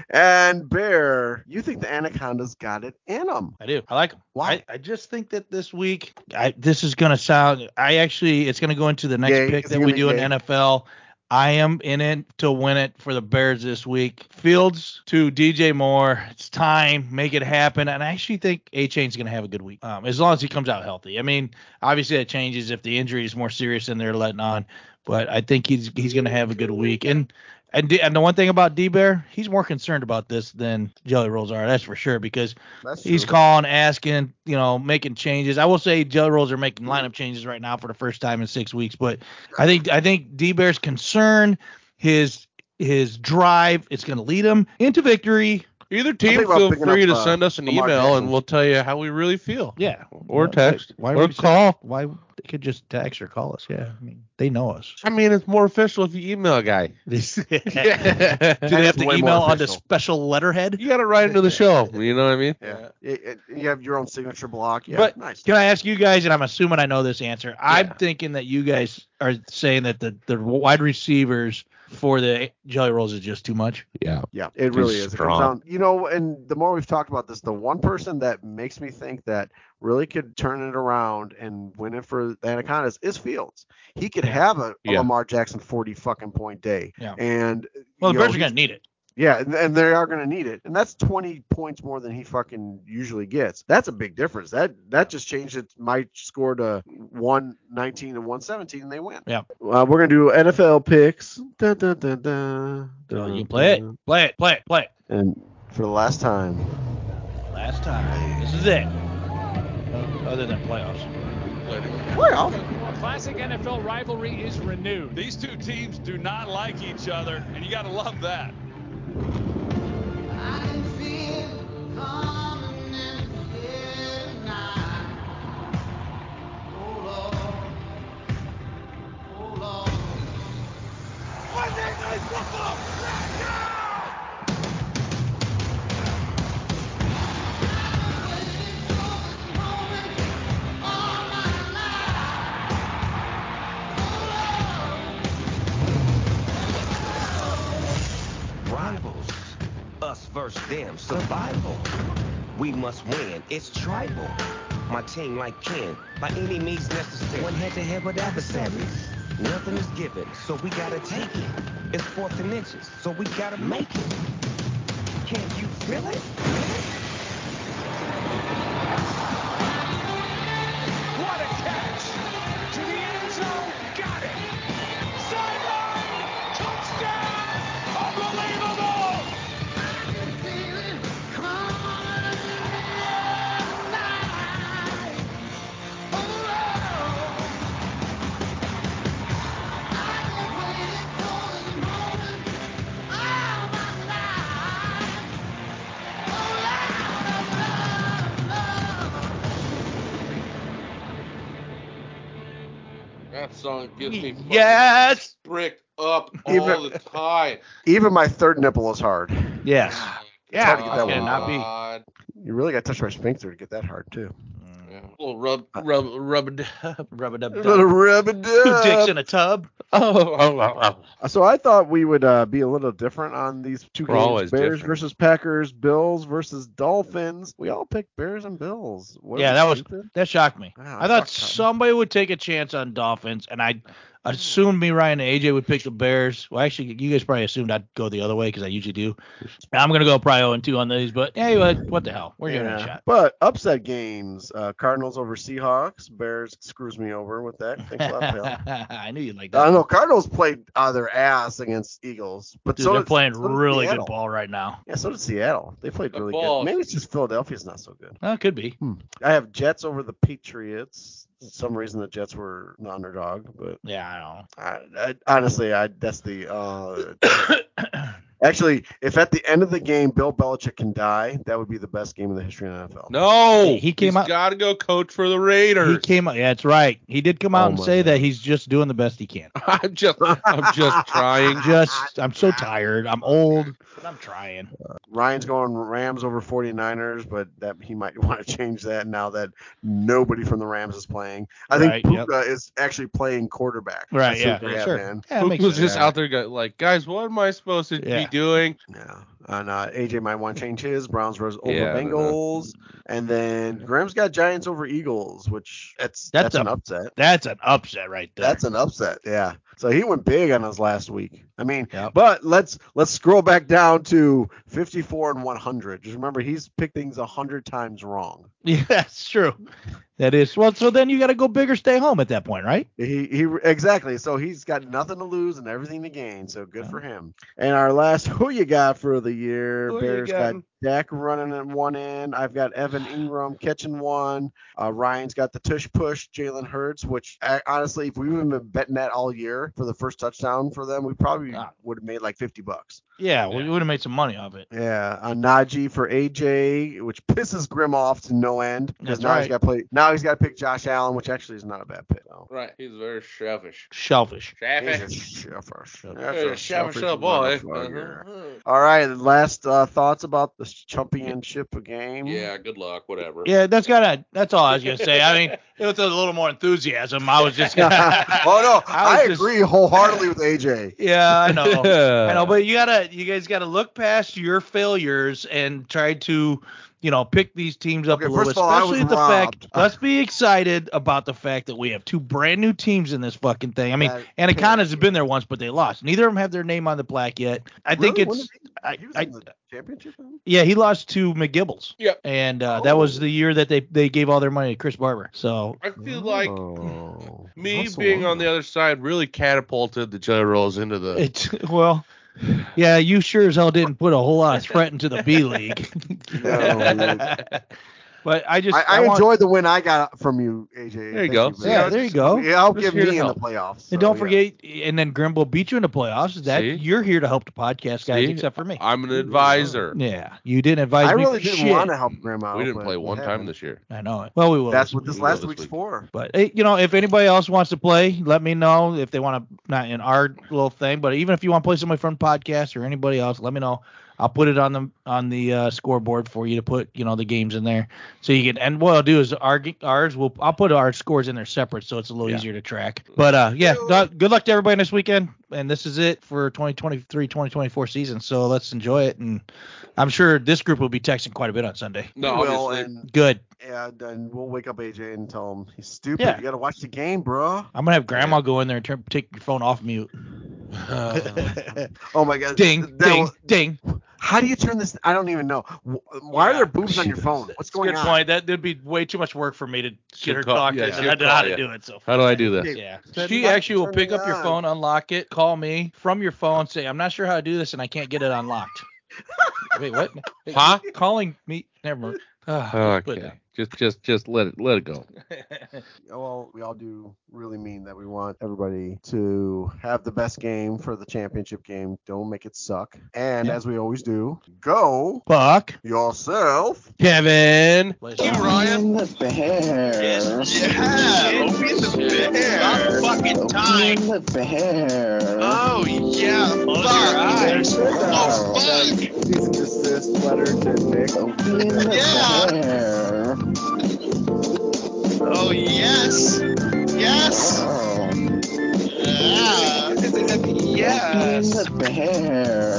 Speaker 3: and Bear, you think the Anaconda's got it in them.
Speaker 1: I do. I like them.
Speaker 3: Why?
Speaker 1: I, I just think that this week, I, this is gonna sound. I actually, it's gonna go into the next
Speaker 3: Yay.
Speaker 1: pick
Speaker 3: It's
Speaker 1: that we
Speaker 3: gonna
Speaker 1: do in
Speaker 3: yay.
Speaker 1: NFL. I am in it to win it for the Bears this week. Fields to DJ Moore. It's time. Make it happen. And I actually think A Chain's going to have a good week, um, as long as he comes out healthy. I mean, obviously that changes if the injury is more serious than they're letting on, but I think he's he's going to have a good week. And and, D, and the one thing about D Bear, he's more concerned about this than Jelly Rolls are. That's for sure because
Speaker 3: That's
Speaker 1: He's
Speaker 3: true.
Speaker 1: calling, asking, you know, making changes. I will say Jelly Rolls are making lineup changes right now for the first time in six weeks. But I think I think D Bear's concern, his his drive, it's gonna lead him into victory.
Speaker 2: Either team
Speaker 3: about
Speaker 2: feel
Speaker 3: picking
Speaker 2: free
Speaker 3: up,
Speaker 2: to
Speaker 3: uh,
Speaker 2: send us an
Speaker 3: Lamar
Speaker 2: email
Speaker 3: Jackson.
Speaker 2: and we'll tell you how we really feel.
Speaker 1: Yeah.
Speaker 2: Or
Speaker 1: No,
Speaker 2: text.
Speaker 1: why
Speaker 2: or
Speaker 1: would you say-
Speaker 2: call.
Speaker 1: Why they could just text or call us. Yeah. I mean they know us.
Speaker 2: I mean it's more official if you email a guy.
Speaker 1: Do they have to
Speaker 3: Way more
Speaker 1: email on the
Speaker 3: official.
Speaker 1: special letterhead?
Speaker 2: You gotta ride into the show. You know what I mean?
Speaker 3: Yeah. You- you have your own signature block. Yeah.
Speaker 1: But
Speaker 3: nice.
Speaker 1: Can I ask you guys, and I'm assuming I know this answer. I'm
Speaker 2: Yeah.
Speaker 1: thinking that you guys are saying that the, the wide receivers for the Jelly Rolls is just too much.
Speaker 2: Yeah.
Speaker 3: Yeah, it
Speaker 2: He's
Speaker 3: really is. It comes
Speaker 2: strong.
Speaker 3: down, you know, and the more we've talked about this, the one person that makes me think that really could turn it around and win it for the Anacondas is Fields. He could have a, a
Speaker 2: Yeah.
Speaker 3: Lamar Jackson 40 fucking point day.
Speaker 1: Yeah.
Speaker 3: And
Speaker 1: Well, the
Speaker 3: you know,
Speaker 1: Bears are
Speaker 3: he's-
Speaker 1: going to need it.
Speaker 3: Yeah, and, and they are going to need it, and that's 20 points more than he fucking usually gets. That's a big difference. That that just changed it, my score to 119 and 117, and they win.
Speaker 1: Yeah.
Speaker 3: Uh, we're gonna do NFL picks. Dun, dun, dun, dun,
Speaker 1: So
Speaker 3: dun,
Speaker 1: you can play it,
Speaker 3: dun.
Speaker 1: play it, play it, play it.
Speaker 3: And for the last time,
Speaker 1: Last time. This is it. Other than playoffs.
Speaker 6: Classic NFL rivalry is renewed. These two teams do not like each other, and you got to love that.
Speaker 7: I feel coming in here now. Oh, Lord. Oh, Lord.
Speaker 9: Rivals, us versus them, survival. We must win, it's tribal. My team like kin, by any means necessary. One head to head with adversaries. Nothing is given, so we gotta take it. It's fourth and inches, so we gotta make it. Can you feel it?
Speaker 6: What a catch! To the end zone, got it! Sideline, touchdown! Unbelievable!
Speaker 2: That song gets me fucking
Speaker 1: Yes.
Speaker 2: bricked up all
Speaker 3: Even-
Speaker 2: the time.
Speaker 3: Even my third nipple is hard.
Speaker 1: Yes. Yeah.
Speaker 3: hard to get that
Speaker 1: how can it
Speaker 3: one.
Speaker 1: not be?
Speaker 2: God.
Speaker 3: You really got to touch my sphincter to get that hard too.
Speaker 2: Yeah. Little rub, rub, rub.
Speaker 1: Rub it up.
Speaker 3: Little rub it
Speaker 1: Two dicks
Speaker 3: up.
Speaker 1: in a tub.
Speaker 2: Oh, oh, oh, oh.
Speaker 3: So I thought we would uh, be a little different on these 2
Speaker 2: We're
Speaker 3: games:
Speaker 2: always
Speaker 3: Bears
Speaker 2: different.
Speaker 3: versus Packers, Bills versus Dolphins. We all picked Bears and Bills. What,
Speaker 1: Yeah,
Speaker 3: am I
Speaker 1: that was-
Speaker 3: stupid?
Speaker 1: That shocked me.
Speaker 3: Yeah,
Speaker 1: I thought
Speaker 3: fuck, Cotton.
Speaker 1: somebody would take a chance on Dolphins, and I assumed me, Ryan, and AJ would pick the Bears. Well, actually, you guys probably assumed I'd go the other way because I usually do. And I'm gonna go probably 0 2 on these, but hey, what, what the hell? We're giving it a
Speaker 3: Yeah.
Speaker 1: shot.
Speaker 3: But upset games: uh, Cardinals over Seahawks. Bears screws me over with that. Thanks a lot, pal.
Speaker 1: I knew you'd like that.
Speaker 3: I know Cardinals played out of their ass against Eagles, but
Speaker 1: Dude,
Speaker 3: so
Speaker 1: they're
Speaker 3: did-
Speaker 1: playing
Speaker 3: so did
Speaker 1: really
Speaker 3: Seattle.
Speaker 1: good ball right now.
Speaker 3: Yeah, so did Seattle. They played
Speaker 2: The
Speaker 3: really
Speaker 2: ball-
Speaker 3: good. Maybe it's just Philadelphia's not so good.
Speaker 1: Well, it could be.
Speaker 3: I have Jets over the Patriots. For some reason the Jets were the underdog, but
Speaker 1: Yeah, I don't know.
Speaker 3: I, I, honestly, I that's the. Uh, actually, if at the end of the game Bill Belichick can die, that would be the best game in the history of the NFL.
Speaker 2: No,
Speaker 1: Hey, he came
Speaker 2: He's
Speaker 1: out-
Speaker 2: Got to go coach for the Raiders.
Speaker 1: He came out. Yeah, that's right. He did come out
Speaker 3: Oh
Speaker 1: and
Speaker 3: my
Speaker 1: say
Speaker 3: God.
Speaker 1: that he's just doing the best he can.
Speaker 2: I'm just, I'm just trying.
Speaker 1: Just, I'm so tired. I'm
Speaker 3: Oh,
Speaker 1: old, but I'm trying.
Speaker 3: Ryan's going Rams over 49ers, but that he might want to change that now that nobody from the Rams is playing. I think
Speaker 1: Right, yep.
Speaker 3: Puka is actually playing quarterback.
Speaker 1: Right,
Speaker 3: That's who
Speaker 1: yeah,
Speaker 3: they have
Speaker 1: sure.
Speaker 3: in.
Speaker 1: Yeah, it
Speaker 2: Cook
Speaker 1: makes
Speaker 2: was
Speaker 1: sense.
Speaker 2: just out there, go- like, guys, what am I supposed to
Speaker 1: Yeah.
Speaker 2: be doing?
Speaker 3: Yeah, and uh, AJ might want to change his Browns versus over
Speaker 2: Yeah, I don't know.
Speaker 3: Bengals, and then Graham's got Giants over Eagles, which that's
Speaker 1: That's
Speaker 3: that's,
Speaker 1: a-
Speaker 3: an upset.
Speaker 1: That's an upset right there.
Speaker 3: That's an upset, yeah. So he went big on us last week. I mean,
Speaker 1: Yep.
Speaker 3: but let's let's scroll back down to 54 and 100. Just remember, he's picked things 100 times wrong.
Speaker 1: Yeah, that's true. That is well. So then you got to go big or stay home at that point, right?
Speaker 3: He he exactly. So he's got nothing to lose and everything to gain. So good for him. And our last who you got for the year?
Speaker 2: Who you
Speaker 3: Bears got
Speaker 2: got?
Speaker 3: Dak running at one end. I've got Evan Ingram catching one. Uh, Ryan's got the tush push. Jalen Hurts, which I, honestly, if we would have been betting that all year for the first touchdown for them, we probably
Speaker 1: Ah.
Speaker 3: would have made like fifty bucks.
Speaker 1: Yeah, we would have made some money off it.
Speaker 3: Yeah, uh, Najee for AJ, which pisses Grim off to no end because
Speaker 1: That's
Speaker 3: now
Speaker 1: right.
Speaker 3: he's got to play. Now he's got to pick Josh Allen, which actually is not a bad pick. So.
Speaker 2: Right, he's very selfish.
Speaker 1: Shellfish.
Speaker 2: Selfish. Very
Speaker 3: Sheffer.
Speaker 2: selfish little boy. Uh-huh.
Speaker 3: All right, last uh, thoughts about this championship game.
Speaker 2: Yeah, good luck, whatever.
Speaker 1: Yeah, that's gotta. That's all I was gonna say. I mean, it was a little more enthusiasm. I was just. Gonna,
Speaker 3: oh no,
Speaker 1: I was
Speaker 3: I,
Speaker 1: just-
Speaker 3: agree wholeheartedly with AJ.
Speaker 1: yeah, I know. I know, but you gotta, you guys gotta look past your failures and try to, you know, pick these teams up
Speaker 3: Okay,
Speaker 1: a little.
Speaker 3: first of all, I
Speaker 1: especially
Speaker 3: was
Speaker 1: the fact.
Speaker 3: robbed.
Speaker 1: Let's be excited about the fact that we have two brand new teams in this fucking thing. I mean,
Speaker 3: That-
Speaker 1: Anacondas has been there once, but they lost. Neither of them have their name on the plaque yet. I think
Speaker 3: Really? When
Speaker 1: it's.
Speaker 3: did
Speaker 1: I,
Speaker 3: he, he was
Speaker 1: I,
Speaker 3: in the championship. game?
Speaker 1: yeah, he lost to McGibbles.
Speaker 2: Yep. Oh.
Speaker 1: And uh, that was the year that they, they gave all their money to Chris Barber. So
Speaker 2: I feel like
Speaker 3: Oh,
Speaker 2: me
Speaker 3: that's a
Speaker 2: being
Speaker 3: lot.
Speaker 2: on the other side really catapulted the jelly rolls into the
Speaker 1: it well, yeah, you sure as hell didn't put a whole lot of threat into the B league.
Speaker 3: No,
Speaker 1: but I just
Speaker 3: I, I,
Speaker 1: want-
Speaker 3: enjoyed the win I got from you, AJ.
Speaker 2: There you
Speaker 3: Thank
Speaker 2: go.
Speaker 3: for
Speaker 1: Yeah,
Speaker 3: that.
Speaker 1: there you go.
Speaker 3: Yeah, I'll
Speaker 2: Just
Speaker 3: give
Speaker 2: here to
Speaker 3: me in the
Speaker 2: help.
Speaker 3: playoffs.
Speaker 1: and
Speaker 3: so,
Speaker 1: don't
Speaker 3: Oh, yeah.
Speaker 1: forget, and then Grim will beat you in the playoffs. Is that
Speaker 2: See?
Speaker 1: you're here to help the podcast guys,
Speaker 2: See?
Speaker 1: except for me.
Speaker 2: I'm an advisor.
Speaker 1: yeah, you didn't advise
Speaker 3: I
Speaker 1: me
Speaker 3: really
Speaker 1: for
Speaker 3: didn't
Speaker 1: shit.
Speaker 3: want to help Grandma.
Speaker 2: We didn't play one time this year.
Speaker 1: I know it. Well, we will.
Speaker 3: That's
Speaker 1: this
Speaker 3: what this
Speaker 1: week.
Speaker 2: will
Speaker 3: last
Speaker 2: this
Speaker 3: week's
Speaker 2: week.
Speaker 3: for.
Speaker 1: But hey, you know, if anybody else wants to play, let me know if they want to not in our little thing, but even if you want to play somebody from podcast or anybody else, let me know. I'll put it on the on the uh, scoreboard for you to put you know the games in there, so you can. And what I'll do is our g- ours will I'll put our scores in there separate, so it's a little
Speaker 2: Yeah.
Speaker 1: easier to track. But uh, yeah, th- good luck to everybody this weekend, and this is it for 2023-2024 season. So let's enjoy it, and I'm sure this group will be texting quite a bit on Sunday.
Speaker 2: No,
Speaker 3: we will,
Speaker 2: obviously.
Speaker 3: and,
Speaker 1: Good.
Speaker 3: and, and we'll wake up AJ and tell him he's stupid.
Speaker 1: Yeah.
Speaker 3: You got to watch the game, bro.
Speaker 1: I'm gonna have Grandma go in there and turn, take your phone off mute. Uh,
Speaker 3: Oh my God.
Speaker 1: ding,
Speaker 3: That
Speaker 1: ding,
Speaker 3: was-
Speaker 1: ding.
Speaker 3: How do you turn this? I don't even know. Wh- Why are there boobs on your phone? What's going
Speaker 1: Good
Speaker 3: on?
Speaker 1: point. That would be way too much work for me to
Speaker 2: She'll
Speaker 1: get her
Speaker 2: call-
Speaker 1: talked
Speaker 2: yeah,
Speaker 1: in, and
Speaker 2: she'll
Speaker 1: I don't know how
Speaker 2: call
Speaker 1: to
Speaker 2: you.
Speaker 1: do it. So
Speaker 2: How do I do this?
Speaker 1: yeah,
Speaker 3: Turn
Speaker 1: she
Speaker 3: it on,
Speaker 1: actually will
Speaker 3: turn
Speaker 1: pick
Speaker 3: it
Speaker 1: up your
Speaker 3: on.
Speaker 1: phone, unlock it, call me from your phone, say I'm not sure how to do this and I can't get it unlocked. Wait, what?
Speaker 2: Huh?
Speaker 1: Calling me? Never mind. Ah,
Speaker 2: Oh,
Speaker 1: put
Speaker 2: okay.
Speaker 1: that-
Speaker 2: Just just just let it let it go.
Speaker 3: Oh, Well, we all do really mean that we want everybody to have the best game for the championship game. Don't make it suck. And as we always do, go
Speaker 1: Fuck.
Speaker 3: yourself.
Speaker 2: Kevin.
Speaker 1: You
Speaker 6: Ryan. The bear. Yes, yeah. Open the bear. About fucking time. Open the bear. Oh, yeah. Fuck. Oh, fuck. Jesus, this letter to Nick. Open the yeah. bear. Oh, yes. Yes. Oh, Yeah. Yes. Open the bear.